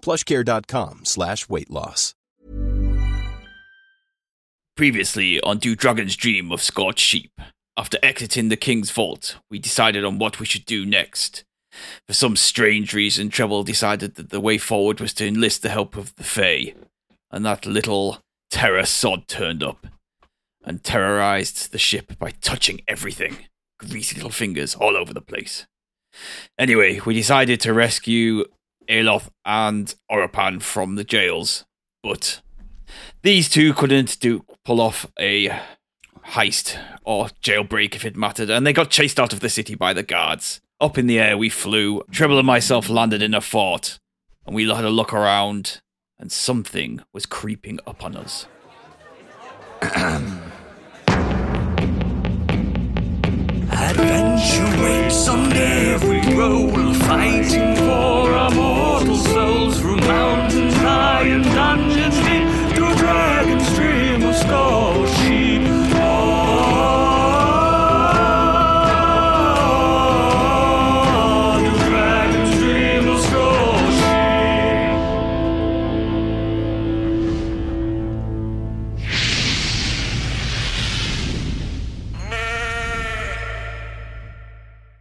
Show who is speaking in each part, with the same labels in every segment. Speaker 1: Plushcare.com slash weight loss.
Speaker 2: Previously on Do Dragons Dream of Scorched Sheep, after exiting the King's Vault, we decided on what we should do next. For some strange reason, Treble decided that the way forward was to enlist the help of the Fae, and that little terror sod turned up and terrorized the ship by touching everything. Greasy little fingers all over the place. Anyway, we decided to rescue Aloth and Orapan from the jails, but these two couldn't do pull off a heist or jailbreak if it mattered, and they got chased out of the city by the guards. Up in the air we flew. Treble and myself landed in a fort, and we had a look around, and something was creeping upon us.
Speaker 3: Adventure waits someday if we roll, fighting for our mortal souls through mountains high and dungeons deep, to a dragon stream of skull sheep. Oh, to dragon stream of skull sheep.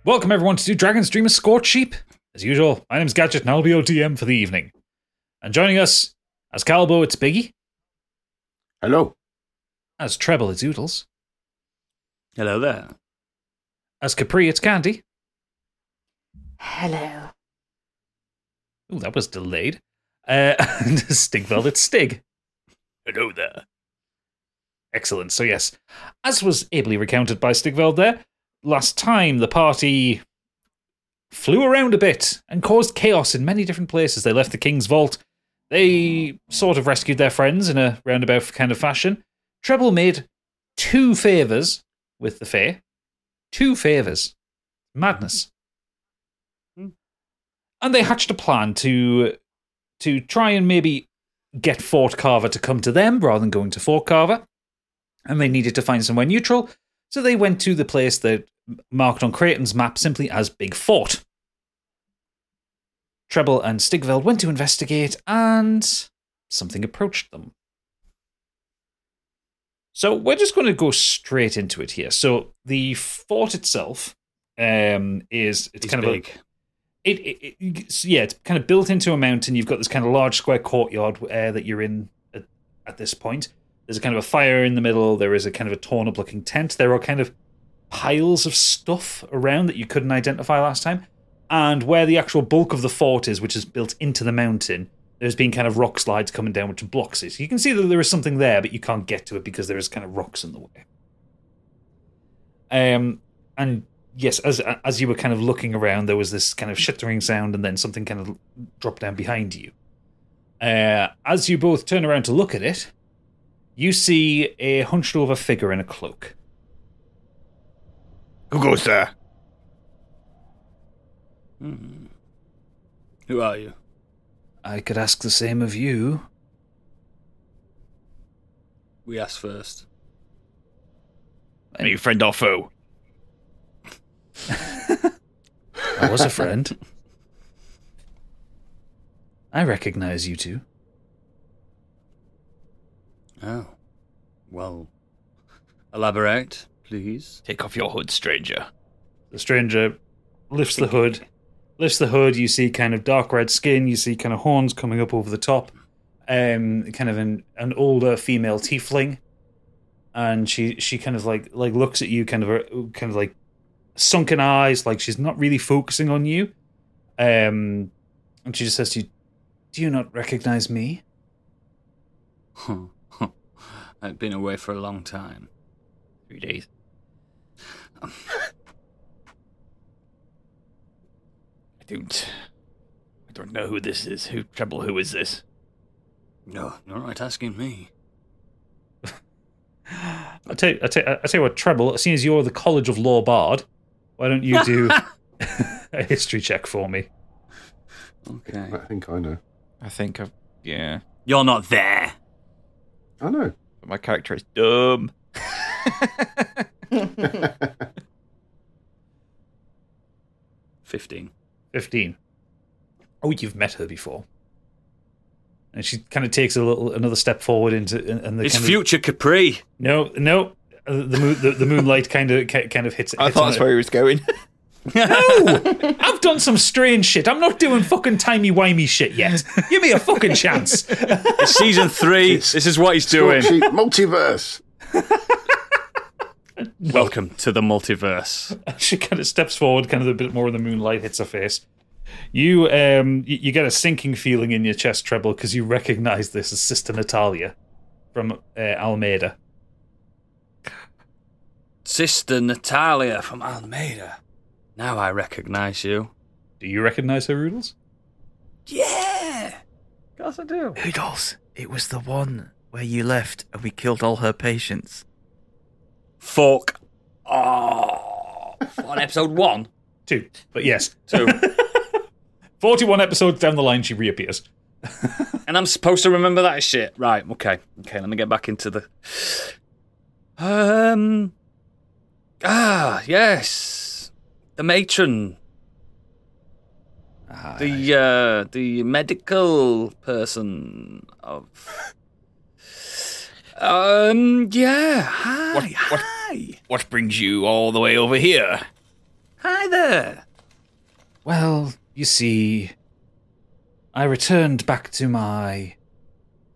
Speaker 4: Welcome everyone to Do Dragon's Dream of Scorched Sheep. As usual, my name's Gadget and I'll be your DM for the evening. And joining us, as Calbo, it's Biggie.
Speaker 5: Hello.
Speaker 4: As Treble, it's Oodles.
Speaker 6: Hello there.
Speaker 4: As Capri, it's Candy.
Speaker 7: Hello.
Speaker 4: Ooh, that was delayed. Uh, and Stigveld, it's Stig.
Speaker 2: Hello there.
Speaker 4: Excellent. So, yes, as was ably recounted by Stigveld there, last time the party flew around a bit and caused chaos in many different places. They left the King's Vault. They sort of rescued their friends in a roundabout kind of fashion. Treble made two favours with the Fae. Two favours. Madness. And they hatched a plan to to try and maybe get Fort Carver to come to them rather than going to Fort Carver. And they needed to find somewhere neutral. So they went to the place that marked on Creighton's map simply as Big Fort. Treble and Stigveld went to investigate, and something approached them. So we're just going to go straight into it here. So the fort itself um, is it's, kind of a, it, it, it- yeah, it's kind of built into a mountain. You've got this kind of large square courtyard uh, that you're in at, at this point. There's a kind of a fire in the middle. There is a kind of a torn up looking tent. There are kind of piles of stuff around that you couldn't identify last time. And where the actual bulk of the fort is, which is built into the mountain, there's been kind of rock slides coming down, which blocks it. You can see that there is something there, but you can't get to it because there is kind of rocks in the way. Um, and yes, as as you were kind of looking around, there was this kind of shittering sound, and then something kind of dropped down behind you. Uh, as you both turn around to look at it, you see a hunched over figure in a cloak.
Speaker 5: Who goes there?
Speaker 6: Mm-hmm. Who are you?
Speaker 4: I could ask the same of you.
Speaker 6: We asked first.
Speaker 2: Are you friend or foe?
Speaker 4: I was a friend. I recognize you two.
Speaker 8: Oh. Well, elaborate, please.
Speaker 9: Take off your hood, stranger.
Speaker 4: The stranger lifts the hood, lifts the hood. You see kind of dark red skin. You see kind of horns coming up over the top. Um, kind of an, an older female tiefling, and she she kind of like like looks at you, kind of uh, kind of like sunken eyes, like she's not really focusing on you. Um, and she just says to you, "Do you not recognize me?"
Speaker 8: I've been away for a long time.
Speaker 9: Three days. I don't. I don't know who this is. Who trouble? Who is this?
Speaker 8: No, you're not asking me.
Speaker 4: I tell you, I tell, I tell you what, Treble. As soon as you're the College of Law Bard, why don't you do a history check for me?
Speaker 8: Okay.
Speaker 10: I think I know.
Speaker 9: I think I've. Yeah.
Speaker 8: You're not there.
Speaker 10: I know.
Speaker 9: But my character is dumb.
Speaker 8: Fifteen.
Speaker 4: 15. Oh, you've met her before. And she kind of takes a little another step forward into and, and the
Speaker 8: It's
Speaker 4: kind of-
Speaker 8: future Capri.
Speaker 4: no, no. Uh, The moon, the, the moonlight kind of ki- kind of hits.
Speaker 9: I
Speaker 4: hits
Speaker 9: thought
Speaker 4: on
Speaker 9: that's
Speaker 4: it.
Speaker 9: where he was going.
Speaker 4: No, I've done some strange shit. I'm not doing fucking timey wimey shit yet. Give me a fucking chance.
Speaker 8: It's season three. this is what he's doing.
Speaker 10: Cheap multiverse.
Speaker 8: Welcome to the multiverse.
Speaker 4: she kind of steps forward, kind of a bit more, and the moonlight hits her face. You um, you, you get a sinking feeling in your chest, treble, because you recognise this as Sister Natalia from uh, Almeida.
Speaker 8: Sister Natalia from Almeida. Now I recognize you.
Speaker 4: Do you recognise her, Roodles?
Speaker 8: Yeah.
Speaker 9: Hoodles, it was the one where you left and we killed all her patients.
Speaker 8: Fuck. Oh. On episode one.
Speaker 4: Two, but yes,
Speaker 8: Two.
Speaker 4: 41 episodes down the line, she reappears.
Speaker 8: and I'm supposed to remember that shit. Right, okay. Okay, let me get back into the Um Ah, yes. The matron.
Speaker 4: Ah,
Speaker 8: the uh the medical person of Um yeah. Hi.
Speaker 9: What- what-
Speaker 8: Hi.
Speaker 9: What brings you all the way over here?
Speaker 8: Hi there.
Speaker 4: Well, you see, I returned back to my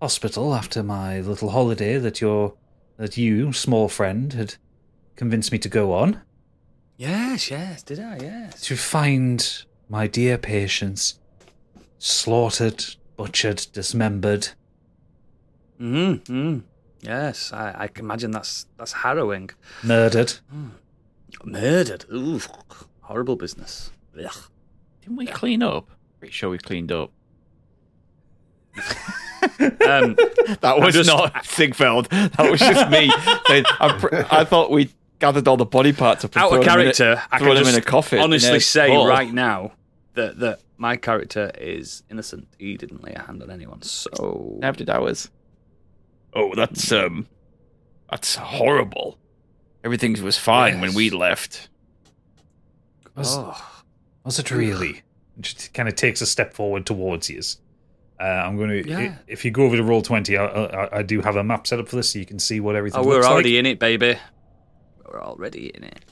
Speaker 4: hospital after my little holiday that your that you, small friend, had convinced me to go on
Speaker 8: Yes, yes, did I? Yes.
Speaker 4: to find my dear patients slaughtered, butchered, dismembered.
Speaker 8: Mhm. Mm. Yes, I, I can imagine that's that's harrowing.
Speaker 4: Murdered.
Speaker 8: Mm, Murdered. Ooh, horrible business. Ugh.
Speaker 9: Didn't we clean up? Pretty sure we cleaned up.
Speaker 8: Um,
Speaker 9: That was not Sigfeld. That was just me. saying, I'm pr- I thought we gathered all the body parts up and
Speaker 8: out
Speaker 9: thrown
Speaker 8: of
Speaker 9: them in a-
Speaker 8: character, I
Speaker 9: thrown
Speaker 8: can
Speaker 9: them
Speaker 8: just
Speaker 9: in a coffin. in
Speaker 8: honestly
Speaker 9: a
Speaker 8: say
Speaker 9: bowl.
Speaker 8: right now that that my character is innocent. He didn't lay a hand on anyone. So
Speaker 9: How did ours? Oh, that's um, that's horrible. Everything was fine when we left.
Speaker 4: Was,
Speaker 8: Oh,
Speaker 4: was it really? And she kind of takes a step forward towards you. Uh, I'm going to.
Speaker 8: Yeah.
Speaker 4: If you go over to roll twenty, I, I, I do have a map set up for this, so you can see what everything.
Speaker 8: oh, we're
Speaker 4: looks like.
Speaker 8: already in it, baby. We're already in it.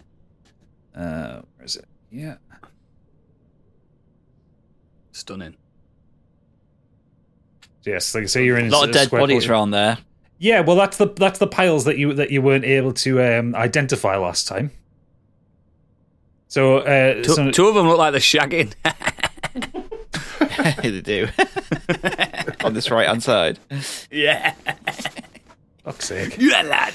Speaker 4: Uh, where is it? Yeah.
Speaker 8: Stunning.
Speaker 4: Yes, like I say, you're in
Speaker 9: A lot of dead
Speaker 4: square
Speaker 9: bodies
Speaker 4: forty.
Speaker 9: around there.
Speaker 4: Yeah, well, that's the that's the piles that you that you weren't able to um, identify last time. So, uh,
Speaker 8: Two,
Speaker 4: so-
Speaker 8: two of them look like they're shagging.
Speaker 9: they do. On this right hand side.
Speaker 8: yeah,
Speaker 4: fuck's sake.
Speaker 8: yeah, lad.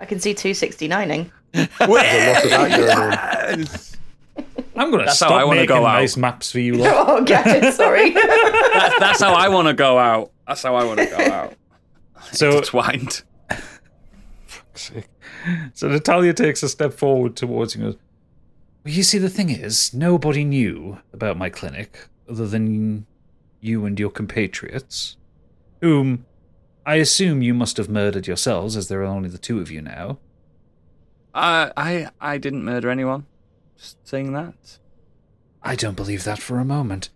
Speaker 11: I can see 269ing.
Speaker 10: There's a lot of that going on.
Speaker 4: I'm gonna
Speaker 8: That's how
Speaker 4: stop
Speaker 8: I wanna
Speaker 4: making
Speaker 8: go out.
Speaker 4: nice maps for you. Lot.
Speaker 11: Oh, God, sorry.
Speaker 8: That- that's how I want to go out. That's how I want to go out.
Speaker 4: So,
Speaker 8: Twined.
Speaker 4: so Natalia takes a step forward towards you. and goes, Well, you see, the thing is, nobody knew about my clinic other than you and your compatriots, whom I assume you must have murdered yourselves, as there are only the two of you now.
Speaker 8: I, I, I didn't murder anyone. Just saying that.
Speaker 4: I don't believe that for a moment.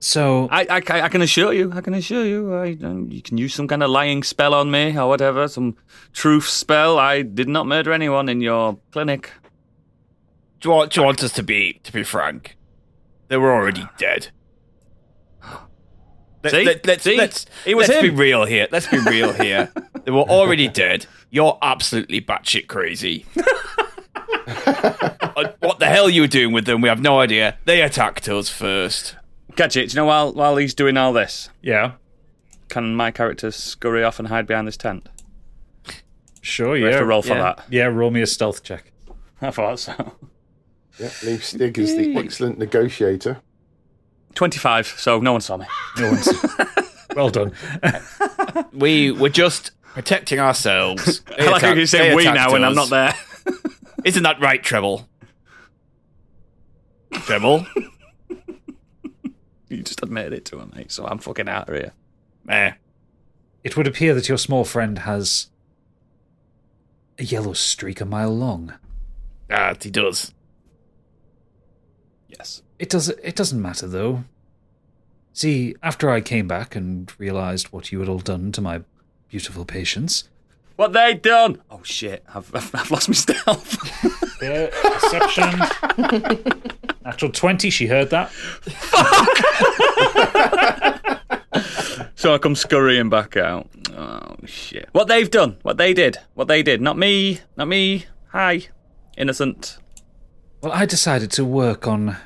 Speaker 4: So
Speaker 8: I, I, ca- I can assure you, I can assure you, I, um, you can use some kind of lying spell on me or whatever, some truth spell. I did not murder anyone in your clinic.
Speaker 9: Do you, want, do you want us to be to be frank? They were already dead. Let,
Speaker 8: See?
Speaker 9: let, let's,
Speaker 8: See?
Speaker 9: let's,
Speaker 8: It was
Speaker 9: let's be
Speaker 8: him.
Speaker 9: real here. Let's be real here. they were already dead. You're absolutely batshit crazy. Uh, what the hell you were doing with them? We have no idea. They attacked us first.
Speaker 8: Catch it. Do you know while while he's doing all this,
Speaker 4: yeah,
Speaker 8: can my character scurry off and hide behind this tent?
Speaker 4: sure.
Speaker 8: We
Speaker 4: Oh, yeah,
Speaker 8: have to roll for
Speaker 4: yeah.
Speaker 8: that.
Speaker 4: Yeah, roll me a stealth check.
Speaker 8: I thought so.
Speaker 10: Yeah, leave Stig as the excellent negotiator.
Speaker 8: Twenty-five. So no one saw me.
Speaker 4: No one's. well done.
Speaker 9: We were just protecting ourselves. They
Speaker 8: I like how
Speaker 9: attacked-
Speaker 8: you
Speaker 9: they
Speaker 8: say we
Speaker 9: attacked
Speaker 8: now when I'm
Speaker 9: us.
Speaker 8: not there.
Speaker 9: Isn't that right, Treble? Treble?
Speaker 8: you just admitted it to him, mate. So I'm fucking out of here.
Speaker 9: eh.
Speaker 4: It would appear that your small friend has a yellow streak a mile long.
Speaker 9: Ah, he does.
Speaker 8: Yes.
Speaker 4: It does. It doesn't matter though. See, after I came back and realized what you had all done to my beautiful patients,
Speaker 8: What they done? Oh shit! I've I've, I've lost my stealth.
Speaker 4: their perception, natural twenty. She heard that.
Speaker 8: So I come scurrying back out. Oh shit! What they've done? What they did? What they did? Not me. Not me. Hi, innocent.
Speaker 4: Well, I decided to work on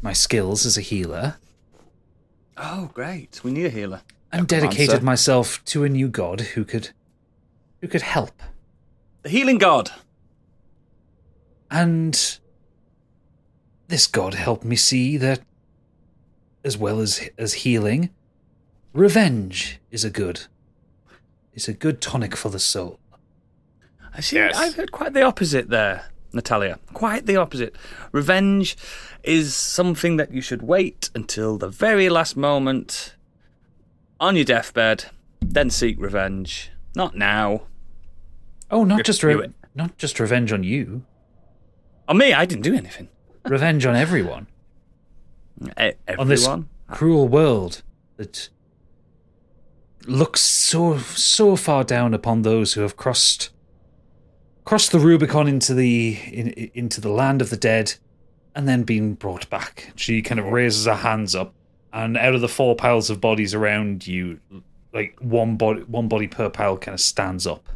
Speaker 4: my skills as a healer
Speaker 8: Oh great! We need a healer.
Speaker 4: and
Speaker 8: sir.
Speaker 4: dedicated myself to a new god who could, who could help.
Speaker 8: The healing god.
Speaker 4: And this god helped me see that, as well as as healing, revenge is a good, is a good tonic for the soul.
Speaker 8: I see.
Speaker 9: Yes.
Speaker 8: I've heard quite the opposite there, Natalia. Quite the opposite. Revenge is something that you should wait until the very last moment on your deathbed, then seek revenge. Not now.
Speaker 4: Oh, not just
Speaker 8: do
Speaker 4: re-
Speaker 8: it.
Speaker 4: not just revenge on you,
Speaker 8: On me, I didn't do anything.
Speaker 4: revenge on everyone,
Speaker 8: E-
Speaker 4: on this
Speaker 8: Everyone.
Speaker 4: cruel world that looks so so far down upon those who have crossed crossed the Rubicon into the in, in- into the land of the dead and then been brought back. She kind of raises her hands up and out of the four piles of bodies around you like one body one body per pile kind of stands up.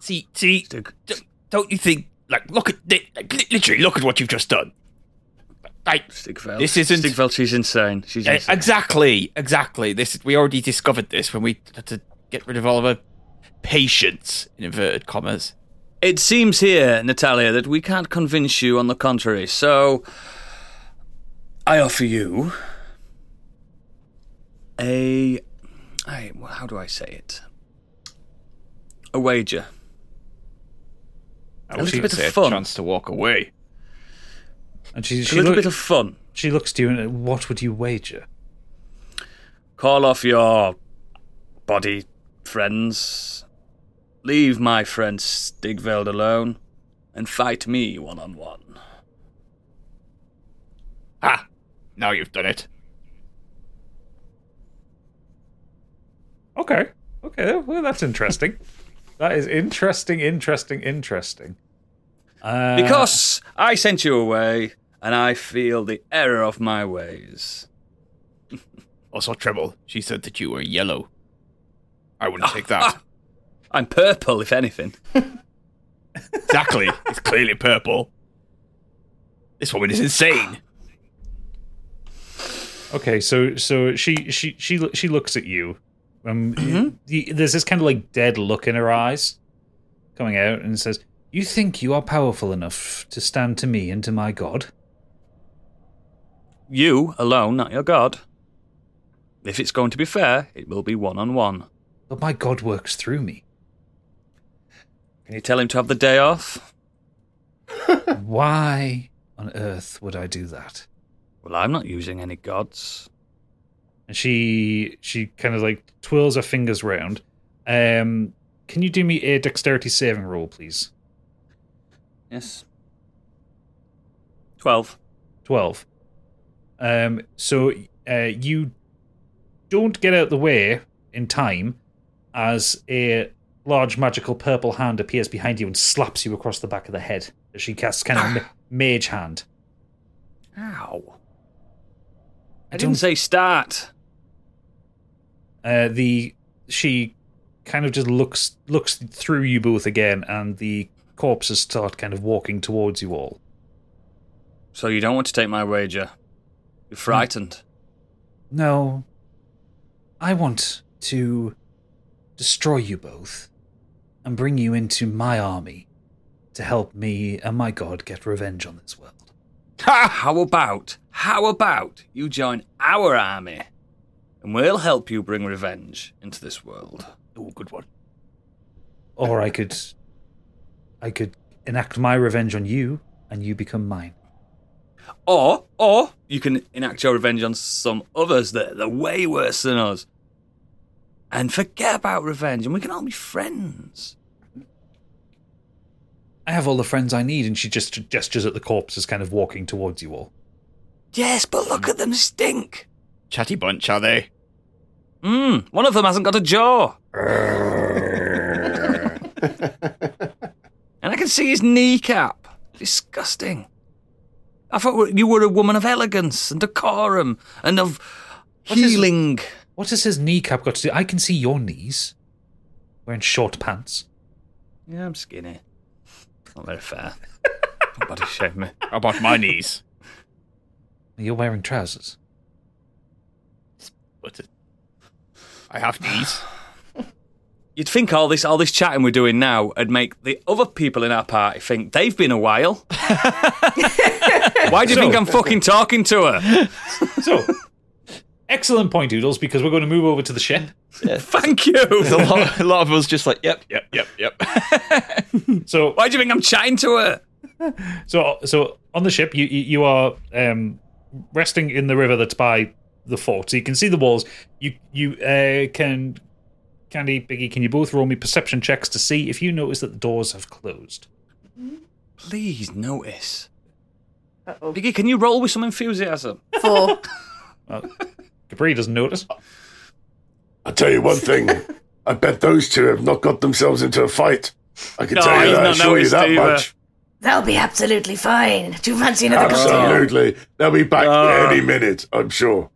Speaker 9: See, see, d- don't you think? Like, look at li- like, li- literally, look at what you've just done. Like,
Speaker 8: Stigveld.
Speaker 9: This isn't-
Speaker 8: Stigveld. She's insane. She's
Speaker 9: eh,
Speaker 8: insane.
Speaker 9: exactly, exactly. This we already discovered this when we had to get rid of all of our patients in inverted commas.
Speaker 8: It seems here, Natalia, that we can't convince you on the contrary, so I offer you a. I, well, how do I say it? A wager.
Speaker 9: I
Speaker 8: A
Speaker 9: was
Speaker 8: little
Speaker 9: gonna
Speaker 8: bit of
Speaker 9: say
Speaker 8: fun.
Speaker 9: chance to walk away.
Speaker 4: And she
Speaker 8: A
Speaker 4: she,
Speaker 8: little
Speaker 4: look-
Speaker 8: bit of fun.
Speaker 4: she looks to you and what would you wager?
Speaker 8: Call off your body friends. Leave my friend Stigveld alone and fight me one on one.
Speaker 9: Ah, now you've done it.
Speaker 4: Okay. Okay. Well, that's interesting. that is interesting, interesting, interesting. Uh,
Speaker 8: Because I sent you away and I feel the error of my ways.
Speaker 9: Also, Treble, she said that you were yellow. I wouldn't take that.
Speaker 8: I'm purple, if anything.
Speaker 9: exactly, it's clearly purple. This woman is insane.
Speaker 4: okay, so so she she she lo- she looks at you. Um, y- there's this kind of like dead look in her eyes, coming out, and says, "You think you are powerful enough to stand to me and to my god?
Speaker 8: You alone, not your god. If it's going to be fair, it will be one on one.
Speaker 4: But my god works through me.
Speaker 8: Can you tell him to have the day off?
Speaker 4: Why on earth would I do that?"
Speaker 8: Well, I'm not using any gods.
Speaker 4: and she she kind of like twirls her fingers round. Um, can you do me a dexterity saving roll, please?
Speaker 8: Yes. Twelve.
Speaker 4: Twelve. Um, so uh, you don't get out the way in time as a large magical purple hand appears behind you and slaps you across the back of the head as she casts kind of ma- mage hand.
Speaker 8: Ow. I
Speaker 4: don't-
Speaker 8: didn't say start.
Speaker 4: Uh, the she kind of just looks looks through you both again, and the corpses start kind of walking towards you all.
Speaker 8: So you don't want to take my wager. You're
Speaker 4: Hmm.
Speaker 8: frightened.
Speaker 4: No, I want to destroy you both and bring you into my army to help me and my god get revenge on this world.
Speaker 8: Ha! How about, how about you join our army and we'll help you bring revenge into this world?
Speaker 4: Oh, good one. Or I could, I could enact my revenge on you, and you become mine.
Speaker 8: Or, or you can enact your revenge on some others that that are way worse than us. And forget about revenge and we can all be friends.
Speaker 4: I have all the friends I need, and she just gestures at the corpses, kind of walking towards you all.
Speaker 8: Yes, but look at them stink.
Speaker 2: Chatty bunch, are they?
Speaker 8: Mmm, one of them hasn't got a jaw. and I can see his kneecap. Disgusting. I thought you were a woman of elegance and decorum and of
Speaker 4: What is-
Speaker 8: healing.
Speaker 4: What has his kneecap got to do? I can see your knees. Wearing short pants.
Speaker 8: Yeah, I'm skinny. Not very fair. Don't body shame me.
Speaker 2: How about my knees?
Speaker 4: You're wearing trousers.
Speaker 2: What? I have knees.
Speaker 8: You'd think all this all this chatting we're doing now would make the other people in our party think they've been a while. Why do you think I'm fucking talking to her?
Speaker 4: So, excellent point, Doodles, because we're going to move over to the ship.
Speaker 8: Thank you.
Speaker 2: a, lot, a lot of us just like, yep, yep, yep, yep.
Speaker 4: So,
Speaker 8: Why do you think I'm chatting to her?
Speaker 4: so, so on the ship, you you you are um, resting in the river that's by the fort, so you can see the walls. You you uh, can, Candy, Biggie, can you both roll me perception checks to see if you notice that the doors have closed?
Speaker 8: Please notice.
Speaker 9: Uh-oh.
Speaker 8: Biggie, can you roll with some enthusiasm?
Speaker 9: Four.
Speaker 4: Capri doesn't notice.
Speaker 3: I'll tell you one thing. I bet those two have not got themselves into a fight. I can
Speaker 8: No,
Speaker 3: tell you
Speaker 8: he's uh,
Speaker 3: that. I
Speaker 8: not
Speaker 3: assure you
Speaker 8: noticed
Speaker 3: that
Speaker 8: either.
Speaker 3: much.
Speaker 9: They'll be absolutely fine. Do you fancy another cocktail?
Speaker 3: Absolutely. They'll be back
Speaker 8: Ah.
Speaker 3: any minute, I'm sure.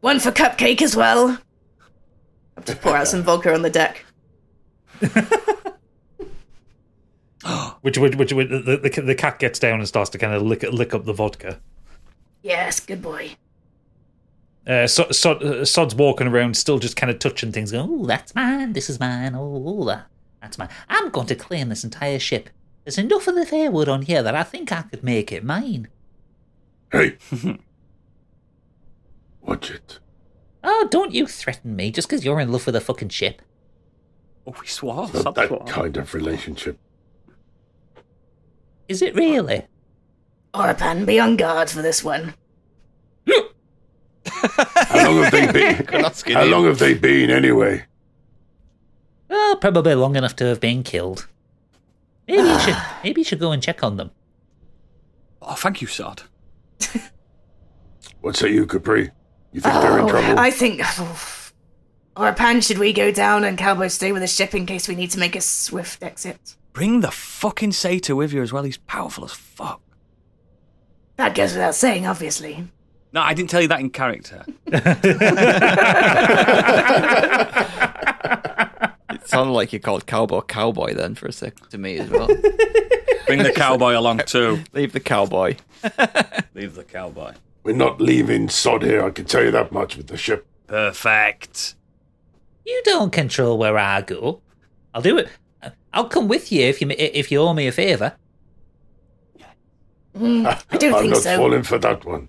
Speaker 9: One for cupcake as well. I'll have to pour out some vodka on the deck.
Speaker 4: Which which which, which the, the the cat gets down and starts to kind of lick lick up the vodka.
Speaker 9: Yes, good boy.
Speaker 4: Uh, so, so, uh, Sod's walking around, still just kind of touching things, going,
Speaker 7: Oh, that's mine. This is mine. Oh, that- that's mine. I'm going to claim this entire ship. There's enough of the fair wood on here that I think I could make it mine.
Speaker 3: Hey. Watch it.
Speaker 7: Oh, don't you threaten me just 'cause you're in love with a fucking ship.
Speaker 8: Oh, we swore.
Speaker 3: Not
Speaker 8: Stop
Speaker 3: that
Speaker 8: swore.
Speaker 3: kind of relationship.
Speaker 7: Is it really?
Speaker 9: Orapan, be on guard for this one.
Speaker 3: How long have they been?
Speaker 2: That's good.
Speaker 3: How long have they been anyway?
Speaker 7: Oh, probably long enough to have been killed. Maybe you should maybe you should go and check on them.
Speaker 8: Oh, thank you, Sod.
Speaker 3: What say you, Capri? You think they're in trouble?
Speaker 9: Oh, I think. Orapan, should we go down and Cowboy stay with the ship in case we need to make a swift exit?
Speaker 8: Bring the fucking satyr with you as well. He's powerful as fuck.
Speaker 9: That goes without saying, obviously.
Speaker 8: No, I didn't tell you that in character.
Speaker 2: It sounded like you called cowboy cowboy then for a sec to me as well.
Speaker 8: Bring the cowboy along too.
Speaker 2: Leave the cowboy.
Speaker 8: Leave the cowboy.
Speaker 3: We're not leaving Sod here, I can tell you that much with the ship.
Speaker 8: Perfect.
Speaker 7: You don't control where I go. I'll do it. I'll come with you if you if you owe me a favour.
Speaker 9: Mm, I don't
Speaker 3: I'm
Speaker 9: think
Speaker 3: not
Speaker 9: so.
Speaker 3: falling for that one.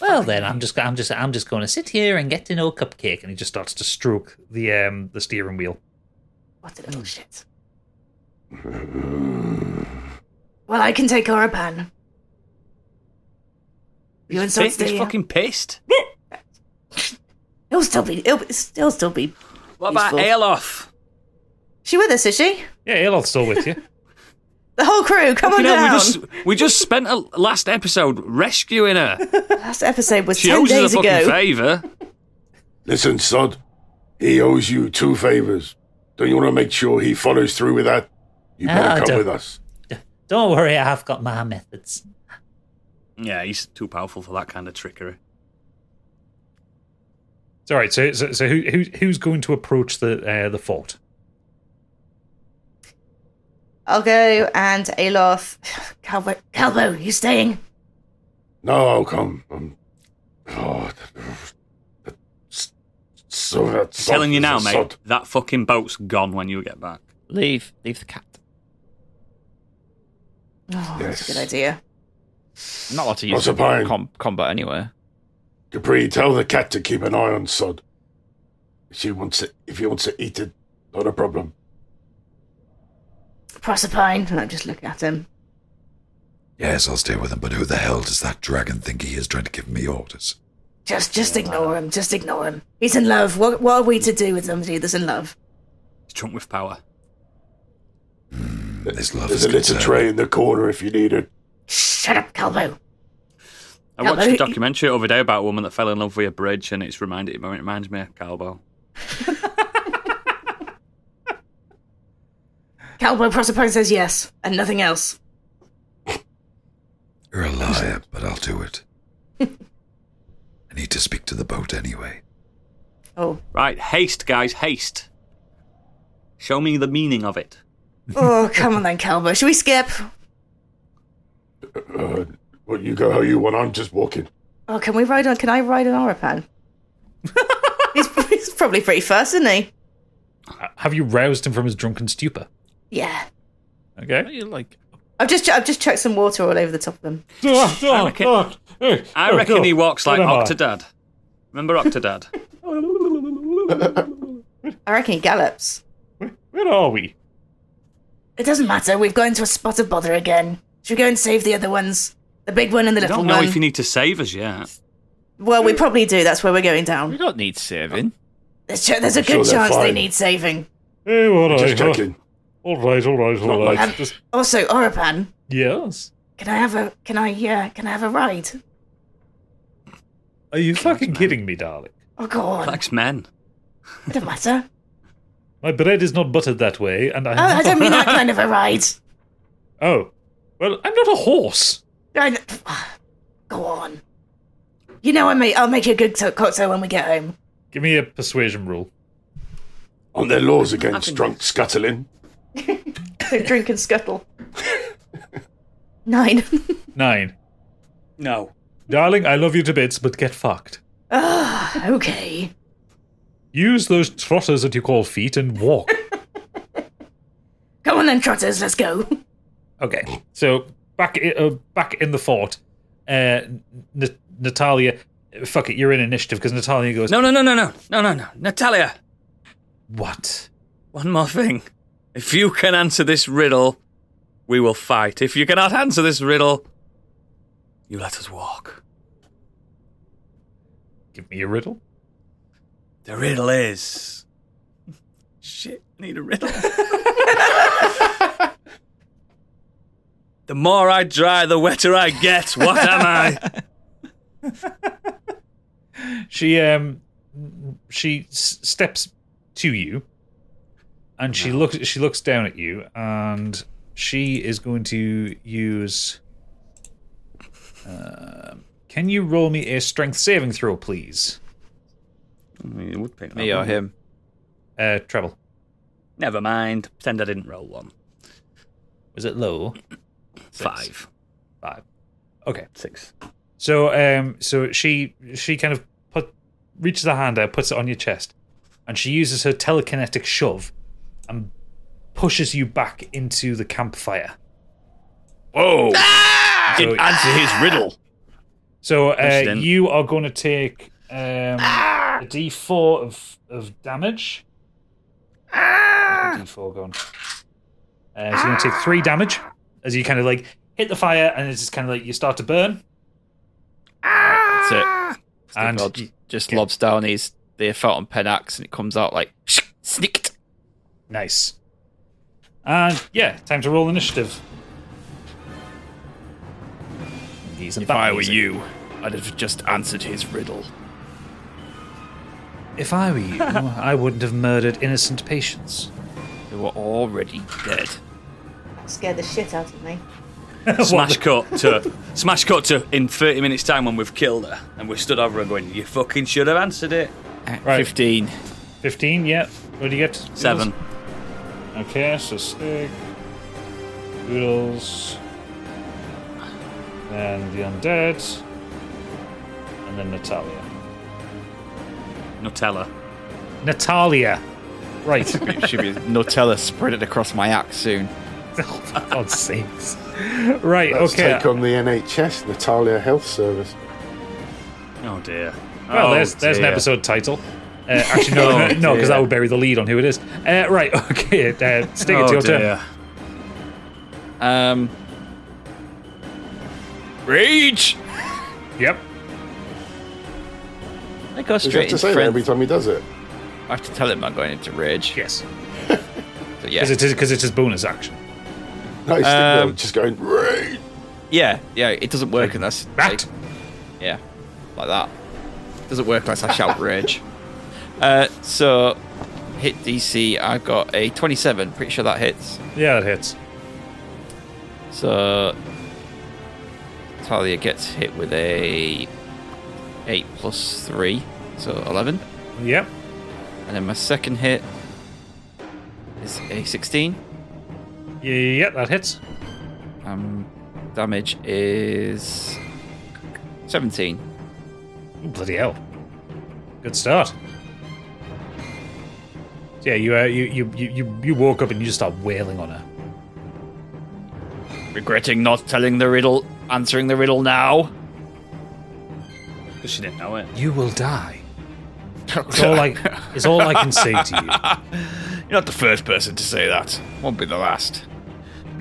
Speaker 7: Well
Speaker 8: fucking-
Speaker 7: then, I'm just I'm just I'm just going to sit here and get to know Cupcake.
Speaker 4: and he just starts to stroke the um the steering wheel.
Speaker 9: What a little shit. Well, I can take Orapan. You and
Speaker 8: He's,
Speaker 9: Sod
Speaker 8: pissed.
Speaker 9: stay
Speaker 8: He's
Speaker 9: here.
Speaker 8: fucking pissed.
Speaker 9: He'll still be. He'll be- still still be.
Speaker 8: What about
Speaker 9: Useful.
Speaker 8: Aelof?
Speaker 9: She with us, is she?
Speaker 4: Yeah, Iloth's still with you.
Speaker 9: The whole crew, come on
Speaker 8: Fucking hell,
Speaker 9: down.
Speaker 8: we just we just spent a last episode rescuing her.
Speaker 9: Last episode was
Speaker 8: She
Speaker 9: ten
Speaker 8: owes us
Speaker 9: days
Speaker 8: a fucking
Speaker 9: ago.
Speaker 8: favour.
Speaker 3: Listen, sod, he owes you two favors. Don't you want to make sure he follows through with that? You
Speaker 7: Ah,
Speaker 3: better
Speaker 7: I
Speaker 3: come
Speaker 7: don't-
Speaker 3: with us.
Speaker 7: Don't worry, I've got my methods.
Speaker 8: Yeah, he's too powerful for that kind of trickery.
Speaker 4: It's all right. So, so, so who, who, who's going to approach the uh, the fort?
Speaker 9: I'll go and Alof. Calvo, Calvo, you staying?
Speaker 3: No, I'll come. Um, oh, that- s- so that sod
Speaker 8: Telling you
Speaker 3: is a
Speaker 8: now, mate,
Speaker 3: sod.
Speaker 8: that fucking boat's gone when you get back.
Speaker 2: Leave. Leave the cat.
Speaker 9: Oh, that's a
Speaker 3: Yes.
Speaker 9: good idea.
Speaker 2: not allowed to
Speaker 3: What's
Speaker 2: use
Speaker 3: a pine?
Speaker 2: com- combat anywhere.
Speaker 3: Capri, tell the cat to keep an eye on sod. If she wants it, if he wants to eat it, not a problem.
Speaker 9: Proserpine, and I just look at him.
Speaker 12: Yes, I'll stay with him, but who the hell does that dragon think he is trying to give me orders?
Speaker 9: Just, just ignore him. Just ignore him. He's in love. What, what are we to do with somebody that's in love?
Speaker 8: He's drunk with power.
Speaker 10: Hmm,
Speaker 12: This love
Speaker 3: There's
Speaker 12: is
Speaker 3: a litter
Speaker 12: concerned.
Speaker 3: tray in the corner if you need it.
Speaker 9: Shut up, Calvo.
Speaker 8: I
Speaker 9: Yeah,
Speaker 8: watched
Speaker 9: but
Speaker 8: a
Speaker 9: he-
Speaker 8: documentary over there about a woman that fell in love with a bridge, and it's reminded it reminds me of Cowbell.
Speaker 9: Calvo Proserpine says yes, and nothing else.
Speaker 12: You're a liar, but I'll do it. I need to speak to the boat anyway.
Speaker 9: Oh,
Speaker 8: Right, haste, guys, haste. Show me the meaning of it.
Speaker 9: oh, come on then, Calvo. Should we skip?
Speaker 3: Uh, well, you go how you want. I'm just walking.
Speaker 9: Oh, can we ride on? Can I ride an Orapan? he's, he's probably pretty fast, isn't he?
Speaker 4: Uh, Have you roused him from his drunken stupor?
Speaker 9: Yeah.
Speaker 4: Okay.
Speaker 2: You like
Speaker 9: I've just, I've just chucked some water all over the top of them.
Speaker 8: I reckon, I reckon he walks like Octodad. Remember Octodad?
Speaker 9: I reckon he gallops.
Speaker 4: Where are we?
Speaker 9: It doesn't matter. We've got into a spot of bother again. Should we go and save the other ones? The big one and the
Speaker 8: I
Speaker 9: little
Speaker 8: don't know
Speaker 9: one.
Speaker 8: if you need to save us yet.
Speaker 9: well, we probably do. That's where we're going down.
Speaker 2: we don't need saving.
Speaker 9: There's, ch- there's a
Speaker 3: I'm sure
Speaker 9: good
Speaker 3: they're
Speaker 9: chance they
Speaker 3: fine.
Speaker 9: need saving.
Speaker 4: Hey, all right,
Speaker 3: Just checking.
Speaker 4: all right, all right, all right.
Speaker 9: Um,
Speaker 4: Just-
Speaker 9: also, Orapan,
Speaker 4: yes.
Speaker 9: can I have a can I yeah can I have a ride?
Speaker 4: Are you fucking kidding me, darling?
Speaker 9: Oh go on,
Speaker 8: Thanks, men.
Speaker 9: it doesn't matter.
Speaker 4: My bread is not buttered that way, and I.
Speaker 9: Oh, I don't mean that kind of a ride.
Speaker 4: Oh, well, I'm not a horse.
Speaker 9: I don't- Go on. You know I may I'll make you a good to- cocktail when we get home.
Speaker 4: Give me a persuasion roll.
Speaker 3: On their laws against drunk scuttling.
Speaker 9: Don't drink and scuttle. Nine.
Speaker 4: Nine,
Speaker 8: No.
Speaker 4: darling. I love you to bits, but get fucked.
Speaker 9: Ah, okay.
Speaker 4: Use those trotters that you call feet and walk.
Speaker 9: Come on then, trotters. Let's go.
Speaker 4: Okay. So back i- uh, back in the fort, uh, N- N- Natalia. Fuck it, you're in initiative because Natalia goes.
Speaker 8: No, no, no, no, no, no, no, no. Natalia,
Speaker 4: What?
Speaker 8: one more thing. If you can answer this riddle, we will fight. If you cannot answer this riddle, you let us walk.
Speaker 4: Give me a riddle.
Speaker 8: The riddle is. Shit, I need a riddle. the more I try, the wetter I get. What am I?
Speaker 4: She um, she s- steps to you, and she looks she looks down at you, and she is going to use. Um, can you roll me a strength saving throw, please?
Speaker 8: You would pick that
Speaker 2: Me or
Speaker 8: one.
Speaker 2: him?
Speaker 4: Uh, treble.
Speaker 8: Never mind. Pretend I didn't roll one.
Speaker 7: Was it low?
Speaker 8: Five.
Speaker 4: Five. Okay.
Speaker 8: Six.
Speaker 4: So um so she she kind of put reaches her hand out, puts it on your chest, and she uses her telekinetic shove and pushes you back into the campfire.
Speaker 8: Whoa! Ah!
Speaker 4: So,
Speaker 8: Answer his riddle.
Speaker 4: so uh,
Speaker 8: President.
Speaker 4: you are going to take um, a d4 of, of damage. Where's the D4 gone. Uh, so you're going to take three damage as you kind of like hit the fire, and it's just kind of like you start to burn.
Speaker 2: That's it.
Speaker 4: And-
Speaker 2: And just lobs down his the fountain pen axe, and it comes out like snicked.
Speaker 4: Nice. And yeah, time to roll initiative. these and
Speaker 2: If
Speaker 4: that
Speaker 2: I were
Speaker 4: music.
Speaker 2: you, I'd have just answered his riddle.
Speaker 4: If I were you, I wouldn't have murdered innocent patients.
Speaker 2: They were already dead.
Speaker 11: Scared the shit out of me.
Speaker 8: Smash cut to smash cut to in 30 minutes time when we've killed her and we stood over her going, you fucking should have answered it.
Speaker 4: Right.
Speaker 2: 15.
Speaker 4: 15, yeah. What do you get?
Speaker 8: Seven.
Speaker 4: Okay, so stick. Oodles. And the undead. And then Natalia.
Speaker 8: Nutella.
Speaker 4: Natalia! Right.
Speaker 2: It should be Nutella spread it across my axe soon.
Speaker 4: oh, God's sakes. Right,
Speaker 10: Let's
Speaker 4: okay.
Speaker 10: take on the NHS, Natalia Health Service.
Speaker 8: Oh dear.
Speaker 4: Well,
Speaker 8: Oh,
Speaker 4: there's there's an
Speaker 8: dear.
Speaker 4: episode title. Uh, actually, no,
Speaker 8: Oh,
Speaker 4: no, because
Speaker 8: dear.
Speaker 4: that would bury the lead on who it is. Uh, right, okay, uh, stick it
Speaker 8: Oh,
Speaker 4: to your
Speaker 8: dear.
Speaker 4: turn.
Speaker 2: Um. Rage!
Speaker 4: Yep.
Speaker 2: I go
Speaker 10: Does he have
Speaker 2: straight
Speaker 10: to
Speaker 2: into
Speaker 10: say that every
Speaker 2: friend.
Speaker 10: time he does it?
Speaker 2: I have to tell him I'm going into rage.
Speaker 4: Yes,
Speaker 2: So, yeah.
Speaker 4: because it is because it's his bonus action.
Speaker 10: No, he's still
Speaker 2: Um,
Speaker 10: just going, Rage!
Speaker 2: yeah, yeah, it doesn't work unless.
Speaker 4: That
Speaker 2: Yeah, like that. Doesn't work unless I shout rage. Uh, so, hit DC. I got a 27. Pretty sure that hits.
Speaker 4: yeah, it hits.
Speaker 2: So, Talia gets hit with a 8 plus 3, so 11.
Speaker 4: Yep.
Speaker 2: And then my second hit is a 16.
Speaker 4: Yep, that hits.
Speaker 2: Um, damage is 17.
Speaker 4: Ooh, bloody hell! Good start. Yeah, you, uh, you you you you you walk up and you just start wailing on her.
Speaker 2: Regretting not telling the riddle, answering the riddle now.
Speaker 8: Because she didn't know it.
Speaker 4: You will die. It's all I it's all I can say to you.
Speaker 2: You're not the first person to say that. Won't be the last.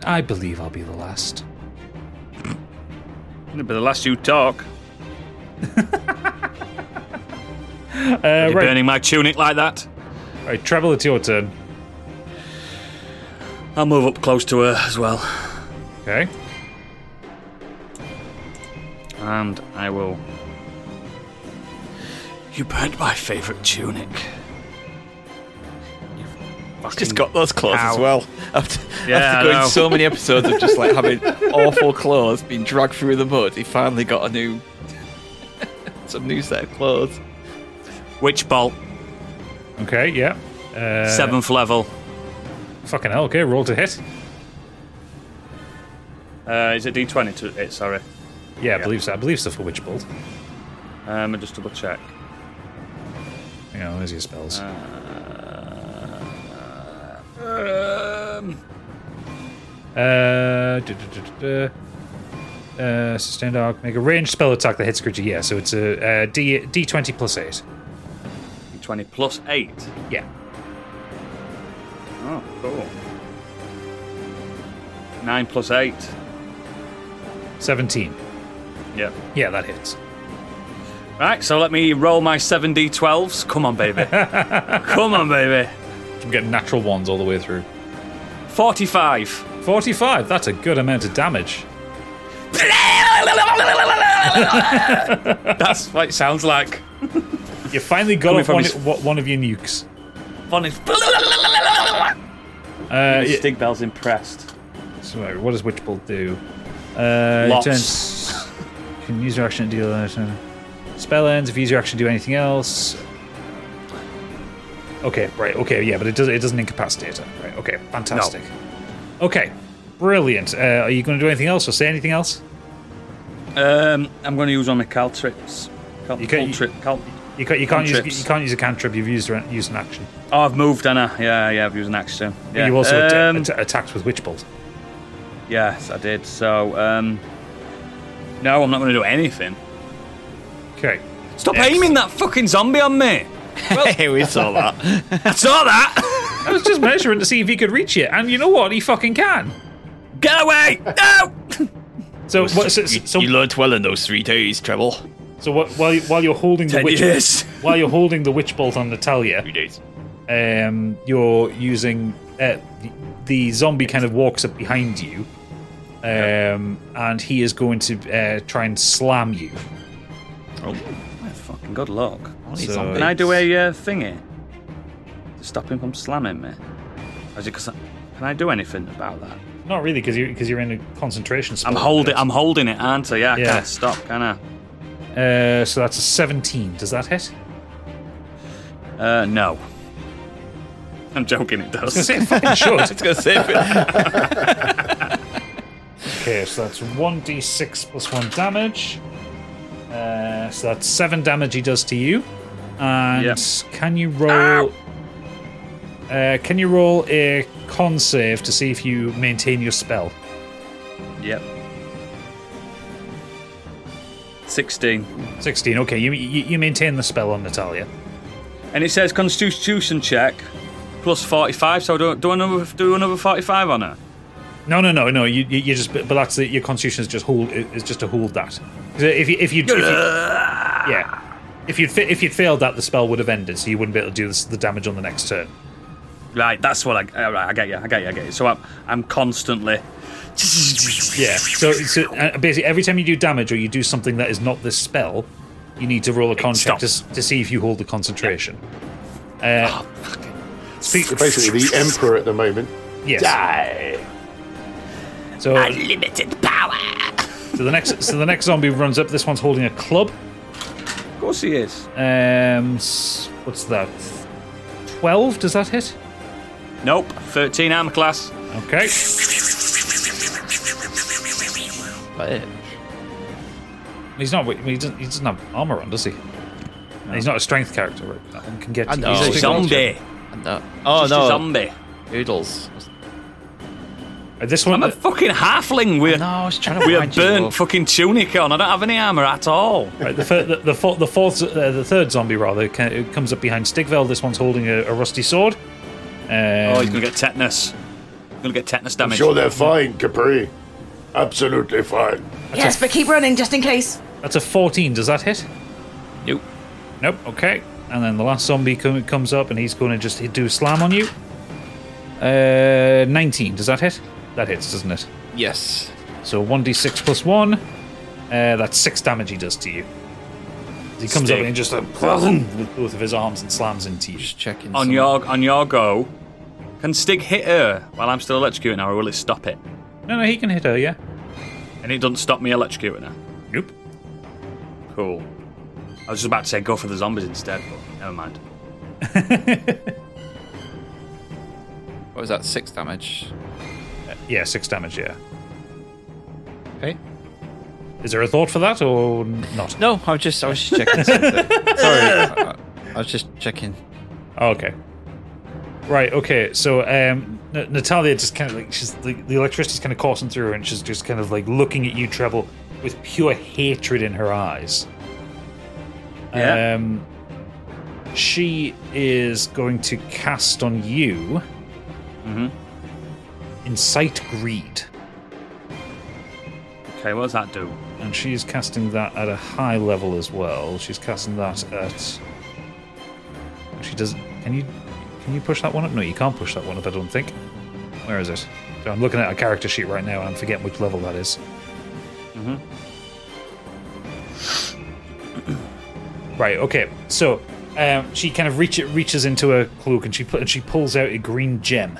Speaker 4: I believe I'll be the last.
Speaker 8: But the last you talk,
Speaker 4: Uh,
Speaker 8: you're
Speaker 4: right,
Speaker 8: burning my tunic like that.
Speaker 4: right, travel. It's your turn.
Speaker 8: I'll move up close to her as well.
Speaker 4: Okay.
Speaker 8: And I will. You burnt my favourite tunic. You
Speaker 2: Just got those clothes as
Speaker 8: Ow.
Speaker 2: well. After,
Speaker 8: Yeah, I
Speaker 2: after going
Speaker 8: know.
Speaker 2: so many episodes of just like having awful clothes, being dragged through the mud, he finally got a new, some new set of clothes.
Speaker 8: Witch bolt,
Speaker 4: Okay. Yeah. Uh,
Speaker 8: seventh level.
Speaker 4: Fucking hell. Okay. Roll to hit.
Speaker 8: Uh, is it D20 to it? Sorry.
Speaker 4: Yeah, I believe so. I believe so for Witch Bolt.
Speaker 8: Um, I'll just double check. Uh,
Speaker 4: You know, there's your spells.
Speaker 8: Um,
Speaker 4: Uh, duh, duh, duh, duh, duh. uh, sustained arc. Make a ranged spell attack that hits creature. Yeah, so it's a, uh D D twenty plus eight.
Speaker 8: D20 plus 8.
Speaker 4: Yeah.
Speaker 8: Oh, cool. 9 plus 8.
Speaker 4: Seventeen.
Speaker 8: Yep.
Speaker 4: Yeah, that hits.
Speaker 8: Right, so let me roll my 7d12s. Come on, baby. Come on, baby.
Speaker 4: I'm getting natural ones all the way through.
Speaker 8: 45.
Speaker 4: Forty-five. That's a good amount of damage.
Speaker 8: That's what it sounds like.
Speaker 4: You finally got
Speaker 8: Coming
Speaker 4: off
Speaker 8: from
Speaker 4: one,
Speaker 8: his-
Speaker 4: one- one of your nukes.
Speaker 8: Fun is.
Speaker 4: Uh, yeah.
Speaker 8: Stigbell's impressed.
Speaker 4: Sorry, what does Witch Bolt do? Uh,
Speaker 8: Lots.
Speaker 4: it turns- you can use your action to deal. uh, Spell ends if you use your action to do anything else. Okay, right. Okay, yeah, but it doesn't. It doesn't incapacitate her. Right. Okay, fantastic. Okay, brilliant. Uh, are you going to do anything else or say anything else?
Speaker 8: Um, I'm going to use one of my caltrips. Cal-
Speaker 4: You can't- you-
Speaker 8: Caltrip. Cal-
Speaker 4: You can't. You can't use.
Speaker 8: Cantrips.
Speaker 4: You can't use a cantrip. You've used a- used an action.
Speaker 8: oh, I've moved, Anna. Yeah, yeah, I've used an axe too. Yeah.
Speaker 4: You also atta-
Speaker 8: Um,
Speaker 4: atta- attacked with Witch Bolt.
Speaker 8: Yes, I did. So, um, no, I'm not going to do anything.
Speaker 4: Okay.
Speaker 8: Stop aiming that fucking zombie on me.
Speaker 2: Hey, we saw that.
Speaker 8: I saw that.
Speaker 4: I was just measuring to see if he could reach it, and you know what? He fucking can.
Speaker 8: Get away! No.
Speaker 4: So, what, so,
Speaker 2: you,
Speaker 4: so,
Speaker 2: you learnt well in those three days, Treble.
Speaker 4: so what, while you- while you're holding the witch,
Speaker 8: Yes.
Speaker 4: while you're holding the witch bolt on Natalia,
Speaker 2: Three days.
Speaker 4: um, you're using uh, the- the zombie kind of walks up behind you, um, and he is going to uh, try and slam you.
Speaker 8: Oh, fucking good luck.
Speaker 2: Oh,
Speaker 4: So-
Speaker 8: Can I do a uh, thingy to stop him from slamming me? Is it 'cause I, can I do anything about that?
Speaker 4: Not really, because you're because you're in a concentration. Spell
Speaker 8: I'm holding. I'm holding it, aren't I? Yeah, I
Speaker 4: Yeah.
Speaker 8: can't stop, can I?
Speaker 4: Uh, so that's a 17. Does that hit?
Speaker 8: Uh, no. I'm joking. It does.
Speaker 4: was gonna say, it fucking should.
Speaker 8: It's gonna say
Speaker 4: Okay, so that's 1d6 plus 1 damage. Uh, so that's 7 damage he does to you. And can you roll. Uh, can you roll a con save to see if you maintain your spell?
Speaker 8: Yep. 16.
Speaker 4: 16, okay. You, you, you maintain the spell on Natalia.
Speaker 8: And it says Constitution check plus 45. So do do another do another 45 on her.
Speaker 4: No, no, no, no. You, you, you just, but that's the, your constitution is just hold is just to hold that. 'Cause If you, if you, if you yeah, if you'd fa- if you'd failed that, the spell would have ended, so you wouldn't be able to do this, the damage on the next turn.
Speaker 8: Right, that's what I. All right, I get you. I get you. I get you. So I'm I'm constantly.
Speaker 4: Yeah. So, so uh, basically, every time you do damage or you do something that is not this spell, you need to roll a con check to, s- to see if you hold the concentration.
Speaker 10: Oh,
Speaker 4: Uh,
Speaker 10: You're basically the emperor at the moment.
Speaker 4: Yes. So
Speaker 3: Unlimited power.
Speaker 4: So the next, so the next zombie runs up. This one's holding a club.
Speaker 8: Of course he is.
Speaker 4: Um, s- what's that? Twelve? Does that hit?
Speaker 8: Nope. Thirteen armor class.
Speaker 4: Okay. He's not. He doesn't, he doesn't have armor on, does he? And He's not a strength character. Right? And can get.
Speaker 8: I know. He's a zombie.
Speaker 9: No. Oh
Speaker 8: Just a
Speaker 9: no.
Speaker 8: zombie.
Speaker 9: Oodles.
Speaker 4: Uh, This one.
Speaker 8: I'm a fucking halfling with,
Speaker 9: No, I was trying to
Speaker 8: with a
Speaker 9: wind you
Speaker 8: burnt
Speaker 9: up.
Speaker 8: fucking tunic on. I don't have any armor at all.
Speaker 4: Right, the, fir- the, the, fo- the fourth, uh, the third zombie rather ca- it comes up behind Stigvel. This one's holding a, a rusty sword. Um,
Speaker 8: oh, he's gonna get tetanus. He's gonna get tetanus
Speaker 10: I'm
Speaker 8: damage.
Speaker 10: sure they're fine, Capri. Absolutely fine.
Speaker 11: yes, but keep running just in case.
Speaker 4: That's a fourteen. Does that hit?
Speaker 9: Nope.
Speaker 4: Nope. Okay. And then the last zombie com- comes up, and he's going to just do a slam on you. Uh, nineteen. Does that hit? That hits, doesn't it?
Speaker 9: Yes.
Speaker 4: So one d six plus one. Uh, that's six damage he does to you. He comes
Speaker 8: Stig.
Speaker 4: up and just like, with both of his arms and slams into you.
Speaker 9: Just checking.
Speaker 8: on
Speaker 9: some-
Speaker 8: your on your go, can Stig hit her while I'm still electrocuting her, or will it stop it?
Speaker 4: No, no, he can hit her. Yeah.
Speaker 8: And it doesn't stop me electrocuting her.
Speaker 4: Nope.
Speaker 8: Cool. I was just about to say go for the zombies instead, but never mind.
Speaker 9: What was that? Six damage.
Speaker 4: Uh, Yeah, six damage. Yeah.
Speaker 9: Okay.
Speaker 4: Is there a thought for that or not?
Speaker 9: No, I was just I was just checking. something. Sorry. I, I was just checking.
Speaker 4: Oh, Okay. Right. Okay. So um, N- Natalia just kind of like she's like, the electricity's kind of coursing through her, and she's just kind of like looking at you, Treble, with pure hatred in her eyes.
Speaker 8: Yeah.
Speaker 4: Um, she is going to cast on you. Incite greed,
Speaker 8: Okay, what does that do?
Speaker 4: and she's casting that at a high level as well. She's casting that at. She does. Can you can you push that one up? No, you can't push that one up. I don't think. Where is it? So I'm looking at a character sheet right now, and I'm forgetting which level that is. Right. Okay. So um, she kind of reach, reaches into her cloak, and she put, and she pulls out a green gem.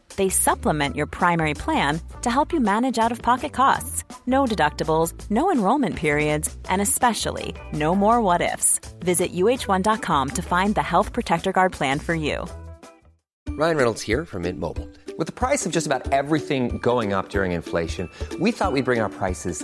Speaker 13: They supplement your primary plan to help you manage out of pocket costs. No deductibles, no enrollment periods, and especially no more what ifs. Visit uh1.com to find the Health Protector Guard plan for you.
Speaker 14: Ryan Reynolds here from Mint Mobile. With the price of just about everything going up during inflation, we thought we'd bring our prices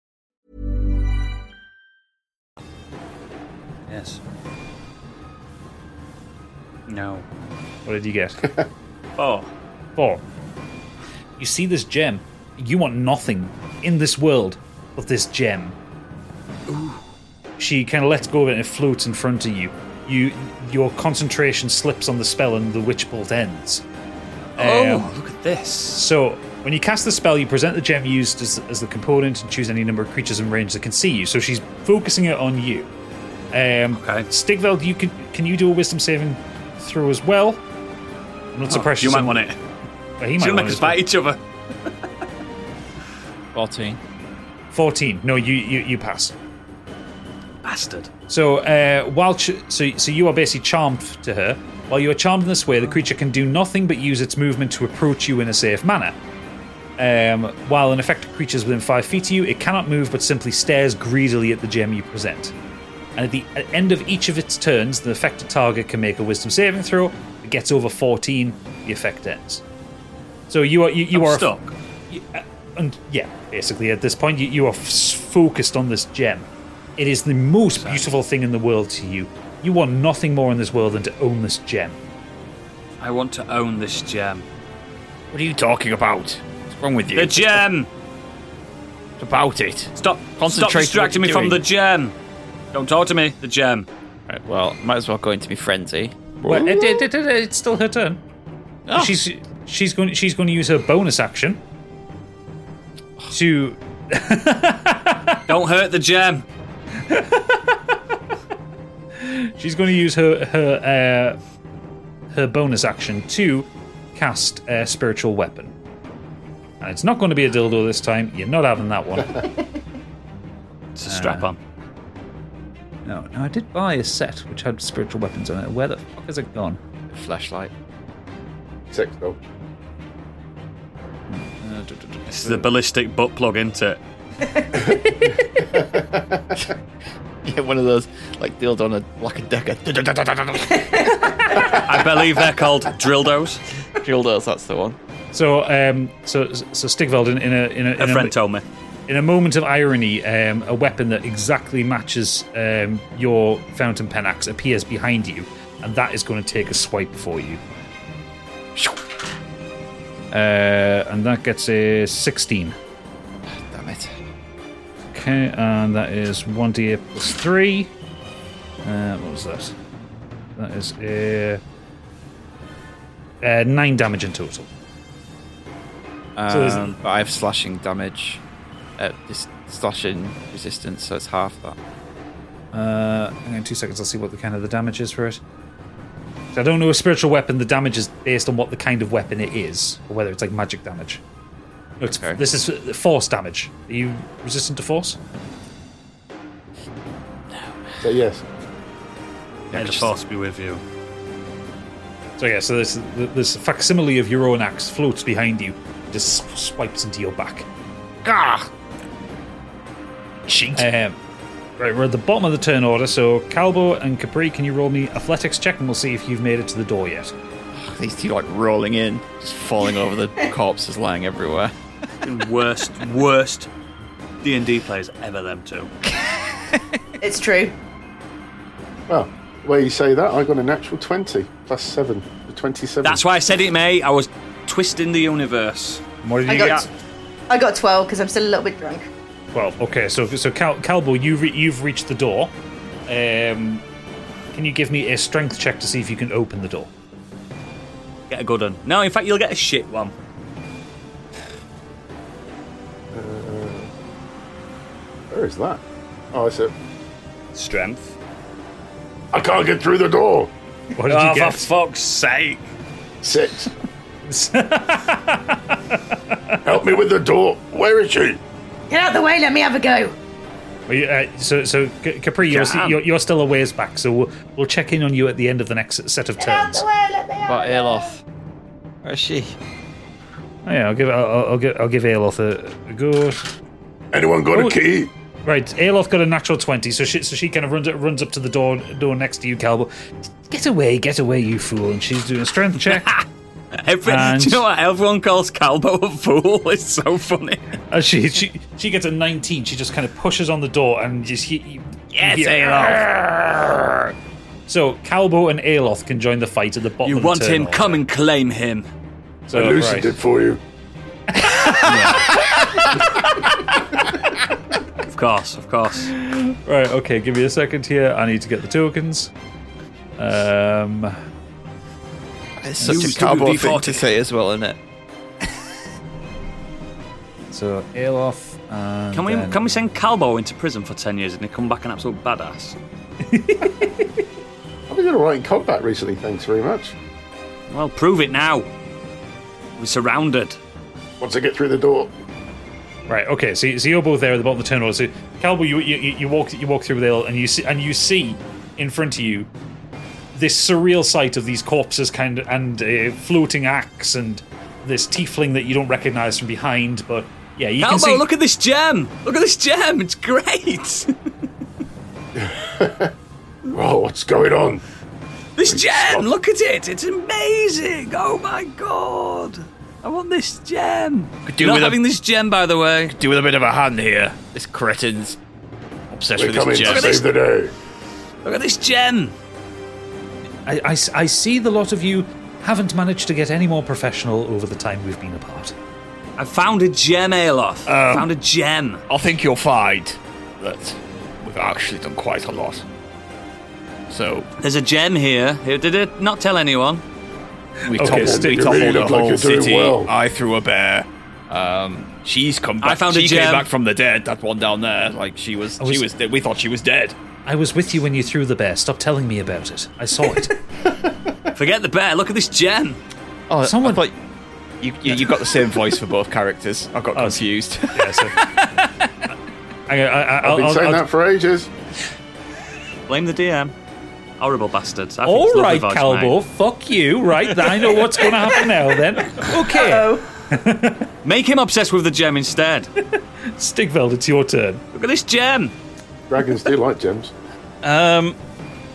Speaker 8: Yes. No.
Speaker 4: What did you get? Four. Four. You see this gem. You want nothing in this world but this gem. She kind of lets go of it and it floats in front of you. You, your concentration slips on the spell and the witch bolt ends.
Speaker 8: Oh,
Speaker 4: look at this! So, when you cast the spell, you present the gem used as, as the component and choose any number of creatures in range that can see you. So she's focusing it on you. Um, Stigveld, you can can you do a wisdom saving throw as well? I'm not
Speaker 8: Oh,
Speaker 4: surprised.
Speaker 8: you
Speaker 4: she's
Speaker 8: might
Speaker 4: on-
Speaker 8: want it.
Speaker 4: Well, he
Speaker 8: She'll
Speaker 4: might
Speaker 8: make
Speaker 4: want
Speaker 8: us
Speaker 4: it as well.
Speaker 8: bite each other.
Speaker 9: 14.
Speaker 4: 14. No, you you, you pass.
Speaker 8: Bastard.
Speaker 4: So uh, while ch- so so you are basically charmed to her. While you are charmed in this way, the creature can do nothing but use its movement to approach you in a safe manner. Um, while an affected creature is within five feet of you, it cannot move but simply stares greedily at the gem you present. And at the end of each of its turns, the affected target can make a Wisdom saving throw. If it gets over fourteen, the effect ends. So you are you, you
Speaker 8: I'm
Speaker 4: are
Speaker 8: stuck.
Speaker 4: You- uh, and yeah, basically at this point, you, you are f- focused on this gem. It is the most beautiful thing in the world to you. You want nothing more in this world than to own this gem.
Speaker 8: I want to own this gem.
Speaker 9: What are you talking about? What's wrong with you?
Speaker 8: The gem!
Speaker 9: About it.
Speaker 8: Stop. Stop
Speaker 9: Concentrate on
Speaker 8: distracting
Speaker 9: what
Speaker 8: me
Speaker 9: you're
Speaker 8: from the
Speaker 9: doing.
Speaker 8: gem. Don't talk to me. The gem.
Speaker 9: Right, well, might as well go into me frenzy.
Speaker 4: Well, it, it, it, it- it's still her turn.
Speaker 8: Ah.
Speaker 4: She's she's going she's going to use her bonus action to
Speaker 8: Don't hurt the gem.
Speaker 4: She's going to use her her uh, her bonus action to cast a spiritual weapon, and it's not going to be a dildo this time. You're not having that one.
Speaker 8: it's a strap on.
Speaker 4: No, no, I did buy a set which had spiritual weapons on it. Where the fuck has it gone?
Speaker 9: flashlight.
Speaker 10: Six, though.
Speaker 8: This is the ballistic butt plug, isn't it?
Speaker 9: Yeah, one of those, like, dealt on a, like a decker.
Speaker 8: I believe they're called drildos.
Speaker 9: Drildos, that's the one.
Speaker 4: So, um, so, so Stigveld, in, in a in a, in
Speaker 8: A friend told me.
Speaker 4: In a moment of irony, um, a weapon that exactly matches um, your fountain pen axe appears behind you, and that is going to take a swipe for you. Uh, and that gets a 16.
Speaker 9: Damn it.
Speaker 4: Okay, and that is 1d8 plus 3. Uh, what was that? That is a. Uh, 9 damage in total. So there's-
Speaker 9: Um, but I have slashing damage, uh, dis- slashing resistance, so it's half that.
Speaker 4: Uh, hang on two seconds. I'll see what the kind of the damage is for it. So I don't know a spiritual weapon. The damage is based on what the kind of weapon it is, or whether it's like magic damage. No, it's, This is f- force damage. Are you resistant to force?
Speaker 10: Say yes.
Speaker 8: May the force be with you.
Speaker 4: So yeah, so this this facsimile of your own axe floats behind you, just s- swipes into your back.
Speaker 9: Gah! Cheat.
Speaker 4: Um, Right, we're at the bottom of the turn order, so Calbo and Capri, can you roll me athletics check and we'll see if you've made it to the door yet.
Speaker 9: These two like rolling in, just falling over the corpses lying everywhere.
Speaker 8: worst, worst D and D players ever. Them two.
Speaker 11: It's true.
Speaker 10: Well, where you say that, I got a natural 20 plus 7. The 27.
Speaker 8: That's why I said it, mate. I was twisting the universe.
Speaker 4: What
Speaker 11: I got, I got 12 because I'm still a little bit drunk.
Speaker 4: Well, okay, so so Cal- Calbo, you re- you've reached the door. Um, can you give me a strength check to see if you can open the door?
Speaker 8: Get a good one. No, in fact, you'll get a shit one.
Speaker 10: Uh, Where is that? Oh, it's a.
Speaker 8: Strength.
Speaker 10: I can't get through the door.
Speaker 8: What did you Oh, get? for fuck's sake.
Speaker 10: Six. Help me with the door. Where is she?
Speaker 11: Get out of the way, let me have a go.
Speaker 4: Are you, uh, so, so C- Capri, you're,
Speaker 11: Damn.
Speaker 4: you're, you're still a ways back, so we'll, we'll check in on you at the end of the next set of turns.
Speaker 2: But Elof, where is she?
Speaker 4: Oh, yeah, I'll give I'll, I'll- I'll give I'll give Aeloth a, a go.
Speaker 10: Anyone got a key?
Speaker 4: Right, Aeloth got a natural twenty, so she so she kind of runs runs up to the door door next to you, Calbo. Get away, get away, you fool! And she's doing a strength check.
Speaker 8: Every,
Speaker 4: And-
Speaker 8: Do you know what? Everyone calls Calbo a fool. It's so funny.
Speaker 9: Uh,
Speaker 4: And she she she gets a nineteen. She just kind of pushes on the door and just he, you-
Speaker 8: Yes,
Speaker 4: you hear- So Calbo and Aeloth can join the fight at the bottom.
Speaker 8: You
Speaker 4: of the
Speaker 8: want
Speaker 4: turn
Speaker 8: him?
Speaker 4: order.
Speaker 8: Come and claim him.
Speaker 4: So,
Speaker 8: Oh,
Speaker 10: I loosened
Speaker 4: right.
Speaker 10: it for you.
Speaker 8: Of course, of course.
Speaker 4: Right, okay, give me a second here. I need to get the tokens. Um,
Speaker 2: It's such a cowboy thing to say as well, isn't it?
Speaker 4: So Aelof and
Speaker 8: Can we
Speaker 4: then-
Speaker 8: can we send Calbo into prison for ten years and he come back an absolute badass?
Speaker 10: I've been doing alright in combat recently, thanks very much.
Speaker 8: Well, prove it now. We're surrounded.
Speaker 10: Once I get through the door.
Speaker 4: Right, okay, so, so you're both there at the bottom of the turn order. So Calbo, you, you you walk you walk through the hill and you see and you see in front of you this surreal sight of these corpses kind of and a floating axe and this tiefling that you don't recognize from behind, but yeah, you can
Speaker 8: Calbo,
Speaker 4: see
Speaker 8: look at this gem. Look at this gem. It's great.
Speaker 10: Oh, what's going on?
Speaker 8: This gem. Look at it. It's amazing. Oh my god. I want this gem.
Speaker 9: Could
Speaker 8: You're not
Speaker 9: with a-
Speaker 8: having this gem, by the way.
Speaker 9: Could do with a bit of a hand here. This cretin's obsessed
Speaker 10: We're
Speaker 9: with
Speaker 10: coming
Speaker 9: this
Speaker 10: to
Speaker 9: gem.
Speaker 10: save the day.
Speaker 8: Look at this gem.
Speaker 4: I, I s- I see the lot of you haven't managed to get any more professional over the time we've been apart.
Speaker 8: I found a gem, Alof. I found a gem.
Speaker 9: Um, I think you'll find that we've actually done quite a lot. So
Speaker 8: There's a gem here. Here, Did it not tell anyone?
Speaker 9: we
Speaker 8: Okay,
Speaker 9: toppled,
Speaker 8: stick-
Speaker 9: we
Speaker 8: You
Speaker 9: toppled
Speaker 8: really
Speaker 9: the
Speaker 8: look like
Speaker 9: whole
Speaker 8: you're doing
Speaker 9: city.
Speaker 8: well.
Speaker 9: I threw a bear. Um, she's come
Speaker 8: I
Speaker 9: back.
Speaker 8: found a
Speaker 9: she came
Speaker 8: gem.
Speaker 9: back from the dead. That one down there, like she was,
Speaker 4: I was-
Speaker 9: she was. dead. We thought she was dead.
Speaker 4: I was with you when you threw the bear. Stop telling me about it. I saw it.
Speaker 8: Forget the bear. Look at this gem.
Speaker 9: Oh, someone. But you, you, you got the same voice for both characters. I got confused.
Speaker 4: I, I,
Speaker 10: I've been saying that for ages.
Speaker 8: Blame the DM. Horrible bastards. I think
Speaker 4: All
Speaker 8: it's lovely
Speaker 4: right,
Speaker 8: voice,
Speaker 4: Calbo,
Speaker 8: mate.
Speaker 4: fuck you. Right, I know what's going to happen now. Then, okay.
Speaker 8: Make him obsessed with the gem instead.
Speaker 4: Stigveld, it's your turn.
Speaker 8: Look at this gem.
Speaker 10: Dragons do like gems.
Speaker 2: Um,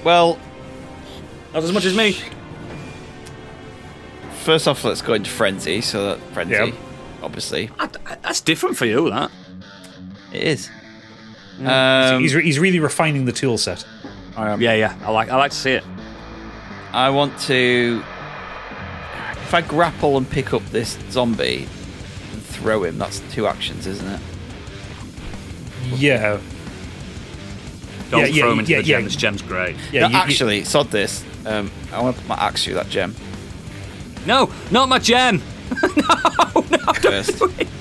Speaker 2: well,
Speaker 8: not as much as me.
Speaker 9: First off, let's go into frenzy. So that frenzy, obviously,
Speaker 8: That's different for you. That
Speaker 9: it is. Um,
Speaker 8: Um,
Speaker 4: So Mm. he's, re- he's really refining the tool set.
Speaker 9: I am.
Speaker 8: Yeah, yeah. I like. I like to see it.
Speaker 9: I want to. If I grapple and pick up this zombie and throw him, that's two actions, isn't it?
Speaker 4: Yeah.
Speaker 8: Don't throw him into the gem. This gem's great.
Speaker 9: no, actually, sod this. Um, I want to put my axe through that gem.
Speaker 8: No, not my gem.
Speaker 9: First.
Speaker 4: Okay.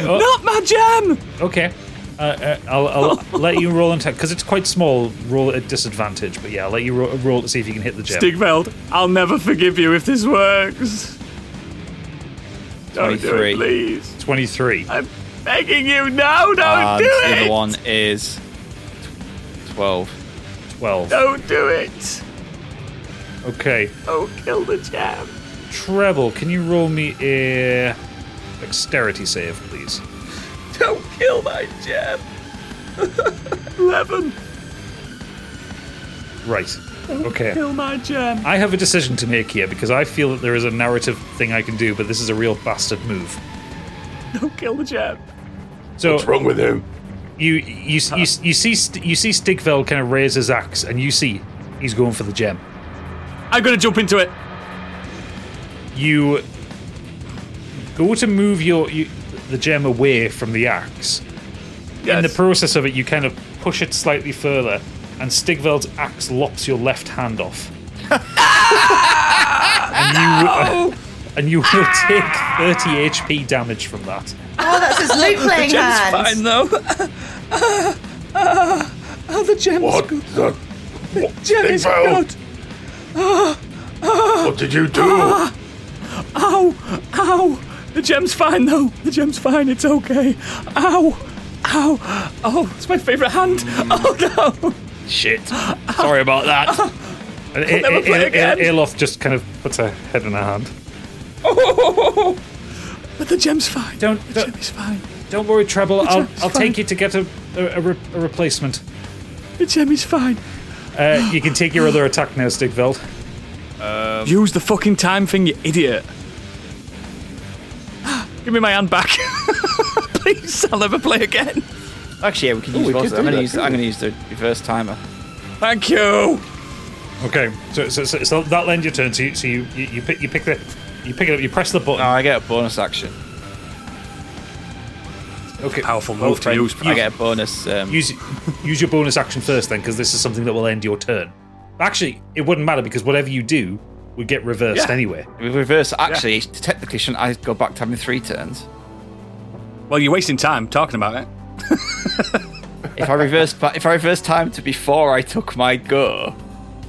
Speaker 4: uh,
Speaker 8: Not my gem.
Speaker 4: Okay. Uh, uh, I'll, I'll let you roll into because it's quite small. Roll at disadvantage, but yeah, I'll let you roll, roll to see if you can hit the gem.
Speaker 8: Stigveld, I'll never forgive you if this works. Don't do
Speaker 9: 23.
Speaker 8: it, please.
Speaker 4: Twenty-three.
Speaker 8: I'm begging you. No, don't
Speaker 9: and
Speaker 8: do
Speaker 9: Ah, the
Speaker 8: it.
Speaker 9: other one is twelve.
Speaker 4: Twelve.
Speaker 8: Don't do it.
Speaker 4: Okay.
Speaker 8: Oh, kill the gem.
Speaker 4: Treble, can you roll me a dexterity save, please?
Speaker 8: Don't kill my gem.
Speaker 3: heaven.
Speaker 4: Right.
Speaker 3: Don't
Speaker 4: Okay.
Speaker 3: Kill my jam.
Speaker 4: I have a decision to make here because I feel that there is a narrative thing I can do, but this is a real bastard move.
Speaker 3: Don't kill the jam.
Speaker 4: So
Speaker 10: What's wrong with him?
Speaker 4: You you you, you see St- you see Stigveld kind of raise his axe, and you see he's going for the gem.
Speaker 8: I'm gonna jump into it.
Speaker 4: You go to move your you, the gem away from the axe. In the process of it, you kind of push it slightly further, and Stigveld's axe lops your left hand off. and you and you will take 30 HP damage from that.
Speaker 11: Oh, that's his loot playing
Speaker 8: the gem's
Speaker 11: hand.
Speaker 8: fine though.
Speaker 3: Ah, ah, the gem's
Speaker 10: What
Speaker 3: good.
Speaker 10: the?
Speaker 3: The gem is
Speaker 10: Stigveld?
Speaker 3: good. Ah, ah,
Speaker 10: What did you do?
Speaker 3: Ah, ow, ow. The gem's fine though. The gem's fine. It's okay. Ow, ow. Oh, it's my favourite hand. Oh no.
Speaker 4: Shit. Sorry about that. And
Speaker 3: I'll never play again.
Speaker 4: Aeloth just kind of puts her head in her hand.
Speaker 3: Oh, but the gem's fine.
Speaker 4: Don't.
Speaker 3: The gem is fine.
Speaker 4: Don't worry, Treble.
Speaker 3: The
Speaker 4: I'll,
Speaker 3: gem's
Speaker 4: I'll
Speaker 3: fine.
Speaker 4: take uh, you to get a, a, a, re- a replacement.
Speaker 3: The gem is fine.
Speaker 4: Uh, you can take your other attack now, Stigveld.
Speaker 8: Um, Use the fucking time thing, you idiot. Give me my hand back. Please, I'll never play again.
Speaker 2: Actually, yeah, we can
Speaker 8: Oh,
Speaker 2: use
Speaker 8: we
Speaker 2: both of
Speaker 8: could
Speaker 2: them. I'm gonna
Speaker 8: do that,
Speaker 2: use.
Speaker 8: couldn't
Speaker 2: I'm
Speaker 8: we?
Speaker 2: gonna use the reverse timer.
Speaker 8: Thank you.
Speaker 4: Okay, so so, so, so that'll end your turn. So you so you, you, you pick you pick the you pick it up. You press the button.
Speaker 2: I get a bonus action.
Speaker 4: Okay,
Speaker 8: powerful
Speaker 4: move to use,
Speaker 2: I
Speaker 4: use-
Speaker 2: get a bonus. Um,
Speaker 4: Use use your bonus action first, then, because this is something that will end your turn. Actually, it wouldn't matter because whatever you do would get reversed
Speaker 2: Yeah.
Speaker 4: anyway.
Speaker 2: With reverse. Actually, technically, shouldn't I go back to having three turns?
Speaker 8: Well, you're wasting time talking about it.
Speaker 2: If I reverse, ba- if I reverse time to before I took my go.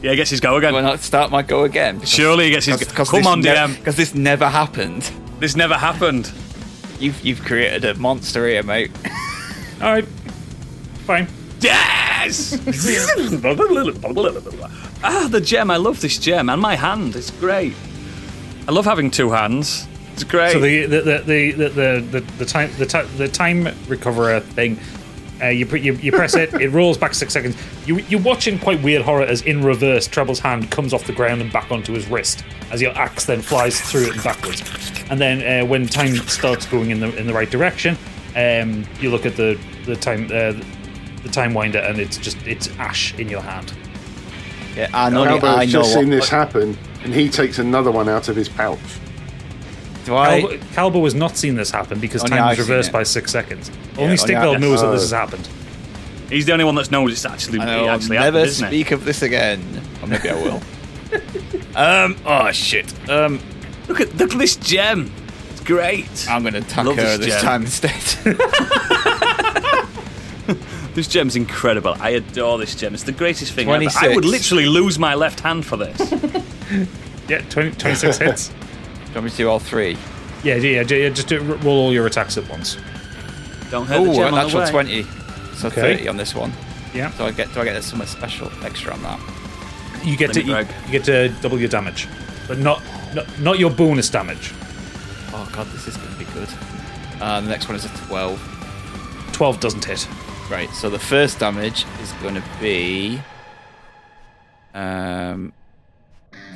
Speaker 8: Yeah, he gets his go again.
Speaker 2: Do I not start my go again?
Speaker 8: Surely he gets his.
Speaker 2: Because- because
Speaker 8: Come
Speaker 2: this
Speaker 8: on,
Speaker 2: nev-
Speaker 8: DM.
Speaker 2: Because this never happened.
Speaker 8: This never happened.
Speaker 2: You've you've created a monster here, mate.
Speaker 4: All right, fine.
Speaker 8: Yes. ah, the gem. I love this gem and my hand. It's great. I love having two hands. It's great.
Speaker 4: So the the the the the, the, the, the time the, ti- the time recoverer thing. Uh, you, put, you you press it, it rolls back six seconds. You you watch in quite weird horror as in reverse, Treble's hand comes off the ground and back onto his wrist as your axe then flies through it and backwards. And then uh, when time starts going in the in the right direction, um, you look at the the time uh, the time winder and it's just it's ash in your hand.
Speaker 2: Yeah, and
Speaker 10: Albert's just seen this happen, and he takes another one out of his pouch.
Speaker 2: Do Oh,
Speaker 4: Calbo, Calbo has not seen this happen because
Speaker 8: Only
Speaker 4: time
Speaker 8: I've
Speaker 4: was
Speaker 8: seen
Speaker 4: reversed
Speaker 8: it.
Speaker 4: by six seconds.
Speaker 8: Yeah,
Speaker 4: only
Speaker 8: only
Speaker 4: Stigveld
Speaker 8: I-
Speaker 4: knows
Speaker 8: Oh.
Speaker 4: that this
Speaker 2: uh,
Speaker 4: has happened.
Speaker 8: He's the only one that's known it's actually
Speaker 2: I
Speaker 8: it
Speaker 2: will
Speaker 8: actually
Speaker 2: never
Speaker 8: happened, isn't
Speaker 2: speak of this again. Or maybe I will. um. Oh shit. Um.
Speaker 8: it? Look at look at this gem. It's great.
Speaker 2: I'm gonna attack
Speaker 8: Love
Speaker 2: her
Speaker 8: this
Speaker 2: this
Speaker 8: gem.
Speaker 2: time instead.
Speaker 8: This gem's incredible. I adore this gem. It's the greatest thing ever. I
Speaker 2: 26.
Speaker 8: would literally lose my left hand for this.
Speaker 4: Yeah, 20, 26 hits.
Speaker 2: Do you want me to do all three?
Speaker 4: Yeah, yeah, yeah, yeah, just do, roll all your attacks at once.
Speaker 8: Don't hurt the
Speaker 2: Oh,
Speaker 8: gem
Speaker 2: a
Speaker 8: on the
Speaker 2: natural
Speaker 8: way.
Speaker 2: twenty. So
Speaker 4: Okay.
Speaker 2: thirty on this one.
Speaker 4: Yeah.
Speaker 2: So I get do I get something special extra on that?
Speaker 4: You get to
Speaker 2: Limit
Speaker 4: you,
Speaker 2: break.
Speaker 4: you get to double your damage, but not, not not your bonus damage.
Speaker 2: Oh god, this is gonna be good. Uh, the next one is a twelve.
Speaker 4: Twelve doesn't hit.
Speaker 2: Right. So the first damage is gonna be um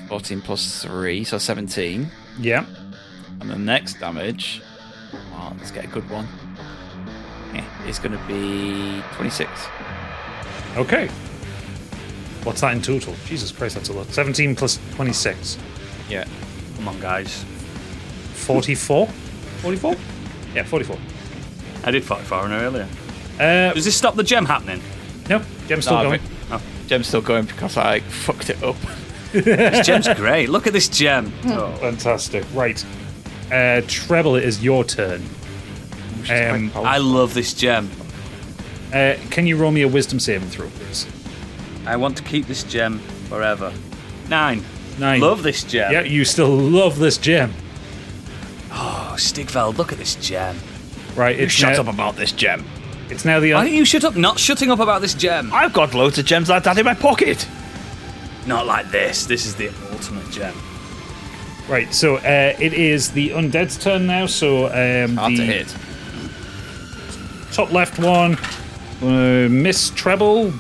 Speaker 2: fourteen plus three, so seventeen.
Speaker 4: Yeah.
Speaker 2: And the next damage, oh, let's get a good one. Yeah, it's going to be 26.
Speaker 4: Okay. What's that in total? Jesus Christ, that's a lot. Seventeen plus twenty-six.
Speaker 2: Yeah.
Speaker 8: Come on, guys.
Speaker 4: Forty-four. Forty-four. Yeah, forty-four.
Speaker 8: I did 44 on her earlier.
Speaker 4: Uh,
Speaker 8: Does this stop the gem happening?
Speaker 4: No, gem's still
Speaker 2: No,
Speaker 4: going.
Speaker 8: Oh.
Speaker 2: Gem's still going because I fucked it up.
Speaker 8: this gem's great. Look at this gem. Oh.
Speaker 4: Fantastic. Right. Uh, Treble, it is your turn. Um,
Speaker 8: I love this gem.
Speaker 4: Uh, can you roll me a wisdom saving throw, please?
Speaker 8: I want to keep this gem forever. Nine.
Speaker 4: Nine.
Speaker 8: Love this gem.
Speaker 4: Yeah, you still love this gem.
Speaker 8: Oh, Stigveld, look at this gem.
Speaker 4: Right,
Speaker 8: You
Speaker 4: it's
Speaker 8: shut
Speaker 4: now-
Speaker 8: up
Speaker 2: about this gem.
Speaker 4: It's now the.
Speaker 8: Why don't you shut up? Not shutting up about this gem.
Speaker 2: I've got loads of gems like that in my pocket.
Speaker 8: Not like this. This is the ultimate gem.
Speaker 4: Right, so uh, it is the undead's turn now. So um,
Speaker 2: Hard
Speaker 4: the
Speaker 2: to hit.
Speaker 4: top left one Uh, miss treble.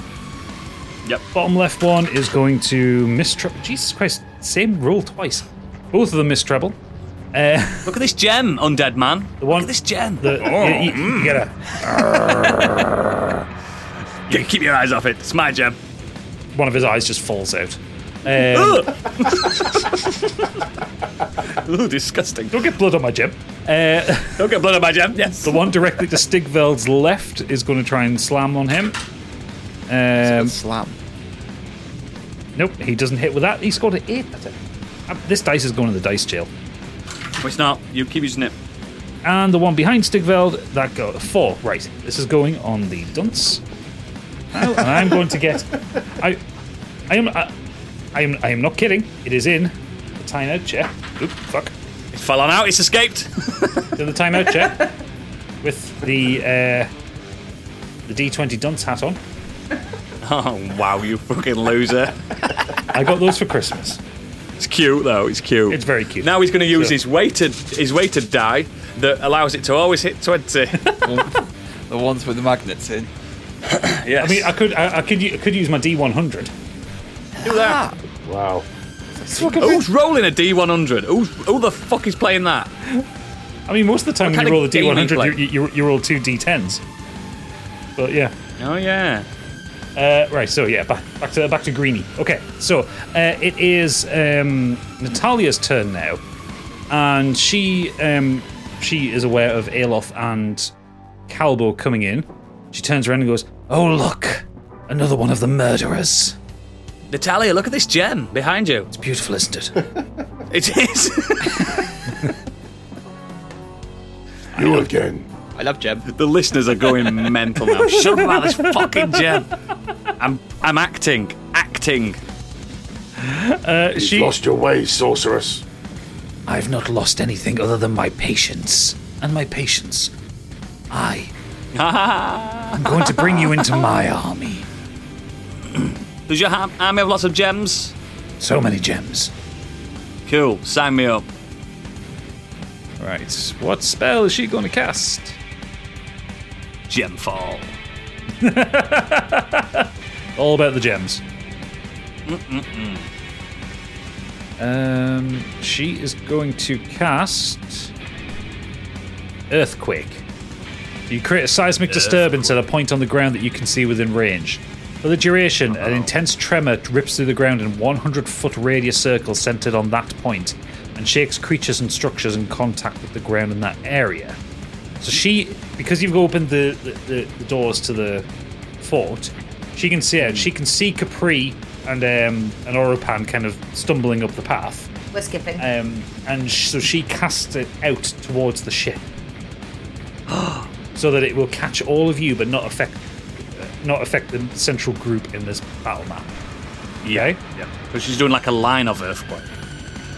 Speaker 8: Yep.
Speaker 4: Bottom left one is going to miss treble. Jesus Christ! Same roll twice. Both of them miss treble. Uh,
Speaker 8: Look at this gem, undead man.
Speaker 4: The one,
Speaker 8: Look at this gem. Oh, mm.
Speaker 4: The, you- you- you gotta-
Speaker 8: Yeah, keep your eyes off it. It's my gem.
Speaker 4: One of his eyes just falls out. Um,
Speaker 8: Ooh, disgusting.
Speaker 4: Don't get blood on my gem. Uh,
Speaker 8: Don't get blood on my gem, yes.
Speaker 4: The one directly to Stigveld's left is going to try and slam on him. Um,
Speaker 2: slam.
Speaker 4: Nope, he doesn't hit with that. He scored an 8. That's it. Uh, This dice is going to the dice jail.
Speaker 8: Well, it's not. You keep using it.
Speaker 4: And the one behind Stigveld, that go four. Right. This is going on the dunce. Now, and I'm going to get. I, I am. I, I am. I am not kidding. It is in the timeout chair. Oop, fuck.
Speaker 8: It fell on out. It's escaped.
Speaker 4: in the timeout chair with the uh, the D20 dunce hat on.
Speaker 8: Oh, wow, you fucking loser.
Speaker 4: I got those for Christmas.
Speaker 8: It's cute, though. It's cute. It's
Speaker 4: very cute.
Speaker 8: Now he's going to use
Speaker 4: So-
Speaker 8: his weighted his weighted die that allows it to always hit 20. the
Speaker 2: ones with the magnets in.
Speaker 8: yes.
Speaker 4: I mean, I could. I, I could. u- I could use my D100.
Speaker 8: Do
Speaker 4: Ah!
Speaker 8: that.
Speaker 4: Wow.
Speaker 8: Who's rolling a D100? Who's, who the fuck is playing that?
Speaker 4: I mean, most of the time
Speaker 8: What
Speaker 4: when
Speaker 8: kind
Speaker 4: you roll the
Speaker 8: of game are you
Speaker 4: D100,
Speaker 8: playing?
Speaker 4: you, you, you roll two D10s. But yeah.
Speaker 8: Oh yeah.
Speaker 4: Uh, right. So yeah, back, back to back to Greeny. Okay. So uh, it is um, Natalia's turn now, and she um, she is aware of Alof and Calbo coming in. She turns around and goes, "Oh look, another one of the murderers."
Speaker 8: Natalia, look at this gem behind you. It's
Speaker 4: beautiful, isn't it?
Speaker 8: it is.
Speaker 10: You again.
Speaker 2: I love gem.
Speaker 8: The listeners are going mental now. Shut up about this fucking gem. I'm I'm acting, acting.
Speaker 4: Uh,
Speaker 10: You've lost your way, sorceress.
Speaker 7: I've not lost anything other than my patience. And my patience. I
Speaker 8: I'm
Speaker 7: going to bring you into my army.
Speaker 8: Does your ham- army have lots of gems?
Speaker 7: So many gems.
Speaker 8: Cool. Sign me up.
Speaker 4: Right. What spell is she going to cast?
Speaker 8: Gemfall.
Speaker 4: All about the gems.
Speaker 8: Mm-mm-mm.
Speaker 4: Um, she is going to cast Earthquake. You create a seismic disturbance at a point on the ground that you can see within range. For the duration, an intense tremor rips through the ground in 100 foot radius circle centered on that point and shakes creatures and structures in contact with the ground in that area. So she, because you've opened the, the, the, the doors to the fort, she can see it. She can see Capri and um, an Oropan kind of stumbling up the path.
Speaker 11: We're skipping.
Speaker 7: Uh,
Speaker 4: Um, and sh- so she casts it out towards the ship, so that it will catch all of you, but not affect uh, not affect the central group in this battle map. Yeah,
Speaker 8: yeah. So she's doing like a line of earthquake.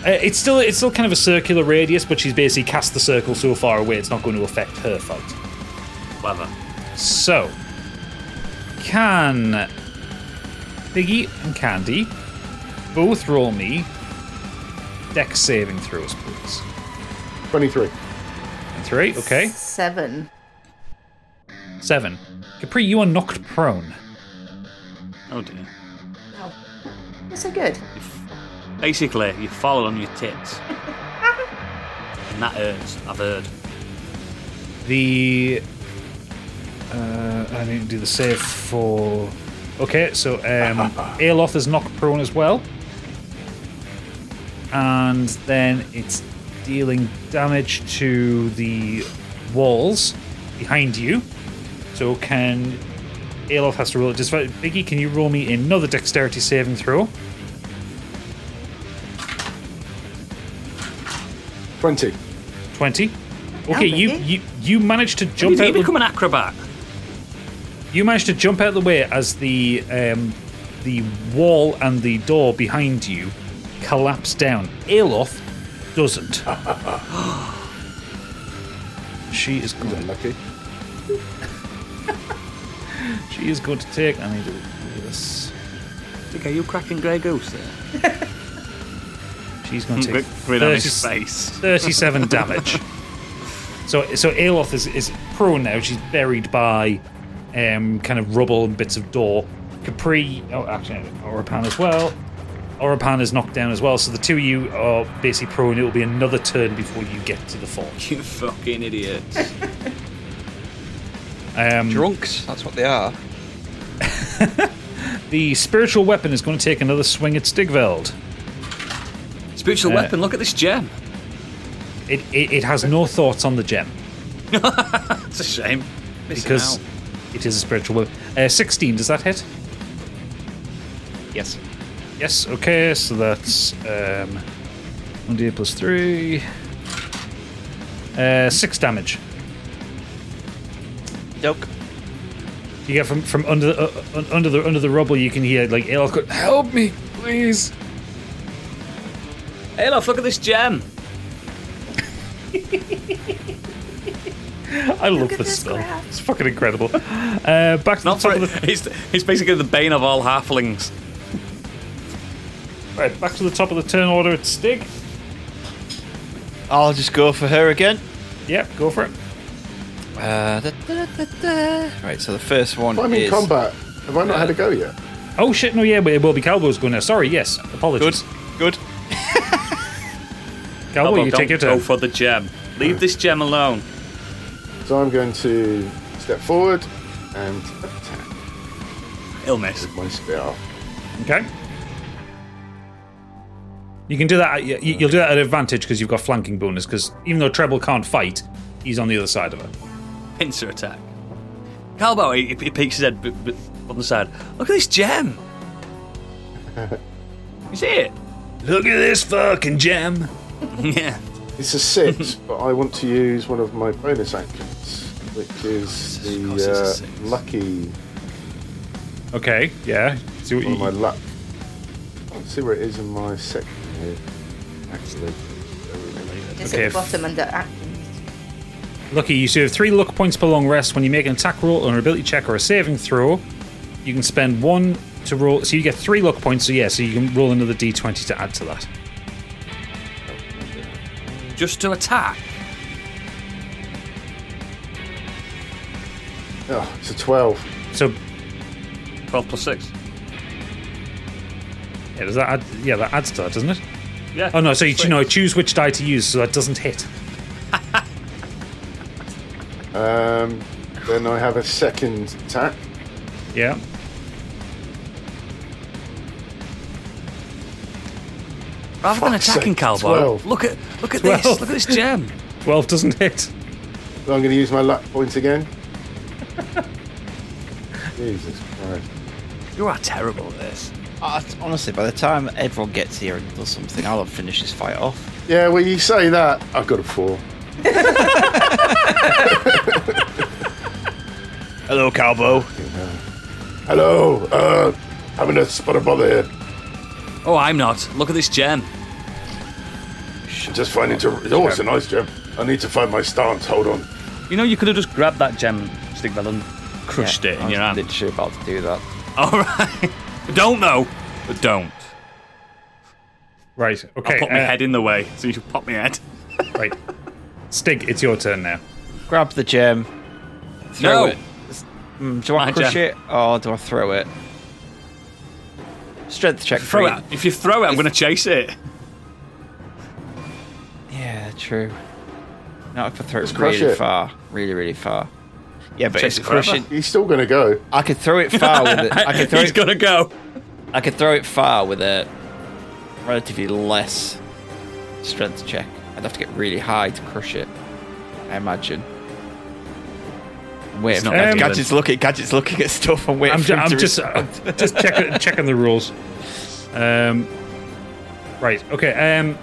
Speaker 4: Uh, it's still it's still kind of a circular radius, but she's basically cast the circle so far away it's not going to affect her fight.
Speaker 8: Clever.
Speaker 4: So, can Biggie and Candy both roll me dex saving throws, please?
Speaker 10: 23.
Speaker 4: 23, okay.
Speaker 11: Seven.
Speaker 4: 7. Capri, you are knocked prone.
Speaker 8: Oh dear.
Speaker 11: Oh, you're so good.
Speaker 8: Basically, you fall on your tits. and that hurts, I've heard.
Speaker 4: The. Uh, I need to do the save for. Okay, so um, Aeloth is knocked prone as well. And then it's dealing damage to the walls behind you. So can. Aeloth has to roll it. Just Biggie, can you roll me another dexterity saving throw?
Speaker 10: 20.
Speaker 4: 20. Okay, you, you you managed to jump
Speaker 8: did he
Speaker 4: out the-
Speaker 8: become an acrobat?
Speaker 4: You managed to jump out of the way as the um, the wall and the door behind you collapse down. Aloth doesn't. she is going
Speaker 10: lucky.
Speaker 4: she is going to take. I need to do this.
Speaker 8: Dick, are you cracking Grey Goose there?
Speaker 4: She's going to
Speaker 8: Look
Speaker 4: take
Speaker 8: right on his
Speaker 4: 30
Speaker 8: face.
Speaker 4: 37 damage. So so Aloth is, is prone now. She's buried by um, um, kind of rubble and bits of door. Capri, oh, actually, Orapan as well. Orapan is knocked down as well, so the two of you are basically prone. It will be another turn before you get to the forge.
Speaker 2: You fucking idiots.
Speaker 4: Um,
Speaker 2: Drunks, that's what they are.
Speaker 4: the spiritual weapon is going to take another swing at Stigveld.
Speaker 8: Spiritual
Speaker 4: Uh,
Speaker 8: weapon, look at this gem.
Speaker 4: It, it, it has no thoughts on the gem.
Speaker 8: It's a shame. Missing
Speaker 4: because
Speaker 8: out.
Speaker 4: it is a spiritual weapon. Uh, 16, does that hit? Yes. Yes, okay, so that's um, 1d8 plus 3. Uh, 6 damage.
Speaker 2: Doke.
Speaker 4: You get from, from under, the, uh, uh, under the under the rubble, you can hear like Aelcott, help me, please.
Speaker 8: Alof, look at this gem.
Speaker 4: I love this spell. It's fucking incredible. Uh, back to
Speaker 8: Not for it. He's, he's basically the bane of all halflings.
Speaker 4: Right, back to the top of the turn order. It's Stig.
Speaker 2: I'll just go for her again.
Speaker 4: Yep, go for it.
Speaker 2: Uh, da- da- da- da. Right, so the first one
Speaker 10: I'm
Speaker 2: is.
Speaker 10: in combat. Have I not had a go yet?
Speaker 4: Oh shit, no, yeah, but it will be Calbo's going now. Sorry, yes, apologies.
Speaker 2: Good, good.
Speaker 4: Calbo,
Speaker 8: Calbo,
Speaker 4: you
Speaker 8: don't
Speaker 4: take your
Speaker 8: go
Speaker 4: turn.
Speaker 8: for the gem. Leave this gem alone.
Speaker 10: So I'm going to step forward and attack.
Speaker 8: Illness.
Speaker 10: With my spear.
Speaker 4: Okay. You can do that. you- You'll do that at advantage because you've got flanking bonus. Because even though Treble can't fight, he's on the other side of her.
Speaker 8: Pincer attack. Calbo, he, he peeks his head b- b- on the side. Look at this gem. you see it?
Speaker 4: Look at this fucking gem.
Speaker 8: yeah.
Speaker 10: It's a six, but I want to use one of my bonus actions, which is
Speaker 4: course it's a
Speaker 10: the uh, lucky.
Speaker 4: Okay. Yeah. See what
Speaker 10: one
Speaker 4: you-
Speaker 10: of my luck. Let's see where it is in my section here. Actually.
Speaker 11: It's
Speaker 4: Okay,
Speaker 11: at the
Speaker 4: if-
Speaker 11: bottom under action.
Speaker 4: Lucky, you should have three luck points per long rest when you make an attack roll, or an ability check, or a saving throw. You can spend one to roll, so you get three luck points. So yeah, so you can roll another d20 to add to that.
Speaker 8: Just to attack.
Speaker 10: Oh, it's a 12.
Speaker 4: So
Speaker 8: 12 plus 6.
Speaker 4: yeah, does that add? Yeah, that adds to that, doesn't it?
Speaker 8: Yeah.
Speaker 4: Oh no, so you you know choose which die to use, so that doesn't hit.
Speaker 10: Um, then I have a second attack.
Speaker 4: Yeah.
Speaker 8: Rather than
Speaker 10: Fuck's
Speaker 8: attacking
Speaker 10: sake,
Speaker 8: Calvo,
Speaker 10: 12.
Speaker 8: look at look at this.
Speaker 10: 12.
Speaker 8: Look at this gem.
Speaker 4: 12 doesn't hit.
Speaker 10: So I'm going to use my luck point again. Jesus Christ.
Speaker 8: You are terrible at this.
Speaker 2: Uh, honestly, by the time everyone gets here and does something, I'll have finished this fight off.
Speaker 10: Yeah, well, you say that. I got a four.
Speaker 2: Hello, Calvo.
Speaker 10: Hello, uh, having a spot of bother here.
Speaker 8: Oh, I'm not. Look at this gem.
Speaker 10: Just finding to. Oh, it's a nice gem. I need to find my stance. Hold on.
Speaker 8: You know, you could have just grabbed that gem, Stigvel, and crushed it in your hand.
Speaker 2: Literally about to do that.
Speaker 8: All right. Don't know, but don't.
Speaker 4: Right. Okay.
Speaker 8: I'll put my
Speaker 4: uh,
Speaker 8: head in the way, so you should pop my head.
Speaker 4: Right. Stig, it's your turn now.
Speaker 2: Grab the gem. Throw
Speaker 8: No.
Speaker 2: it. Mm, do I
Speaker 8: My
Speaker 2: crush
Speaker 8: gem.
Speaker 2: it or do I throw it? Strength check.
Speaker 8: Throw
Speaker 2: for
Speaker 8: it. If you throw it, I'm going to chase it.
Speaker 2: Yeah, true. Not if I throw
Speaker 10: Just
Speaker 2: it
Speaker 10: crush
Speaker 2: really
Speaker 10: it.
Speaker 2: far. Really, really far. Yeah, but
Speaker 8: Chase
Speaker 2: it's
Speaker 8: it forever.
Speaker 2: crushing.
Speaker 10: He's still going to go.
Speaker 2: I could throw it far with it. I could throw
Speaker 8: He's
Speaker 2: it,
Speaker 8: gonna go.
Speaker 2: I could throw it far with a relatively less strength check. I'd have to get really high to crush it. I imagine. Wait,
Speaker 8: It's
Speaker 2: not
Speaker 8: not
Speaker 4: that good.
Speaker 2: gadgets looking. Gadgets looking at stuff. I'm waiting
Speaker 4: I'm,
Speaker 2: for
Speaker 4: ju-
Speaker 2: him
Speaker 4: I'm
Speaker 2: to
Speaker 4: just uh, just checking checking the rules. Um, right. Okay. Um,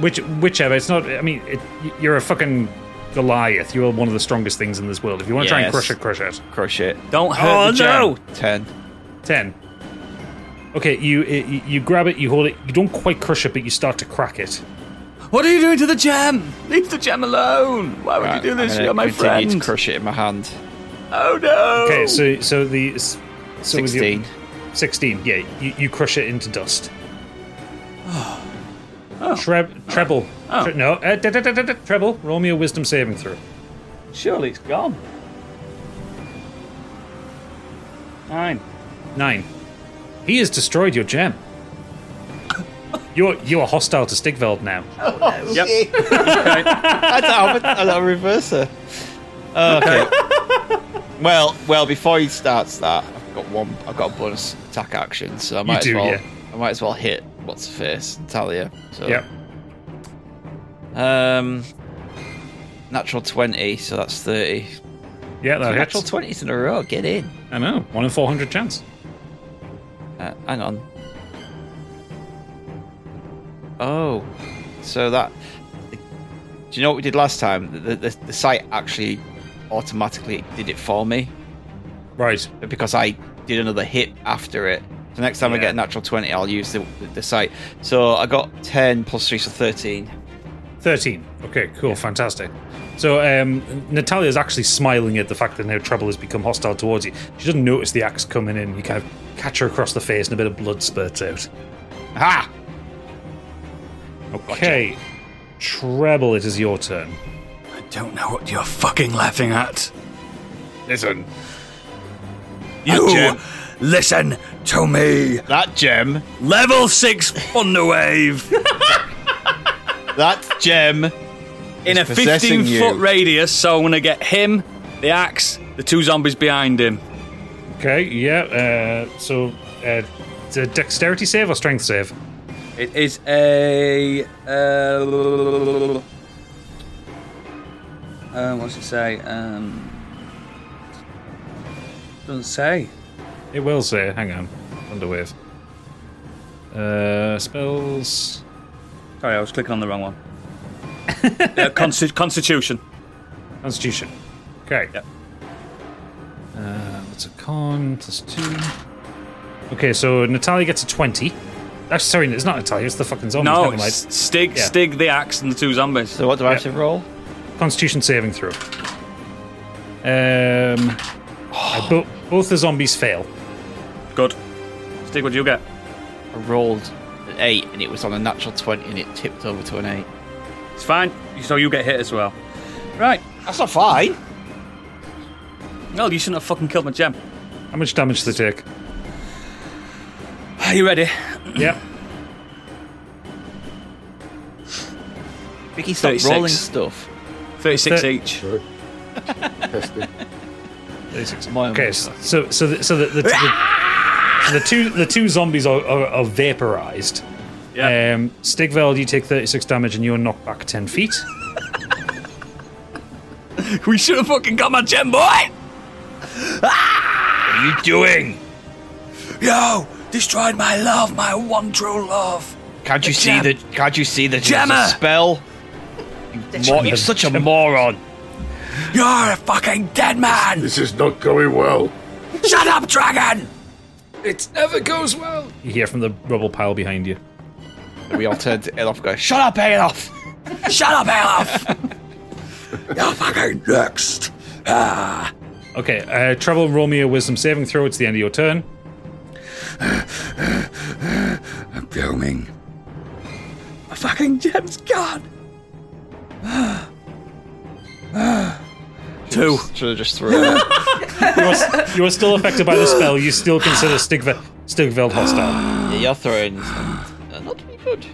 Speaker 4: which whichever. It's not. I mean, it, y- you're a fucking Goliath. You're one of the strongest things in this world. If you want to try and
Speaker 2: Yes.
Speaker 4: crush it, crush it.
Speaker 2: crush it.
Speaker 8: Don't hurt
Speaker 4: Oh,
Speaker 8: the gem.
Speaker 4: no!
Speaker 2: Ten.
Speaker 4: Ten. Okay. You you you grab it. You hold it. You don't quite crush it, but you start to crack it.
Speaker 8: What are you doing to the gem? Leave the gem alone. Why would
Speaker 2: Right,
Speaker 8: you do this?
Speaker 2: I'm gonna
Speaker 8: You're my
Speaker 2: continue
Speaker 8: friend.
Speaker 2: to crush it in my hand.
Speaker 8: Oh no.
Speaker 4: Okay. So so the so with your-
Speaker 2: Sixteen.
Speaker 4: Sixteen. Yeah. You, you crush it into dust.
Speaker 8: Oh.
Speaker 4: Treb- treble. Tre- no, uh, da- da- da- da- da- treble. Roll me a wisdom saving throw.
Speaker 8: Surely it's gone.
Speaker 4: Nine. Nine. He has destroyed your gem. You're you are hostile to Stigveld now.
Speaker 2: Yep. okay. Oh, That's our, that's our reverser. Oh, Okay. well, well, before he starts that, I've got one. I've got a bonus attack action, so I
Speaker 4: You
Speaker 2: might
Speaker 4: do,
Speaker 2: as well.
Speaker 4: yeah.
Speaker 2: I might as well hit what's her face Talia. So.
Speaker 4: Yep.
Speaker 2: Um. Natural twenty, so that's thirty.
Speaker 4: Yeah, that
Speaker 2: Two
Speaker 4: hits.
Speaker 2: natural twenties in a row. Get in.
Speaker 4: I know. One in four hundred chance.
Speaker 2: Uh, hang on. Oh, so that. Do you know what we did last time? The, the, the site actually automatically did it for me.
Speaker 4: Right.
Speaker 2: Because I did another hit after it. So next time I get a natural 20, I'll use the, the, the site. So I got 10 plus 3, so 13.
Speaker 4: 13. Okay, cool, fantastic. So um, Natalia is actually smiling at the fact that now trouble has become hostile towards you. She doesn't notice the axe coming in. You kind of catch her across the face, and a bit of blood spurts out.
Speaker 2: Ha!
Speaker 4: Okay, Treble, it is your turn.
Speaker 15: I don't know what you're fucking laughing at. Listen. You listen to me.
Speaker 2: That gem.
Speaker 15: Level six Wave.
Speaker 2: that gem.
Speaker 8: In a
Speaker 15: is possessing
Speaker 8: 15 foot
Speaker 15: you.
Speaker 8: radius, so I'm going to get him, the axe, the two zombies behind him.
Speaker 4: Okay, yeah. Uh, so, uh, it's a dexterity save or strength save?
Speaker 8: It is a. Uh, uh, what's it say? Um, doesn't say.
Speaker 4: It will say. Hang on. Thunderwave. Uh, spells.
Speaker 8: Sorry, I was clicking on the wrong one. uh, consti- Constitution.
Speaker 4: Constitution. Okay. Uh, what's a con? Plus two. Okay, so Natalia gets a 20. Actually, sorry, it's not Natalia, it's the fucking zombies.
Speaker 8: no,
Speaker 4: never mind.
Speaker 8: it's Stig,
Speaker 4: Yeah.
Speaker 8: Stig, the axe, and the two zombies. So
Speaker 2: what do
Speaker 4: I have to
Speaker 2: roll?
Speaker 4: Constitution saving throw. Um, I bo- both the zombies fail.
Speaker 8: Good. Stig, what do you get?
Speaker 2: I rolled an 8 and it was on a natural 20 and it tipped over to an 8.
Speaker 8: It's fine. So you get hit as well. Right.
Speaker 2: That's not fine.
Speaker 8: No, you shouldn't have fucking killed my gem.
Speaker 4: How much damage does it take?
Speaker 8: Are you ready?
Speaker 4: Yep.
Speaker 2: Vicky, stop
Speaker 8: 36.
Speaker 2: rolling stuff.
Speaker 8: 36
Speaker 4: Thir-
Speaker 8: each.
Speaker 4: Okay, s- so so the, so the, the, the, the two the two zombies are, are, are vaporized. Yeah. Um, Stigveld, you take thirty six damage and you're knocked back ten feet.
Speaker 8: we should have fucking got my gem, boy.
Speaker 15: What
Speaker 4: are you doing?
Speaker 15: Yo, destroyed my love, my one true love.
Speaker 2: Can't you
Speaker 15: A
Speaker 2: see
Speaker 15: gem.
Speaker 2: that? Can't you see that? Gemma!
Speaker 15: Gemma!
Speaker 2: It's a spell. You mor- you're such a moron.
Speaker 15: You're a fucking dead man.
Speaker 10: This is not going well.
Speaker 15: Shut up, dragon. It never goes well.
Speaker 4: You hear from the rubble pile behind you.
Speaker 2: we all turn to Elof and go, Shut up, Elof!
Speaker 15: Shut up, Olaf. You're fucking next. Ah.
Speaker 4: Okay, uh, Treble, roll me a wisdom saving throw. It's the end of your turn.
Speaker 15: I'm filming. My fucking gem's gone.
Speaker 4: Two.
Speaker 2: Should have just thrown it.
Speaker 4: you, are, s- you are still affected by the spell. You still consider Stigve- Stigveld hostile.
Speaker 2: Yeah, you're throwing. uh, not to be good.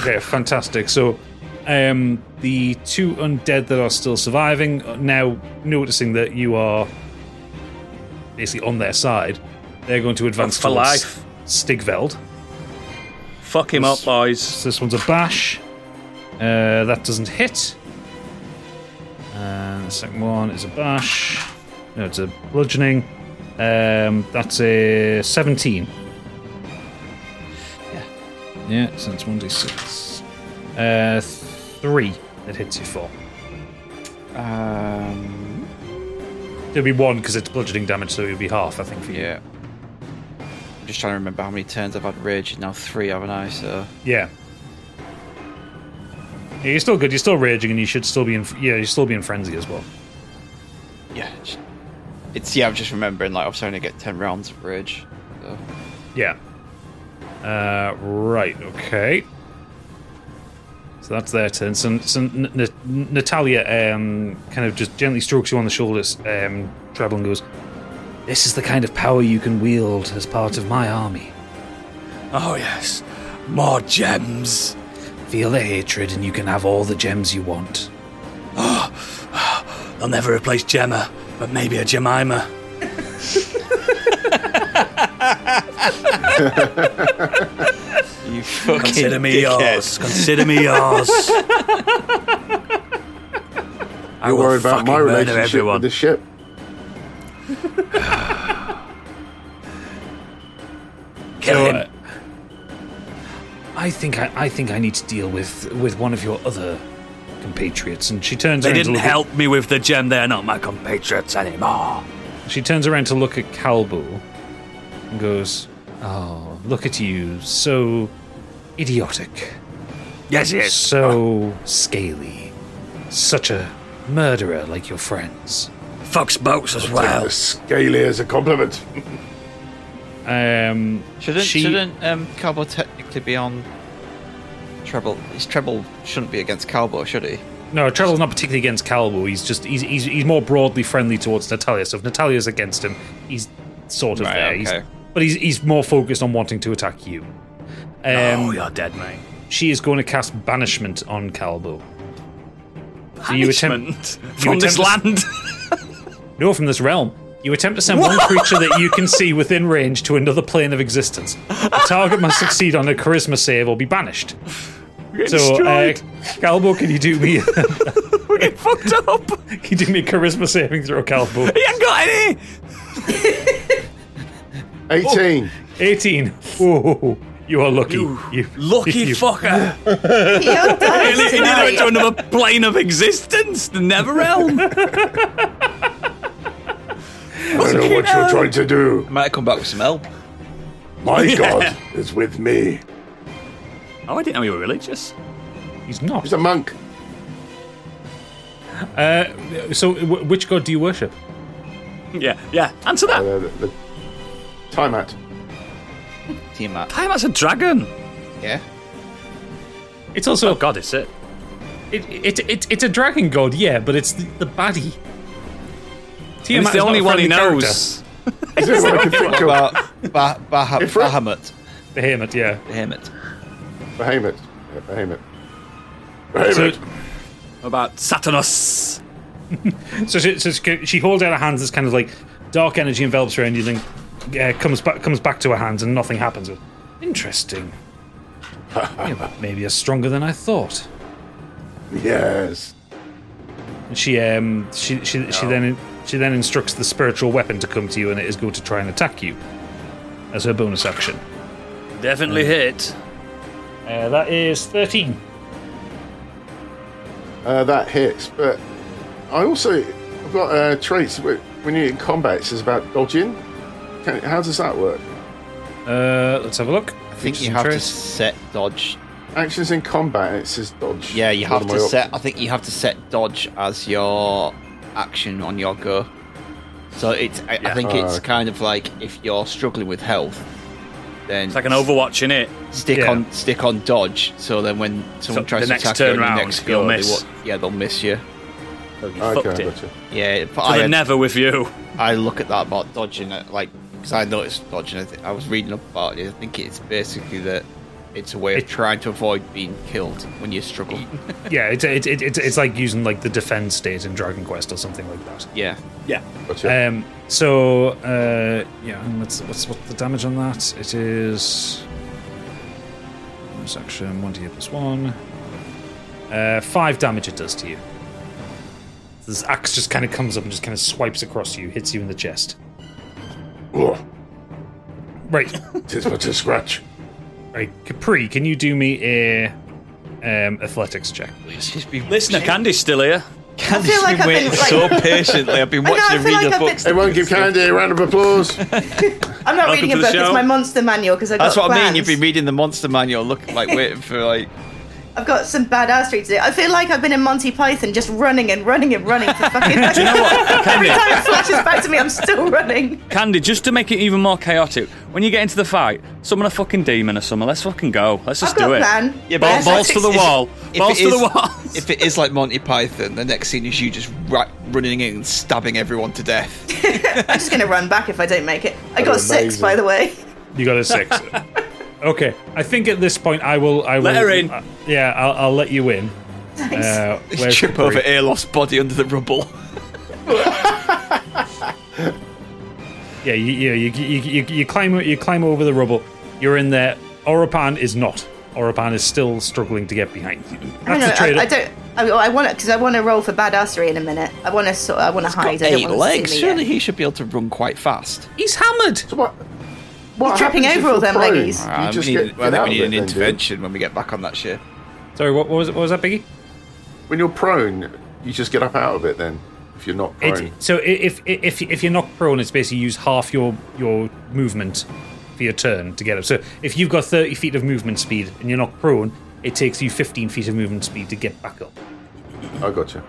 Speaker 4: Okay, fantastic. So, um, the two undead that are still surviving are now noticing that you are basically on their side. They're going to advance
Speaker 8: For
Speaker 4: towards
Speaker 8: life.
Speaker 4: Stigveld.
Speaker 8: Fuck him up, boys.
Speaker 4: This one's a bash. Uh, that doesn't hit. And the second one is a bash. No, it's a bludgeoning. Um, that's a 17. Yeah. Yeah, so that's 1d6. Uh, 3 that hits you for. Um, There'll be 1 because it's bludgeoning damage, so it'll be half, I think, for you.
Speaker 2: Yeah. I'm just trying to remember how many turns I've had rage. Now three, haven't I? So
Speaker 4: Yeah. Yeah, you're still good. You're still raging, and you should still be in. Yeah, you're still be in frenzy as well.
Speaker 2: yeah, it's- it's yeah. I'm just remembering like I was trying to get ten rounds of rage. So.
Speaker 4: Yeah. Uh, right. Okay. So that's their turn. So, so N- N- Natalia um, kind of just gently strokes you on the shoulders, um, Travel, and goes, This is the kind of power you can wield as part of my army.
Speaker 15: Oh, yes. More gems.
Speaker 4: Feel the hatred, and you can have all the gems you want.
Speaker 15: They'll never replace Gemma, but maybe a Jemima.
Speaker 3: You fucking
Speaker 15: Consider me
Speaker 3: dickhead.
Speaker 15: yours. Consider me yours. I
Speaker 10: You're
Speaker 15: will
Speaker 10: worried about
Speaker 15: fucking
Speaker 10: my
Speaker 15: murder
Speaker 10: relationship
Speaker 15: everyone.
Speaker 10: with the ship.
Speaker 15: Kill
Speaker 4: So,
Speaker 15: him.
Speaker 4: uh, I think I, I think I need to deal with with one of your other compatriots, and she turns.
Speaker 15: They
Speaker 4: around to
Speaker 15: didn't
Speaker 4: look at-
Speaker 15: help me with the gem. They're not my compatriots anymore.
Speaker 4: She turns around to look at Kalbu and goes, Oh, look at you, so idiotic.
Speaker 15: Yes, yes.
Speaker 4: So scaly. Such a murderer like your friends.
Speaker 15: Fucks boats as well.
Speaker 10: Oh, Scaly as a compliment.
Speaker 4: Um,
Speaker 2: Shouldn't
Speaker 4: she-
Speaker 2: shouldn't um, Cowboy technically be on treble? His treble shouldn't be against Cowboy, should he?
Speaker 4: No, Trevor's not particularly against Kalbu. He's just he's, he's he's more broadly friendly towards Natalia. So if Natalia's against him, he's sort of
Speaker 2: Right,
Speaker 4: there.
Speaker 2: okay.
Speaker 4: He's, but he's he's more focused on wanting to attack you. Um, oh,
Speaker 15: you're dead, mate.
Speaker 4: She is going to cast banishment on Kalbu.
Speaker 15: Banishment? From this land?
Speaker 4: no, from this realm. You attempt to send one
Speaker 15: What?
Speaker 4: creature that you can see within range to another plane of existence. The target must succeed on a charisma save or be banished.
Speaker 15: getting
Speaker 4: So, uh,
Speaker 15: destroyed.
Speaker 4: Calbo, can you do me?
Speaker 15: We're getting fucked up.
Speaker 4: Can you do me a charisma saving throw, Calbo?
Speaker 15: He ain't got any.
Speaker 10: 18.
Speaker 4: 18. Whoa, you are lucky. You,
Speaker 15: lucky fucker.
Speaker 3: He outdoes
Speaker 15: Really? He
Speaker 3: tonight.
Speaker 15: nearly went to another plane of existence, the Never Realm.
Speaker 10: I don't know what you're trying to do.
Speaker 2: might come back with some help.
Speaker 10: My
Speaker 15: Yeah.
Speaker 10: god is with me.
Speaker 15: Oh, I didn't know you were religious.
Speaker 4: He's not.
Speaker 10: He's a monk.
Speaker 4: Uh, so, w- which god do you worship?
Speaker 15: Yeah, yeah. Answer that.
Speaker 10: Tiamat.
Speaker 2: Tiamat.
Speaker 15: Tiamat's Ah, a dragon.
Speaker 2: Yeah.
Speaker 4: It's also
Speaker 15: a god, is it?
Speaker 4: It, it, it, it's a dragon god, yeah, but it's the, the baddie.
Speaker 15: And it's
Speaker 4: Tiamat
Speaker 15: the
Speaker 4: is not
Speaker 15: only
Speaker 4: a
Speaker 15: one he
Speaker 4: friendly
Speaker 15: knows.
Speaker 4: character.
Speaker 10: Is it what I can think of?
Speaker 2: Bah, bah,
Speaker 10: Ifrit?
Speaker 2: Bahamut.
Speaker 4: Bahamut, yeah.
Speaker 2: Bahamut.
Speaker 10: Bahamut. Yeah, Bahamut. Bahamut.
Speaker 15: About Saturnos.
Speaker 4: so she, so she, she holds out her hands. This kind of like dark energy envelops her, and you think uh, comes back comes back to her hands, and nothing happens. Interesting. Yeah, but maybe you're stronger than I thought.
Speaker 10: Yes.
Speaker 4: And she um she she, she then she then instructs the spiritual weapon to come to you, and it is going to try and attack you as her bonus action.
Speaker 15: Definitely hit.
Speaker 4: Uh, that is thirteen.
Speaker 10: Uh, that hits, but I also I've got uh, traits wh- when you're in combat. It says about dodging. Can, how does that work?
Speaker 4: Uh, let's have a look.
Speaker 2: I think you have to set dodge.
Speaker 10: Actions in combat. It says dodge.
Speaker 2: Yeah, you
Speaker 10: One
Speaker 2: have
Speaker 10: of
Speaker 2: to
Speaker 10: my op-
Speaker 2: set. I think you have to set dodge as your action on your go. So it's. I, I think
Speaker 10: Oh,
Speaker 2: it's
Speaker 10: okay.
Speaker 2: kind of like if you're struggling with health, then
Speaker 15: It's like an Overwatch in it.
Speaker 2: Stick
Speaker 15: Yeah.
Speaker 2: on, stick on dodge. So then when someone
Speaker 15: So
Speaker 2: tries
Speaker 15: the
Speaker 2: to
Speaker 15: next
Speaker 2: attack
Speaker 15: turn
Speaker 2: you, on
Speaker 15: round,
Speaker 2: the next
Speaker 15: you'll
Speaker 2: go, they
Speaker 15: miss.
Speaker 2: won't- yeah, they'll miss you.
Speaker 15: you Okay, fucked it. gotcha.
Speaker 2: Yeah, but
Speaker 15: So they're never with you.
Speaker 2: I look at that about dodging it, like because I noticed dodging. I, thi- I was reading up about it. I think it's basically that it's a way of trying to avoid being killed when you struggle.
Speaker 4: yeah, it's it's it's it's like using like the defense state in Dragon Quest or something like that.
Speaker 2: yeah,
Speaker 15: yeah.
Speaker 4: Um, so uh, yeah, and let's, what's what's the damage on that? It is bonus action one d eight plus one. Uh, five damage it does to you. This axe just kind of comes up and just kind of swipes across you, hits you in the chest.
Speaker 10: Ugh,
Speaker 4: Right,
Speaker 10: tis but a scratch.
Speaker 4: right. Capri, can you do me a um, athletics check, please?
Speaker 15: Listener, Candy's still here.
Speaker 2: Candy's
Speaker 15: like I've been
Speaker 2: waiting
Speaker 15: like-
Speaker 2: so patiently. I've been
Speaker 11: I know, I
Speaker 2: watching
Speaker 11: feel
Speaker 2: her read
Speaker 11: like
Speaker 2: her
Speaker 11: I've
Speaker 2: book.
Speaker 11: fixed the Everyone
Speaker 10: give Candy a round of applause.
Speaker 11: I'm not
Speaker 2: Welcome
Speaker 11: reading
Speaker 2: to
Speaker 11: a
Speaker 2: the
Speaker 11: book.
Speaker 2: show.
Speaker 11: It's my monster manual because I got
Speaker 2: That's what I mean.
Speaker 11: plans.
Speaker 2: You've been reading the monster manual, look like waiting for like.
Speaker 11: I've got some badassery to do. I feel like I've been in Monty Python just running and running and running for fucking.
Speaker 8: Do you know what?
Speaker 11: Every
Speaker 8: Candy,
Speaker 11: time it flashes back to me, I'm still running.
Speaker 8: Candy, just to make it even more chaotic, when you get into the fight, summon a fucking demon or something. Let's fucking go. Let's just
Speaker 11: I've got
Speaker 8: do
Speaker 11: a
Speaker 8: it.
Speaker 11: plan.
Speaker 8: Yeah, Ball,
Speaker 2: Yes.
Speaker 8: balls to the
Speaker 2: If-
Speaker 8: wall.
Speaker 2: if
Speaker 8: Balls
Speaker 2: it
Speaker 8: to the
Speaker 2: is-
Speaker 8: wall.
Speaker 2: If it is like Monty Python, the next scene is you just ra- running in and stabbing everyone to death.
Speaker 11: I'm just gonna run back if I don't make it. I got
Speaker 2: That'd be
Speaker 11: six, by
Speaker 2: amazing.
Speaker 11: the way.
Speaker 4: You got a six. okay, I think at this point I will. I will
Speaker 2: Let her in.
Speaker 4: uh, yeah, I'll, I'll let you in. Uh,
Speaker 11: Thanks.
Speaker 4: where's
Speaker 2: Chip
Speaker 4: Capri?
Speaker 2: over Airloft's body under the rubble.
Speaker 4: Yeah, you, you, you, you, you, you climb you climb over the rubble. You're in there. Oropan is not. Oropan is still struggling to get behind you.
Speaker 11: I don't
Speaker 4: That's the
Speaker 11: know.
Speaker 4: trade.
Speaker 11: I, I don't. I, I want it because I want to roll for badassery in a minute. I want to sort. I want to hide.
Speaker 2: Got
Speaker 11: I don't
Speaker 2: eight
Speaker 11: want
Speaker 2: legs.
Speaker 11: To see me
Speaker 2: Surely he should be able to run quite fast.
Speaker 11: He's hammered.
Speaker 10: what? What
Speaker 11: He's tripping
Speaker 10: happens if
Speaker 11: over all
Speaker 10: you're
Speaker 11: them
Speaker 10: prone?
Speaker 11: leggies.
Speaker 10: You
Speaker 2: Ah, we
Speaker 10: just
Speaker 2: need-
Speaker 10: get-
Speaker 2: I
Speaker 10: get
Speaker 2: think
Speaker 10: out of
Speaker 2: we need
Speaker 10: it
Speaker 2: an
Speaker 10: then, do you?
Speaker 2: intervention when we get back on that shit.
Speaker 4: Sorry, what, what was what was that, Biggie?
Speaker 10: When you're prone, you just get up out of it then. If you're not prone.
Speaker 4: It, so i- if, i- if if you're not prone, it's basically use half your your movement for your turn to get up. So if you've got 30 feet of movement speed and you're not prone, it takes you 15 feet of movement speed to get back up.
Speaker 10: I gotcha.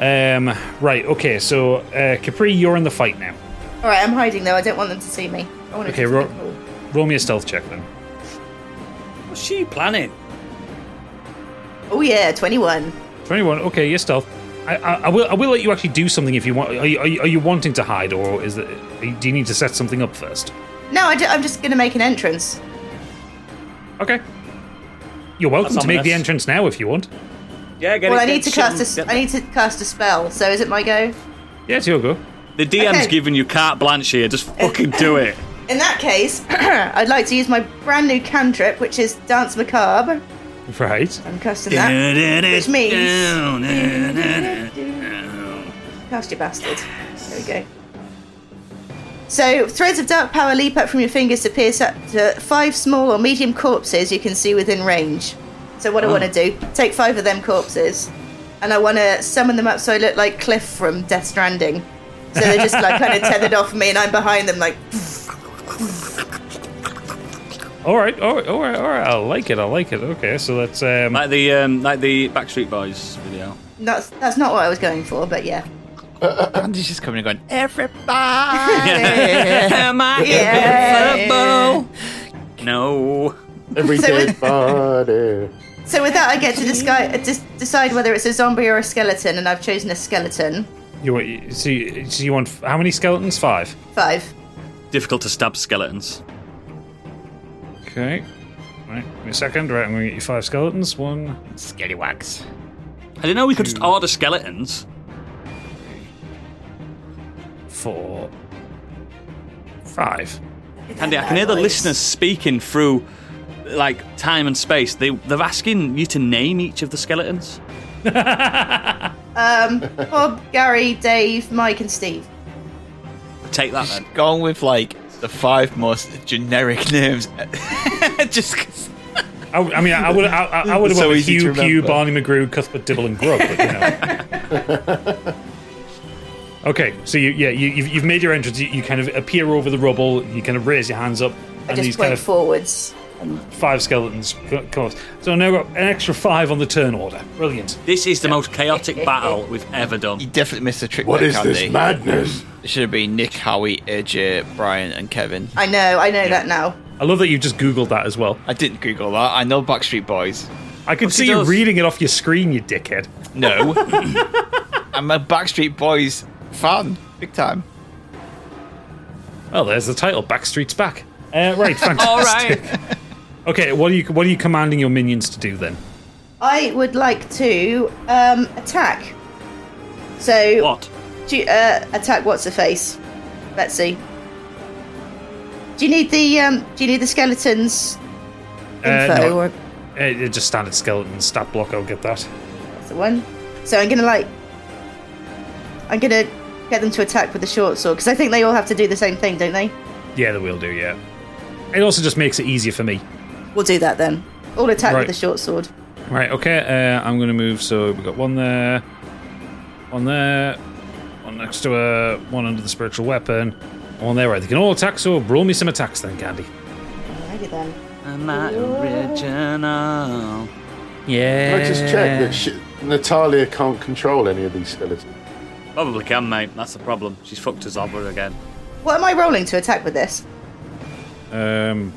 Speaker 4: Um, right. Okay. So uh, Capri, you're in the fight now.
Speaker 11: All right, I'm hiding though. I don't want them to see me. I want to.
Speaker 4: Okay. Ro- roll me a stealth check then.
Speaker 8: What's she planning?
Speaker 11: Oh yeah, twenty-one.
Speaker 4: 21. Okay, your stealth. I, I, I will. I will let you actually do something if you want. Are you, are you, are you wanting to hide, or is it? Do you need to set something up first?
Speaker 11: No, I am just gonna make an entrance.
Speaker 4: Okay. You're welcome
Speaker 11: That's
Speaker 4: to make the
Speaker 11: ominous.
Speaker 4: entrance now if you want.
Speaker 8: Yeah, get
Speaker 11: well,
Speaker 8: it.
Speaker 11: I need
Speaker 8: get
Speaker 11: to
Speaker 8: shit and
Speaker 11: cast. A,
Speaker 8: get
Speaker 11: I need to cast a spell. So is it my go?
Speaker 4: Yeah, it's your go.
Speaker 8: The DM's
Speaker 11: Okay.
Speaker 8: giving you carte blanche here. Just fucking do it.
Speaker 11: In that case, I'd like to use my brand new cantrip, which is Dance Macabre.
Speaker 4: Right.
Speaker 11: I'm casting that, which means cast your bastard. There we go. So, threads of dark power leap up from your fingers to pierce up to five small or medium corpses you can see within range. So, what I
Speaker 14: Oh.
Speaker 11: want to do, take five of them corpses, and I want to summon them up so I look like Cliff from Death Stranding. So they're just like kind of tethered off me, and I'm behind them, like
Speaker 4: All right. All right. All right. All right. I like it. I like it. Okay. So that's um.
Speaker 8: Like the um, like the Backstreet Boys video.
Speaker 11: that's that's not what I was going for, but yeah.
Speaker 2: Andy's just coming and going.
Speaker 11: Everybody,
Speaker 8: Am I
Speaker 11: Yeah.
Speaker 8: invincible? No.
Speaker 10: Every
Speaker 11: So
Speaker 10: dead
Speaker 11: it-
Speaker 10: body.
Speaker 11: So with that, I get to disguise, dis- decide whether it's a zombie or a skeleton, and I've chosen a skeleton.
Speaker 4: You want? So you, so you want f- how many skeletons? Five.
Speaker 11: Five.
Speaker 8: Difficult to stab skeletons.
Speaker 4: Okay. Right. Give me a second. Right. I'm gonna get you five skeletons. One.
Speaker 8: Scallywags. I didn't know we could just order skeletons.
Speaker 4: Four. Five.
Speaker 8: Andy, I can hear the listeners speaking through like time and space. They they're asking you to name each of the skeletons.
Speaker 11: Um, Bob, Gary, Dave, Mike, and Steve.
Speaker 8: Take that
Speaker 2: then. Gone with like the five most generic names. just 'cause-
Speaker 4: I, w- Oh, I mean, I would. I, I, I would have
Speaker 2: So
Speaker 4: went with
Speaker 2: easy to
Speaker 4: Hugh, Pew,
Speaker 2: remember.
Speaker 4: Barney McGrew, Cuthbert Dibble, and Grub. But, you know. okay. So you, yeah, you, you've, you've made your entrance. You, you kind of appear over the rubble. You kind of raise your hands up,
Speaker 11: I just point forwards.
Speaker 4: five skeletons c- come up. So now we've got an extra five on the turn order. Brilliant.
Speaker 8: This is the most chaotic battle we've ever done. You
Speaker 2: definitely missed a trick.
Speaker 8: What
Speaker 2: there,
Speaker 8: is
Speaker 2: Candy.
Speaker 8: this madness?
Speaker 2: It should have been Nick, Howie, AJ, Brian, and Kevin.
Speaker 11: I know, I know that now.
Speaker 4: I love that you just googled that as well.
Speaker 2: I didn't Google that. I know Backstreet Boys.
Speaker 4: I can see you reading it off your screen, you dickhead.
Speaker 2: No. I'm a Backstreet Boys fan, big time.
Speaker 4: Well, Oh, there's the title. Backstreet's back. Uh, right. Fantastic.
Speaker 2: All
Speaker 4: Okay. What are you? What are you commanding your minions to do then?
Speaker 11: I would like to um, attack. So
Speaker 8: what?
Speaker 11: Do you, uh, attack what's the face? Let's see. Do you need the um, Do you need the skeletons? Info
Speaker 4: no.
Speaker 11: or-
Speaker 4: Uh, just standard skeleton stat block. I'll get that.
Speaker 11: That's the one. So I'm gonna like. I'm gonna get them to attack with the short sword because I think they all have to do the same thing, don't they?
Speaker 4: Yeah, they will do. Yeah. It also just makes it easier for me.
Speaker 11: We'll do that then. All attack
Speaker 4: Right.
Speaker 11: with the short sword.
Speaker 4: Right. Okay. Uh, I'm going to move. So we got one there, one there, one next to a one under the spiritual weapon, and one there. Right. They can all attack. So roll me some attacks then, Candy.
Speaker 11: Alrighty then.
Speaker 8: I'm not original.
Speaker 7: Yeah.
Speaker 10: Can I just check that she, Natalia can't control any of these skeletons?
Speaker 8: Probably can, mate. That's the problem. She's fucked us over again.
Speaker 11: What am I rolling to attack with this?
Speaker 4: Um,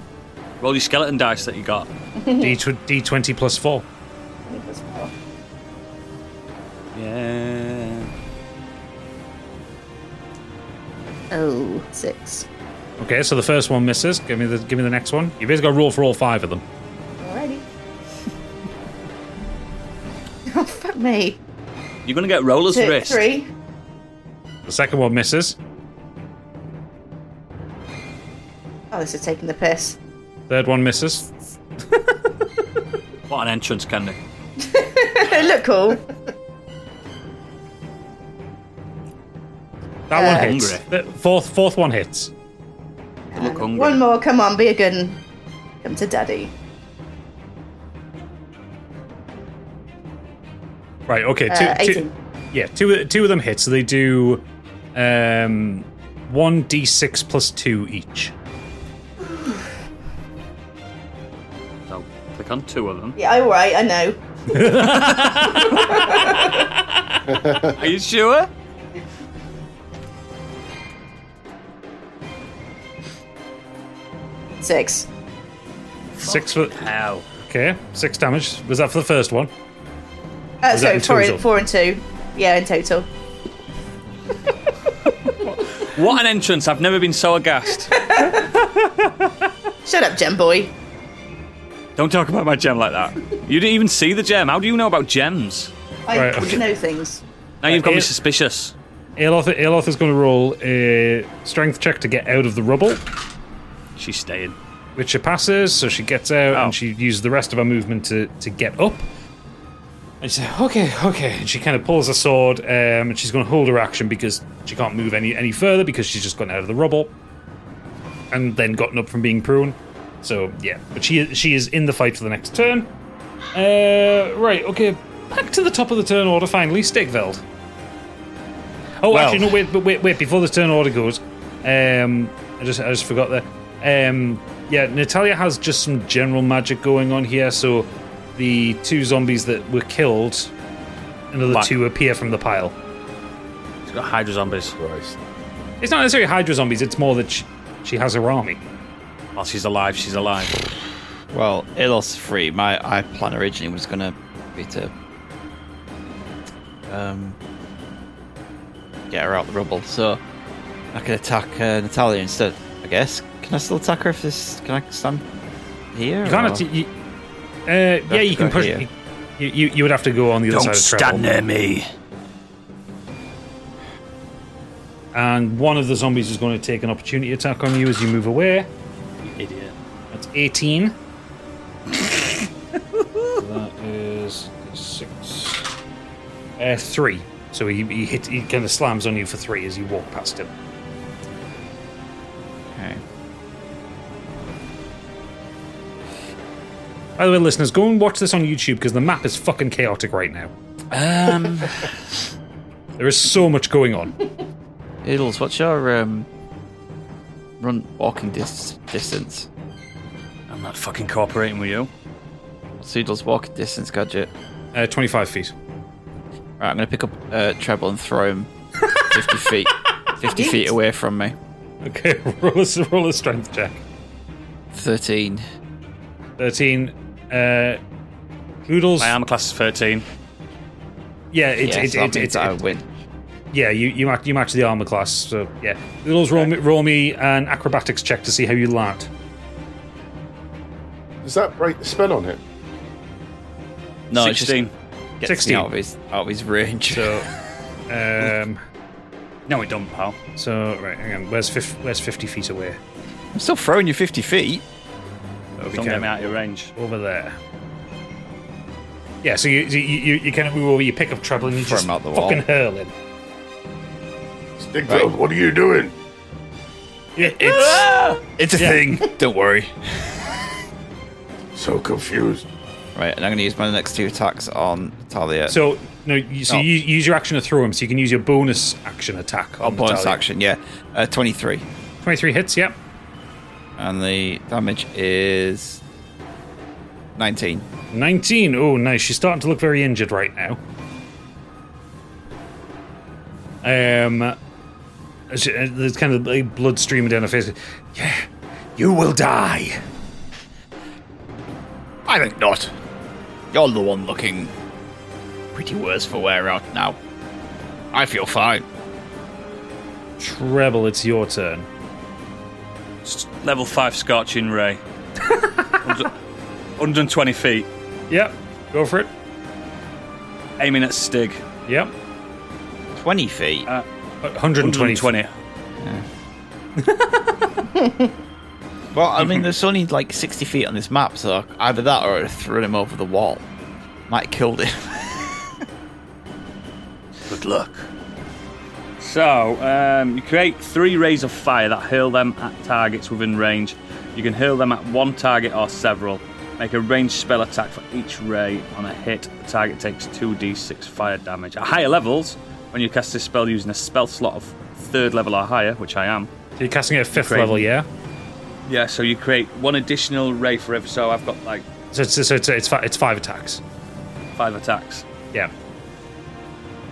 Speaker 8: Roll your skeleton dice that you got.
Speaker 4: D D twenty plus four.
Speaker 8: Yeah.
Speaker 11: Oh, six.
Speaker 4: Okay, so the first one misses. Give me the give me the next one. You've basically got to roll for all five of them.
Speaker 11: Alrighty. oh, fuck me.
Speaker 8: You're gonna get roller's
Speaker 11: Two,
Speaker 8: wrist.
Speaker 11: Three.
Speaker 4: The second one misses.
Speaker 11: Oh, this is taking the piss.
Speaker 4: Third one misses.
Speaker 8: What an entrance, Candy.
Speaker 11: Look cool.
Speaker 4: That
Speaker 11: Uh,
Speaker 4: one hits. The fourth fourth one hits.
Speaker 8: look hungry.
Speaker 11: One more, come on, be a good un. Come to daddy.
Speaker 4: Right. Okay. Two,
Speaker 11: Uh,
Speaker 4: two-
Speaker 11: 18.
Speaker 4: yeah. Two two of them hit. So they do um one d six plus two each.
Speaker 8: So click on two of them.
Speaker 11: Yeah, alright, I know.
Speaker 8: Are you sure?
Speaker 11: Six. Uh,
Speaker 4: Six for how? Okay. Six damage. Was that for the first one?
Speaker 11: Uh,
Speaker 4: Was that
Speaker 11: so
Speaker 4: in
Speaker 11: four,
Speaker 4: total?
Speaker 11: and, four and two. Yeah, in total.
Speaker 8: What an entrance. I've never been so aghast.
Speaker 11: Shut up, gem boy.
Speaker 8: Don't talk about my gem like that. You didn't even see the gem. How do you know about gems?
Speaker 11: I
Speaker 4: Right, okay.
Speaker 11: know things.
Speaker 8: Now you've got me
Speaker 4: Ian-
Speaker 8: suspicious.
Speaker 4: Aloth, Aloth is going to roll a strength check to get out of the rubble.
Speaker 8: She's staying. Oh.
Speaker 4: Which she passes, so she gets out and she uses the rest of her movement to, to get up. And she says, okay, okay. And she kind of pulls her sword um, and she's going to hold her action because she can't move any, any further because she's just gotten out of the rubble and then gotten up from being prone. So, yeah. But she, is- she is in the fight for the next turn. Uh, right, okay. Back to the top of the turn order finally, Stigveld. Oh,
Speaker 15: Well-
Speaker 4: actually, no. Wait, but wait, wait. Before this turn order goes, um, I just, I just forgot that. Um, yeah, Natalia has just some general magic going on here. So, the two zombies that were killed, another
Speaker 8: Right.
Speaker 4: two appear from the pile.
Speaker 8: She's got Hydra zombies.
Speaker 4: It's not necessarily Hydra zombies. It's more that she, she has her army.
Speaker 8: While Oh, she's alive, she's alive.
Speaker 2: Well, Ilos free. My I plan originally was gonna be to um get her out the rubble, so I could attack uh, Natalia instead. I guess. Can I still attack her if this? Can I stand here?
Speaker 4: You can't.
Speaker 2: or-
Speaker 4: atta- you- uh, yeah, you can
Speaker 2: go
Speaker 4: push.
Speaker 2: here.
Speaker 4: You, you, you would have to go on the other
Speaker 15: Don't
Speaker 4: side.
Speaker 15: stand near
Speaker 4: me. And one of the zombies is going to take an opportunity attack on you as you move away.
Speaker 8: Idiot.
Speaker 4: That's 18. So that is six. Uh, three. So he, he hit. He kind of slams on you for three as you walk past him.
Speaker 2: Okay.
Speaker 4: By the way, listeners, go and watch this on YouTube because the map is fucking chaotic right now.
Speaker 2: Um,
Speaker 4: there is so much going on.
Speaker 2: Idols, what's your um, run walking dis- distance?
Speaker 8: I'm not fucking cooperating with you.
Speaker 2: What's Idols' walking distance, gadget?
Speaker 4: Uh, twenty-five feet.
Speaker 2: Right, I'm gonna pick up uh, treble and throw him fifty feet, fifty feet away from me.
Speaker 4: Okay, roll a, roll a strength check.
Speaker 2: Thirteen.
Speaker 4: 13 uh Oodles.
Speaker 8: My armor class is 13.
Speaker 4: yeah it's
Speaker 8: Yeah,
Speaker 4: it's
Speaker 8: so that
Speaker 4: it's
Speaker 8: means
Speaker 4: it's
Speaker 8: I
Speaker 4: it-
Speaker 2: win.
Speaker 4: yeah you you match you match the armor class so yeah Oodles, roll me roll me an acrobatics check to see how you land
Speaker 10: Does that break the spell on it?
Speaker 2: No, it's just
Speaker 8: 16.
Speaker 2: gets me
Speaker 4: 16.
Speaker 2: out of his out of his range.
Speaker 4: So, um,
Speaker 8: no, it don't, pal.
Speaker 4: so right hang on where's 50, where's 50 feet away
Speaker 2: I'm still throwing you fifty feet.
Speaker 4: That'll be
Speaker 8: Don't
Speaker 4: kind
Speaker 8: get
Speaker 4: of
Speaker 8: me out of your range.
Speaker 4: over there yeah so you you you, you kind of move over you pick up treble and you
Speaker 2: Throw
Speaker 4: just
Speaker 2: him out the wall.
Speaker 4: fucking hurl him
Speaker 10: Stick
Speaker 2: Right.
Speaker 10: what are you doing?
Speaker 4: It-
Speaker 15: Ah!
Speaker 2: it's it's a
Speaker 4: Yeah.
Speaker 2: thing. Don't worry.
Speaker 10: So confused.
Speaker 2: Right, and I'm gonna use my next two attacks on Talia.
Speaker 4: so no you, so
Speaker 2: Oh.
Speaker 4: you use your action to throw him so you can use your bonus action attack
Speaker 2: oh,
Speaker 4: on
Speaker 2: bonus
Speaker 4: Natalia.
Speaker 2: action, yeah, uh, twenty-three,
Speaker 4: 23 hits yep
Speaker 2: and the damage is
Speaker 9: 19.
Speaker 4: 19. Oh, nice. She's starting to look very injured right now. Um, she- uh, there's kind of like blood streaming down her face. Yeah, you will die.
Speaker 9: I think not. You're the one looking pretty worse for wear out now. I feel fine.
Speaker 4: Treble, it's your turn.
Speaker 8: Level 5 scorching ray. 100 120 feet.
Speaker 4: Yep, go for it.
Speaker 8: Aiming at Stig.
Speaker 4: Yep.
Speaker 8: 20 feet? Uh,
Speaker 4: 120.
Speaker 8: 120.
Speaker 2: Well, I mean, there's only like 60 feet on this map, so either that or I'd have thrown him over the wall. Might have killed him.
Speaker 8: Good luck. So, um, you create three rays of fire that hurl them at targets within range. You can hurl them at one target or several. Make a ranged spell attack for each ray. On a hit, the target takes 2d6 fire damage. At higher levels, when you cast this spell using a spell slot of third level or higher, which I am.
Speaker 4: So you're casting it at fifth
Speaker 8: Great.
Speaker 4: level, yeah?
Speaker 8: Yeah, so you create one additional ray for every. So I've got like
Speaker 4: So it's, so it's, it's, fi- it's five attacks.
Speaker 8: five attacks.
Speaker 4: Yeah.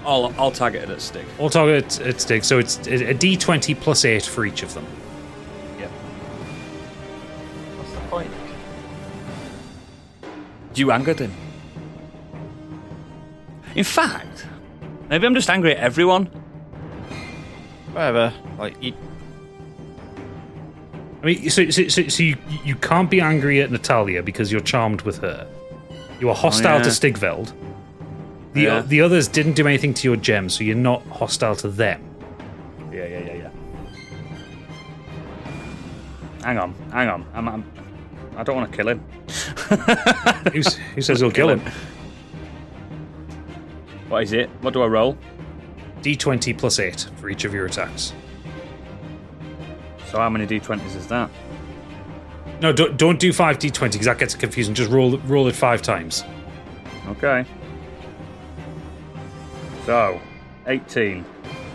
Speaker 8: All, all targeted at stick.
Speaker 4: All target at stick, so it's a a d20 plus 8 for each of them.
Speaker 2: What's the point?
Speaker 8: You angered him. In fact, maybe I'm just angry at everyone.
Speaker 2: Whatever. Like, you,
Speaker 4: I mean, so, so, so, so you, you can't be angry at Natalia because you're charmed with her. You are hostile
Speaker 8: yeah.
Speaker 4: to Stigveld. The,
Speaker 8: Yeah.
Speaker 4: the others didn't do anything to your gem, so you're not hostile to them.
Speaker 8: Yeah, yeah, yeah, yeah. Hang on, hang on. I'm, I'm, I don't want to kill him.
Speaker 4: who, s- who says you'll kill him?
Speaker 8: What is it? What do I roll?
Speaker 4: D20 plus 8 for each of your attacks.
Speaker 8: So how many d20s is that?
Speaker 4: No, don't, don't do 5d20 because that gets confusing. Just roll, roll it five times.
Speaker 8: Okay. So, 18.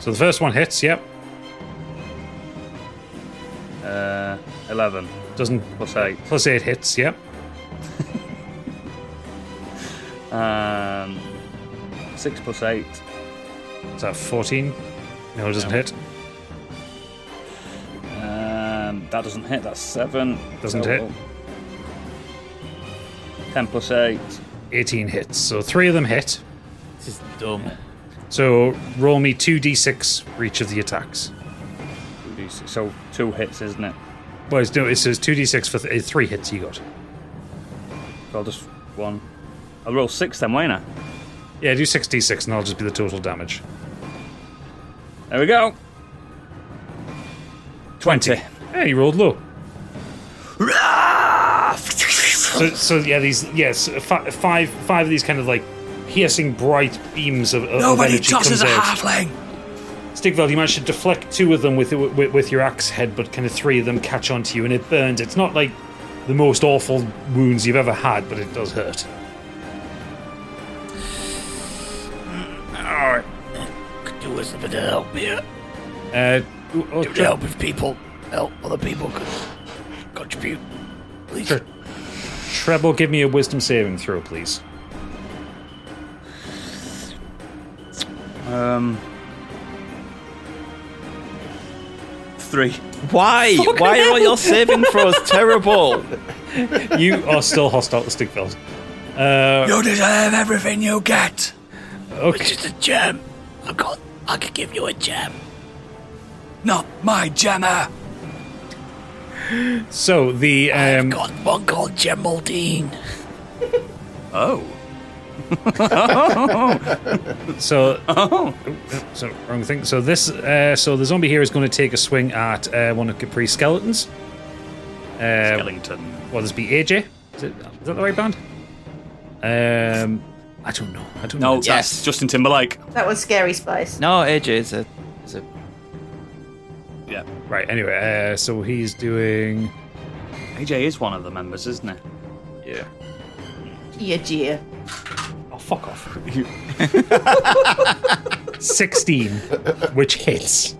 Speaker 4: So the first one hits, yep.
Speaker 8: Uh, 11.
Speaker 4: Doesn't. uh,
Speaker 8: Plus 8.
Speaker 4: Plus 8 hits, yep.
Speaker 8: Um, 6 plus 8.
Speaker 4: Is that 14? No, it doesn't
Speaker 8: No.
Speaker 4: hit.
Speaker 8: Um, that doesn't hit. That's seven.
Speaker 4: Doesn't
Speaker 8: Total. Ten plus eight.
Speaker 4: 18 hits. So three of them hit.
Speaker 9: This is dumb.
Speaker 4: So roll me 2d6 for each of the attacks.
Speaker 8: So two hits, isn't it?
Speaker 4: Well, it's, no, it says 2d6 for th- uh, three hits you got.
Speaker 8: So I'll just one. I'll roll six then, won't I?
Speaker 4: Yeah, do 6d6 and I'll just be the total damage.
Speaker 8: There we go.
Speaker 4: 20. Hey, you rolled low. so, so yeah, these yes, fi- five five of these kind of like piercing bright beams of, of of
Speaker 15: Nobody
Speaker 4: energy
Speaker 15: tosses
Speaker 4: comes
Speaker 15: a
Speaker 4: out.
Speaker 15: halfling.
Speaker 4: Stigveld, you managed to deflect two of them with, with with your axe head, but kind of three of them catch onto you and it burns. It's not like the most awful wounds you've ever had, but it does hurt.
Speaker 9: Alright. Could do with a bit of help here.
Speaker 4: Uh,
Speaker 9: Do it help if people help other people could contribute. Please.
Speaker 4: Treble, give me a wisdom saving throw, please.
Speaker 8: Um. Three.
Speaker 2: Why? Why are your saving throws terrible?
Speaker 4: You are still hostile to Stigveld. Uh,
Speaker 15: You deserve everything you get.
Speaker 4: Okay.
Speaker 15: It's just a gem. I got. I could give you a gem. Not my gemmer.
Speaker 4: So the um,
Speaker 15: got one called Gemaldine.
Speaker 8: Oh.
Speaker 4: so
Speaker 8: Oh.
Speaker 4: so wrong thing. So this uh, so the zombie here is going to take a swing at uh, one of Capri's skeletons. Uh,
Speaker 8: Skellington.
Speaker 4: Well, this be AJ. Is, it, is that the right band? Um, I don't know. I don't
Speaker 8: No,
Speaker 4: know.
Speaker 8: that's Justin Timberlake.
Speaker 11: That one's scary spice.
Speaker 2: No, AJ is a. Is a
Speaker 8: Yeah.
Speaker 4: Right. Anyway, uh, so he's doing.
Speaker 8: AJ is one of the members, isn't he?
Speaker 2: Yeah.
Speaker 11: Yeah, dear.
Speaker 4: Oh, fuck off. 16, which hits.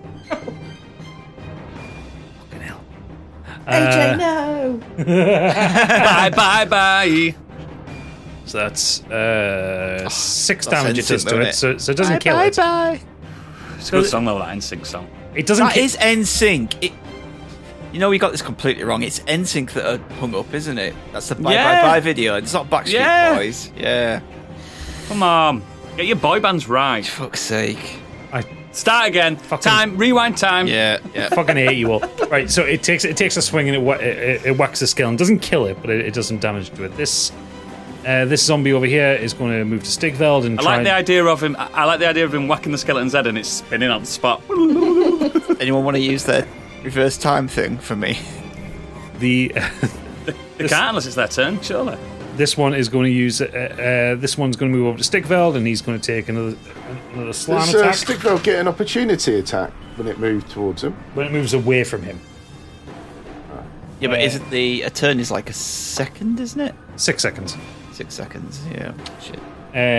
Speaker 11: AJ, no.
Speaker 4: Uh,
Speaker 8: bye, bye, bye.
Speaker 4: That's uh, six
Speaker 8: Oh, that's
Speaker 4: damage it does
Speaker 8: instant, isn't
Speaker 4: to it,
Speaker 8: it?
Speaker 4: so, so it doesn't
Speaker 8: Bye,
Speaker 4: kill
Speaker 8: bye,
Speaker 4: it.
Speaker 2: bye.
Speaker 8: It's a good song though, that NSYNC song.
Speaker 4: It doesn't
Speaker 9: That
Speaker 4: ki-
Speaker 9: is NSYNC. It, you know, we got this completely wrong. It's NSYNC that are hung up, isn't it? That's the bye
Speaker 8: Yeah.
Speaker 9: bye bye video. It's not Backstreet
Speaker 8: Yeah.
Speaker 9: Boys. Yeah.
Speaker 8: Come on, get your boy bands right.
Speaker 9: Fuck's sake.
Speaker 4: I
Speaker 8: start again. time, rewind time.
Speaker 9: Yeah, yeah.
Speaker 4: Fucking hate you all. Right, so it takes it takes a swing and it wha- it, it, it whacks the skill and doesn't kill it, but it, it does some damage to it. This uh, this zombie over here is going to move to Stigveld and
Speaker 8: I
Speaker 4: try
Speaker 8: like the
Speaker 4: and-
Speaker 8: idea of him. I I like the idea of him whacking the skeleton's head and it's spinning on the spot.
Speaker 2: Anyone want to use their reverse time thing for me?
Speaker 4: The
Speaker 8: They can't unless it's their turn, surely.
Speaker 4: this one is going to use uh, uh, this one's going to move over to Stigveld and he's going to take another another slam
Speaker 10: Does uh,
Speaker 4: attack
Speaker 10: Stigveld get an opportunity attack when it moved towards him?
Speaker 4: when it moves away from him.
Speaker 2: Yeah, but isn't the a turn is like a second, isn't it?
Speaker 4: Six seconds.
Speaker 2: Six seconds. Yeah. Shit.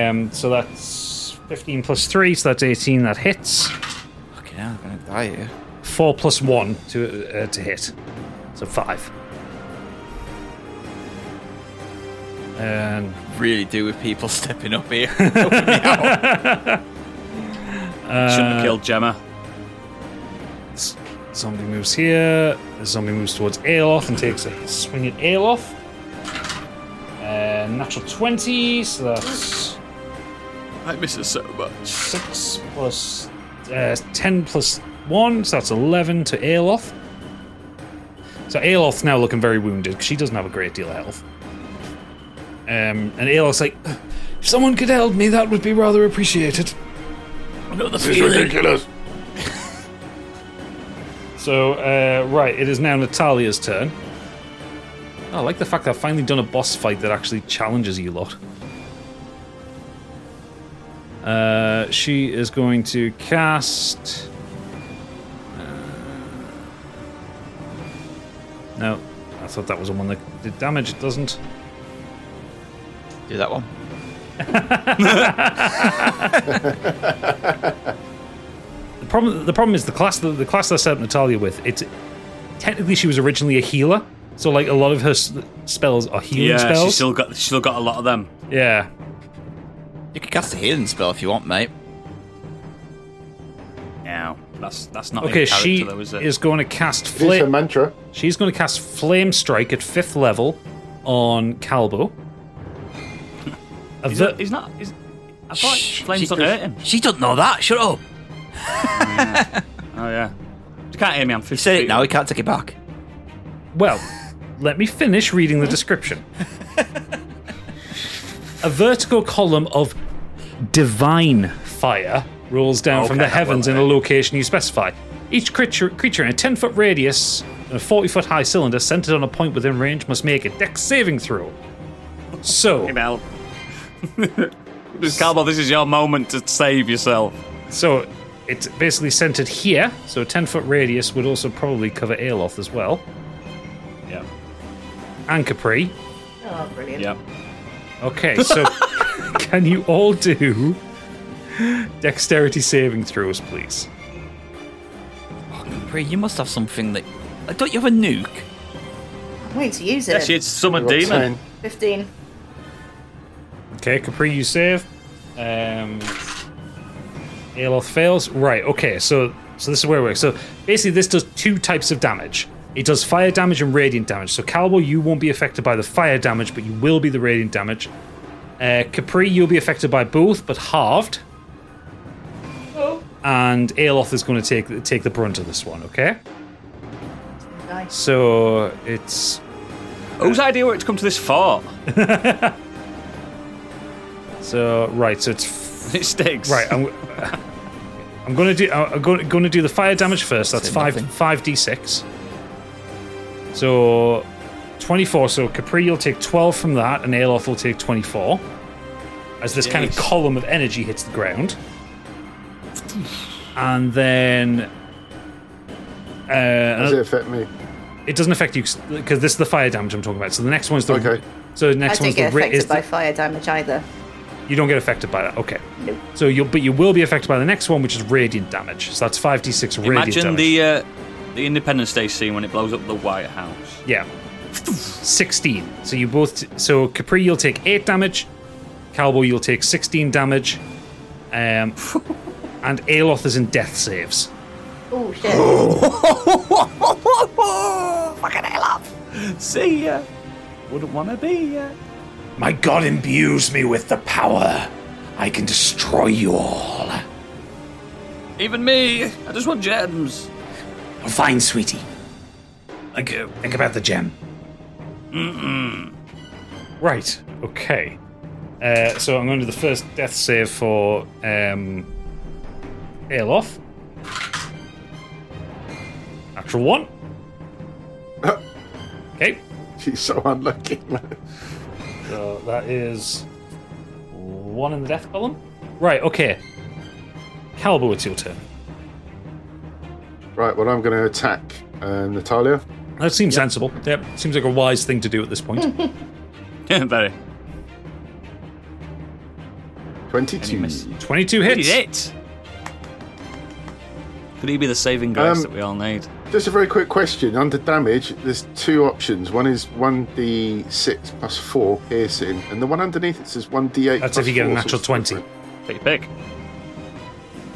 Speaker 4: Um, so that's 15 plus 3, so that's 18. That hits.
Speaker 9: Fucking hell, I'm going to die here.
Speaker 4: 4 plus 1 to, uh, to hit. So 5. And
Speaker 9: really do with people stepping up here.
Speaker 8: Shouldn't
Speaker 4: Uh,
Speaker 8: have killed Gemma.
Speaker 4: Zombie moves here. The zombie moves towards Aeloth and takes a swing at Aeloth. Uh, natural 20, so that's.
Speaker 8: I miss it so much.
Speaker 4: 6 plus. Uh, 10 plus 1, so that's 11 to Aeloth. So Aeloth's now looking very wounded 'cause she doesn't have a great deal of health. Um, and Aeloth's like, if someone could help me, that would be rather appreciated.
Speaker 9: I know the
Speaker 10: This is ridiculous.
Speaker 4: So, uh, right, it is now Natalia's turn. Oh, I like the fact that I've finally done a boss fight that actually challenges you lot. Uh, she is going to cast. Uh, no, I thought that was the one that did damage. It doesn't.
Speaker 2: Do that one.
Speaker 4: The problem, the problem is the class that the class that I set up Natalia with. It's technically she was originally a healer, so like a lot of her s- spells are healing
Speaker 8: yeah,
Speaker 4: spells.
Speaker 8: she's still got she's still got a lot of them.
Speaker 4: yeah,
Speaker 9: You can cast a healing spell if you want, mate.
Speaker 8: No, that's that's not
Speaker 4: okay,
Speaker 8: in character
Speaker 4: she
Speaker 8: though, is
Speaker 4: is
Speaker 8: it?
Speaker 4: going to cast
Speaker 10: It is a
Speaker 4: flame.
Speaker 10: mantra.
Speaker 4: She's going to cast flame strike at fifth level on Calbo.
Speaker 8: He's
Speaker 4: Aver-
Speaker 8: not. He's not he's, I thought flames
Speaker 9: she-
Speaker 8: don't hurt him.
Speaker 9: She doesn't know that. Shut up.
Speaker 8: Oh yeah, you can't hear me. I'm 50
Speaker 9: said it now. He can't take it back.
Speaker 4: Well, let me finish reading the description. a vertical column of divine fire rolls down from the
Speaker 8: Okay, well,
Speaker 4: heavens in a location you specify. Each creature, creature in a 10 foot radius and a 40 foot high cylinder centered on a point within range must make a dex saving throw. So,
Speaker 8: Mel. Calbo, this is your moment to save yourself.
Speaker 4: so it's basically centered here, so a 10 foot radius would also probably cover Aeloth as well.
Speaker 8: Yeah.
Speaker 4: And Capri.
Speaker 11: Oh, brilliant.
Speaker 8: Yeah.
Speaker 4: Okay, so can you all do dexterity saving throws, please?
Speaker 9: Capri, you must have something that. Like, don't you have a nuke?
Speaker 11: I'm waiting to use it.
Speaker 8: Yeah, she had summer
Speaker 9: You've got
Speaker 8: demon.
Speaker 11: 15.
Speaker 4: Okay, Capri, you save. Um, Aeloth fails. Right. Okay. So, so this is where it works. So basically, this does two types of damage. It does fire damage and radiant damage. So Calbo, you won't be affected by the fire damage, but you will be the radiant damage. Uh, Capri, you'll be affected by both, but halved.
Speaker 11: Oh.
Speaker 4: And Aeloth is going to take take the brunt of this one. Okay.
Speaker 11: Nice.
Speaker 4: So it's
Speaker 8: Whose idea were it to come to this fort?
Speaker 4: so right. So it's
Speaker 8: it sticks.
Speaker 4: Right. I'm, I'm gonna do. I'm gonna, gonna do the fire damage first. That's
Speaker 8: Say
Speaker 4: five
Speaker 8: nothing.
Speaker 4: five d six. So twenty four. So Capri, you'll take twelve from that, and Aeloth will take twenty four. As this kind of
Speaker 8: Jeez.
Speaker 4: column of energy hits the ground, and then uh,
Speaker 10: Does it affect me?
Speaker 4: it doesn't affect you because this is the fire damage I'm talking about. So the next one's the
Speaker 10: Okay.
Speaker 4: so the next
Speaker 11: I
Speaker 4: one's
Speaker 11: don't
Speaker 4: the
Speaker 11: get
Speaker 4: ra-
Speaker 11: affected
Speaker 4: is the-
Speaker 11: by fire damage either.
Speaker 4: you don't get affected by that. Okay.
Speaker 11: Nope.
Speaker 4: So you'll but you will be affected by the next one, which is radiant damage. So that's five d six radiant
Speaker 8: Imagine
Speaker 4: damage.
Speaker 8: the uh, the Independence Day scene when it blows up the White House.
Speaker 4: yeah. Sixteen. So you both. So Capri, you'll take eight damage. Calbo, you'll take 16 damage. Um, and Aloth is in death saves.
Speaker 11: Oh shit.
Speaker 3: Fucking hell up. See ya. Wouldn't want to be ya.
Speaker 15: My god imbues me with the power. I can destroy you all.
Speaker 8: Even me. I just want gems.
Speaker 15: Fine, sweetie. Think, think about the gem.
Speaker 4: Mm-mm. Right. Okay. Uh, so I'm going to do the first death save for um, Aeloth. Natural one. okay.
Speaker 10: She's so unlucky, man.
Speaker 4: So that is one in the death column. Right. Okay. Calbo, it's your turn.
Speaker 10: Right, well, I'm going to attack uh, Natalia.
Speaker 4: That seems sensible. Yep. Seems like a wise thing to do at this point.
Speaker 8: Very.
Speaker 10: 22.
Speaker 4: 22 hits.
Speaker 8: Could he be the saving grace
Speaker 10: Um,
Speaker 8: that we all need?
Speaker 10: Just a very quick question. Under damage, there's two options. One is 1d6 plus 4 piercing, and the one underneath it says 1d8
Speaker 4: That's
Speaker 10: plus
Speaker 4: if you get a
Speaker 10: 4,
Speaker 4: natural
Speaker 10: so-
Speaker 4: 20.
Speaker 8: Take your pick.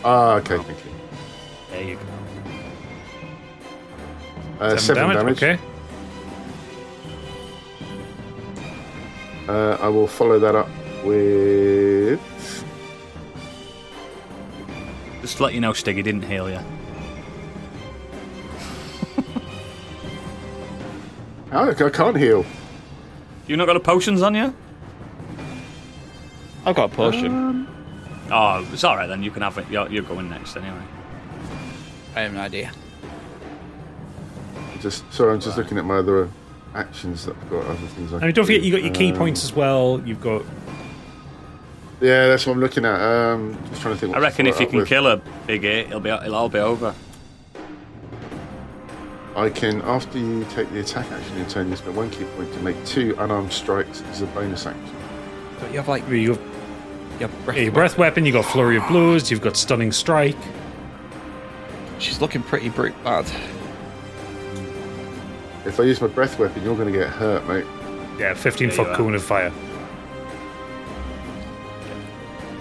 Speaker 10: Ah, okay, thank you.
Speaker 8: There you go.
Speaker 10: Uh, seven, damage.
Speaker 4: Okay.
Speaker 10: Uh, I will follow that up with.
Speaker 8: Just to let you know, Stig, he didn't heal you.
Speaker 10: Oh, I can't heal.
Speaker 8: You not got a potions on you?
Speaker 2: I've got a potion.
Speaker 10: Um,
Speaker 8: oh, it's all right then. You can have it. You're, you're going next anyway.
Speaker 9: I have no idea.
Speaker 10: Just sorry, I'm just looking at my other actions that I've got, other things. I,
Speaker 4: I mean, don't forget you got your key
Speaker 10: Um,
Speaker 4: points as well. You've got
Speaker 10: Yeah, that's what I'm looking at. Um, just trying to think. What
Speaker 8: I
Speaker 10: to
Speaker 8: reckon
Speaker 10: follow
Speaker 8: if you
Speaker 10: it up
Speaker 8: can
Speaker 10: with.
Speaker 8: kill a big eight, it'll be it'll all be over.
Speaker 10: I can, after you take the attack action in turn, you spend one key point to make two unarmed strikes as a bonus action.
Speaker 9: But you have like
Speaker 4: your
Speaker 9: your breath,
Speaker 4: your breath weapon. You've got flurry of blows. You've got stunning strike.
Speaker 2: She's looking pretty brute bad.
Speaker 10: If I use my breath weapon, you're going to get hurt, mate.
Speaker 4: Yeah, 15
Speaker 10: There you
Speaker 4: foot
Speaker 10: are.
Speaker 4: cone of fire.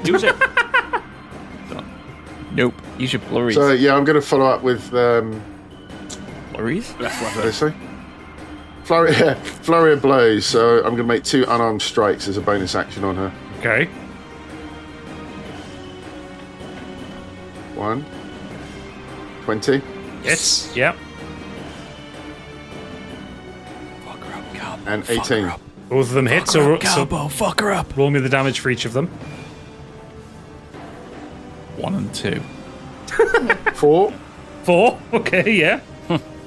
Speaker 8: Use it.
Speaker 2: Nope. Use your blurries.
Speaker 10: So yeah, I'm going to follow up with um,
Speaker 2: blurries?
Speaker 10: what did I say? Flurry, yeah, flurry of blows. So I'm going to make two unarmed strikes as a bonus action on her.
Speaker 4: Okay.
Speaker 10: One. Twenty.
Speaker 4: Yes. Yep.
Speaker 10: And eighteen.
Speaker 4: Both of them hit. so, ro- so
Speaker 2: fuck her up.
Speaker 4: Roll me the damage for each of them.
Speaker 9: One and two.
Speaker 10: Four.
Speaker 4: Four. Okay. Yeah.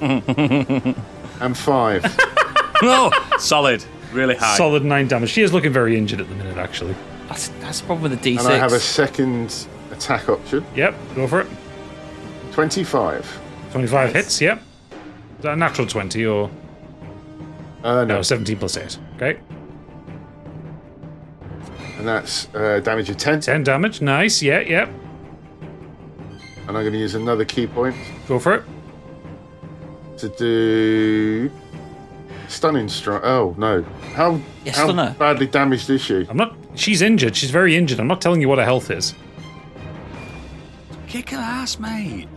Speaker 10: and five.
Speaker 9: Oh,
Speaker 8: no, solid, really high.
Speaker 4: Solid nine damage. She is looking very injured at the minute, actually.
Speaker 9: That's that's the problem with the
Speaker 10: And I have a second attack option.
Speaker 4: Yep, go for it.
Speaker 10: 25.
Speaker 4: 25 hits. Yep. Is that a natural 20 or?
Speaker 10: Uh,
Speaker 4: no. 17 plus 8. Okay.
Speaker 10: And that's uh, damage of 10.
Speaker 4: 10 damage. Nice. Yeah, yeah.
Speaker 10: And I'm going to use another key point
Speaker 4: Go for it.
Speaker 10: to do. Stunning strike. Oh, no. How,
Speaker 4: Yes,
Speaker 10: how
Speaker 4: stunner.
Speaker 10: badly damaged is she?
Speaker 4: I'm not. She's injured. She's very injured. I'm not telling you what her health is.
Speaker 8: Kick her ass, mate.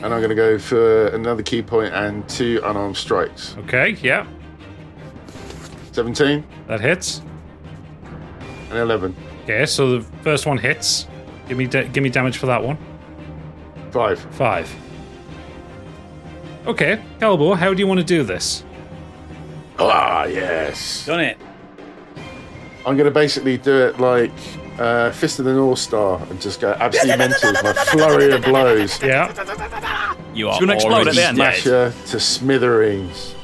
Speaker 10: And I'm going to go for another key point and two unarmed strikes.
Speaker 4: Okay. Yeah.
Speaker 10: 17
Speaker 4: That hits.
Speaker 10: and 11.
Speaker 4: Okay. So the first one hits. Give me da- give me damage for that one.
Speaker 10: Five.
Speaker 4: Five. Okay, Calbo, how do you want to do this?
Speaker 10: Ah, yes.
Speaker 8: Done it.
Speaker 10: I'm going to basically do it like uh, Fist of the North Star and just go absolutely mental with my flurry of blows.
Speaker 4: Yeah.
Speaker 9: You
Speaker 10: are
Speaker 4: It's gonna explode already at the end.
Speaker 10: Smash her to smithereens.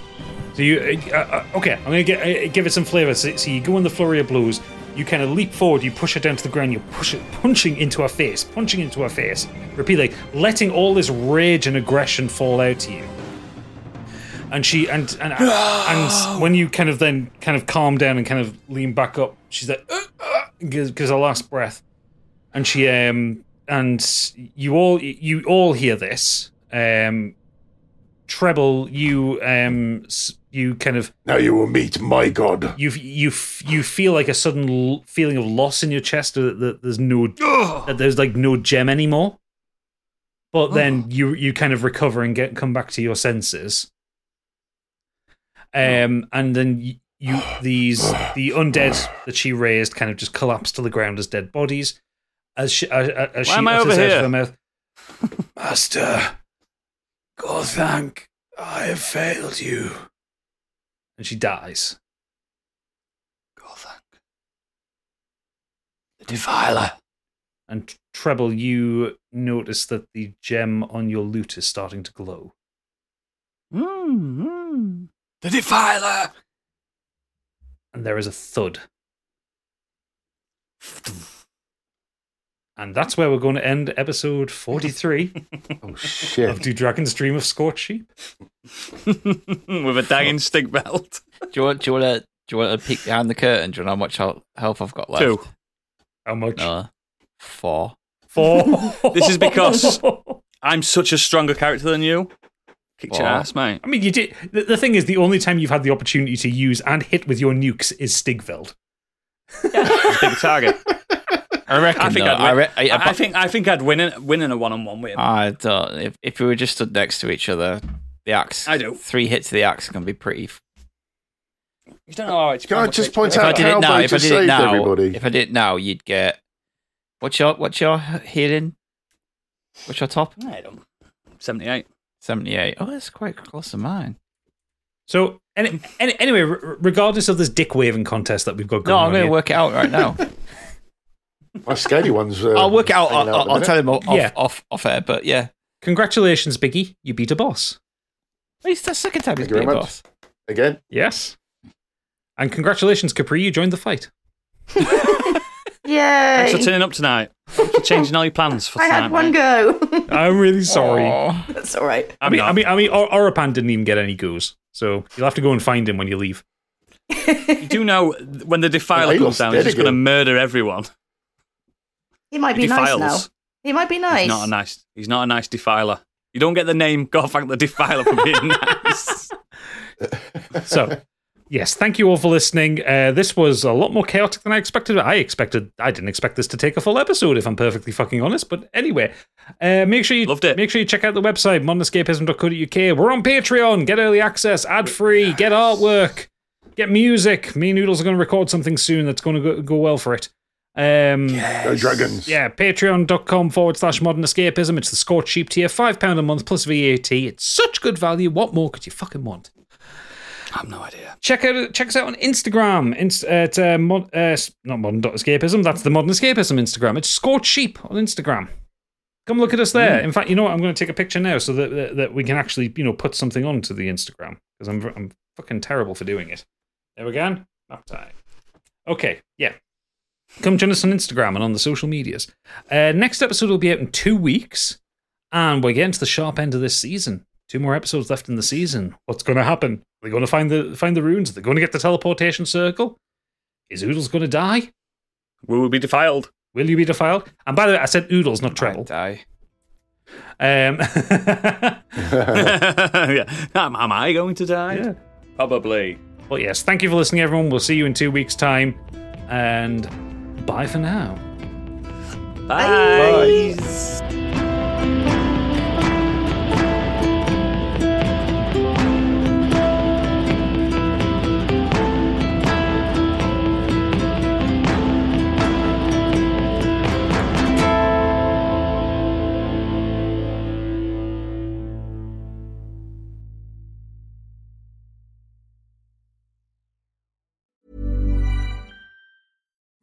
Speaker 4: So you uh, uh, okay? I'm gonna get, uh, give it some flavor. So, so you go in the flurry of blows. You kind of leap forward. You push her down to the ground. You push it, punching into her face, punching into her face. Repeat, like letting all this rage and aggression fall out to you. And she and and and when you kind of then kind of calm down and kind of lean back up, she's like "Ugh, ugh," and gives, gives her last breath, and she um and you all you all hear this um treble you um s- you kind of
Speaker 10: Now you will meet my god.
Speaker 4: you you f- you feel like a sudden l- feeling of loss in your chest that, that there's no that there's like no gem anymore. But then you you kind of recover and get come back to your senses. Um, and then you, you these the undead that she raised kind of just collapse to the ground as dead bodies. As she as, as
Speaker 15: Why
Speaker 4: she
Speaker 15: am I
Speaker 4: utters
Speaker 15: over
Speaker 4: out of
Speaker 15: here?
Speaker 4: her mouth,
Speaker 15: Master, God Oh, thank, I have failed you.
Speaker 4: and she dies.
Speaker 15: The defiler.
Speaker 4: And Treble, you notice that the gem on your lute is starting to glow.
Speaker 16: Mm-hmm.
Speaker 15: mm The defiler.
Speaker 4: and there is a thud. And that's where we're going to end episode 43
Speaker 10: oh, shit.
Speaker 4: of Do Dragons Dream of Scorched Sheep?
Speaker 8: Mm, with a dangling stick belt.
Speaker 9: Do you want? Do you want to? Do you want to peek behind the curtain? Do you know how much health health I've got left?
Speaker 8: Two.
Speaker 4: How much?
Speaker 9: No, four.
Speaker 8: this is because I'm such a stronger character than you. Kicked your
Speaker 4: Aw.
Speaker 8: ass, mate.
Speaker 4: I mean, you did. The, the thing is, the only time you've had the opportunity to use and hit with your nukes is Stigveld.
Speaker 8: Big target.
Speaker 9: I reckon.
Speaker 8: I think
Speaker 9: no,
Speaker 8: I'd
Speaker 9: I,
Speaker 8: win.
Speaker 9: re- Ah. I,
Speaker 8: I, I think I think I'd win in, win in a one on one with him.
Speaker 9: I don't. If, if we were just stood next to each other, the axe.
Speaker 8: I do.
Speaker 9: Three hits of the axe can be pretty. f-
Speaker 8: you don't know how it's
Speaker 10: Can I just point
Speaker 9: if I
Speaker 10: out
Speaker 9: did it
Speaker 10: how
Speaker 9: now,
Speaker 10: they
Speaker 9: if I
Speaker 10: just
Speaker 9: did it
Speaker 10: saved
Speaker 9: now,
Speaker 10: everybody?
Speaker 9: if I did it now, you'd get. What's your what's your healing? What's your top?
Speaker 8: I don't. Seventy eight.
Speaker 9: Seventy eight. Oh, that's quite close to mine.
Speaker 4: So, any, any, anyway, r- regardless of this dick waving contest that we've got going
Speaker 9: No,
Speaker 4: on.
Speaker 9: I'm going
Speaker 4: here-
Speaker 9: to work it out right now.
Speaker 10: My scaly ones. Uh,
Speaker 9: I'll work it out. I'll,
Speaker 10: hanging at the
Speaker 9: I'll, I'll
Speaker 10: minute.
Speaker 9: tell him off,
Speaker 4: Yeah.
Speaker 9: off off air. But yeah,
Speaker 4: Congratulations, Biggie. You beat a boss.
Speaker 9: at least the second time he's
Speaker 10: Thank
Speaker 9: been
Speaker 10: you very
Speaker 9: a boss.
Speaker 10: much. Again,
Speaker 4: Yes. And congratulations, Capri. You joined the fight.
Speaker 11: Yay!
Speaker 8: Thanks for turning up tonight. Thanks for changing all your plans for
Speaker 11: I
Speaker 8: tonight.
Speaker 11: had one
Speaker 8: mate.
Speaker 11: go.
Speaker 4: I'm really sorry.
Speaker 11: That's all right.
Speaker 4: I mean, I mean, I mean, Or- Orapan didn't even get any goos, so you'll have to go and find him when you leave.
Speaker 8: You do know when the defiler
Speaker 10: He lost
Speaker 8: comes down, he's
Speaker 10: dead
Speaker 8: just going to
Speaker 10: again.
Speaker 8: murder everyone.
Speaker 11: He might be
Speaker 8: He
Speaker 11: nice
Speaker 8: defiles.
Speaker 11: now. He might be nice.
Speaker 8: He's not a nice. He's not a nice defiler. You don't get the name. God thank the defiler for being nice.
Speaker 4: So, yes, thank you all for listening. Uh, this was a lot more chaotic than I expected. I expected, I didn't expect this to take a full episode, if I'm perfectly fucking honest. But anyway, uh, make sure you
Speaker 8: Loved it.
Speaker 4: Make sure you check out the website modernescapism.co.uk. We're on Patreon. Get early access, ad free. Get artwork. Get music. Me and Noodles are going to record something soon that's going to go, go well for it. Um,
Speaker 10: go dragons.
Speaker 4: Yeah, patreon.com forward slash modern escapism. It's the scorched sheep tier, £5 a month plus VAT. It's such good value. What more could you fucking want?
Speaker 8: I've no idea.
Speaker 4: Check out check us out on Instagram. Inst- uh, it's, uh, mod, uh, s- not modern dot escapism. That's the modern escapism Instagram. It's scorched sheep on Instagram. Come look at us there. In fact, you know what? I'm going to take a picture now so that, that that we can actually you know put something onto the Instagram because I'm I'm fucking terrible for doing it. There we go. Map time. Okay, yeah. Come join us on Instagram and on the social medias. Uh, next episode will be out in two weeks, and we're getting to the sharp end of this season. Two more episodes left in the season. What's going to happen? Are they going to find the find the runes? Are they going to get the teleportation circle? Is Oodles going to die?
Speaker 8: We will be defiled.
Speaker 4: Will you be defiled? And by the way, I said Oodles, not Treble.
Speaker 9: Die.
Speaker 4: Um,
Speaker 8: yeah. Am, am I going to die?
Speaker 4: Yeah.
Speaker 8: Probably.
Speaker 4: but yes, thank you for listening, everyone. We'll see you in two weeks' time, and bye for now.
Speaker 8: Bye.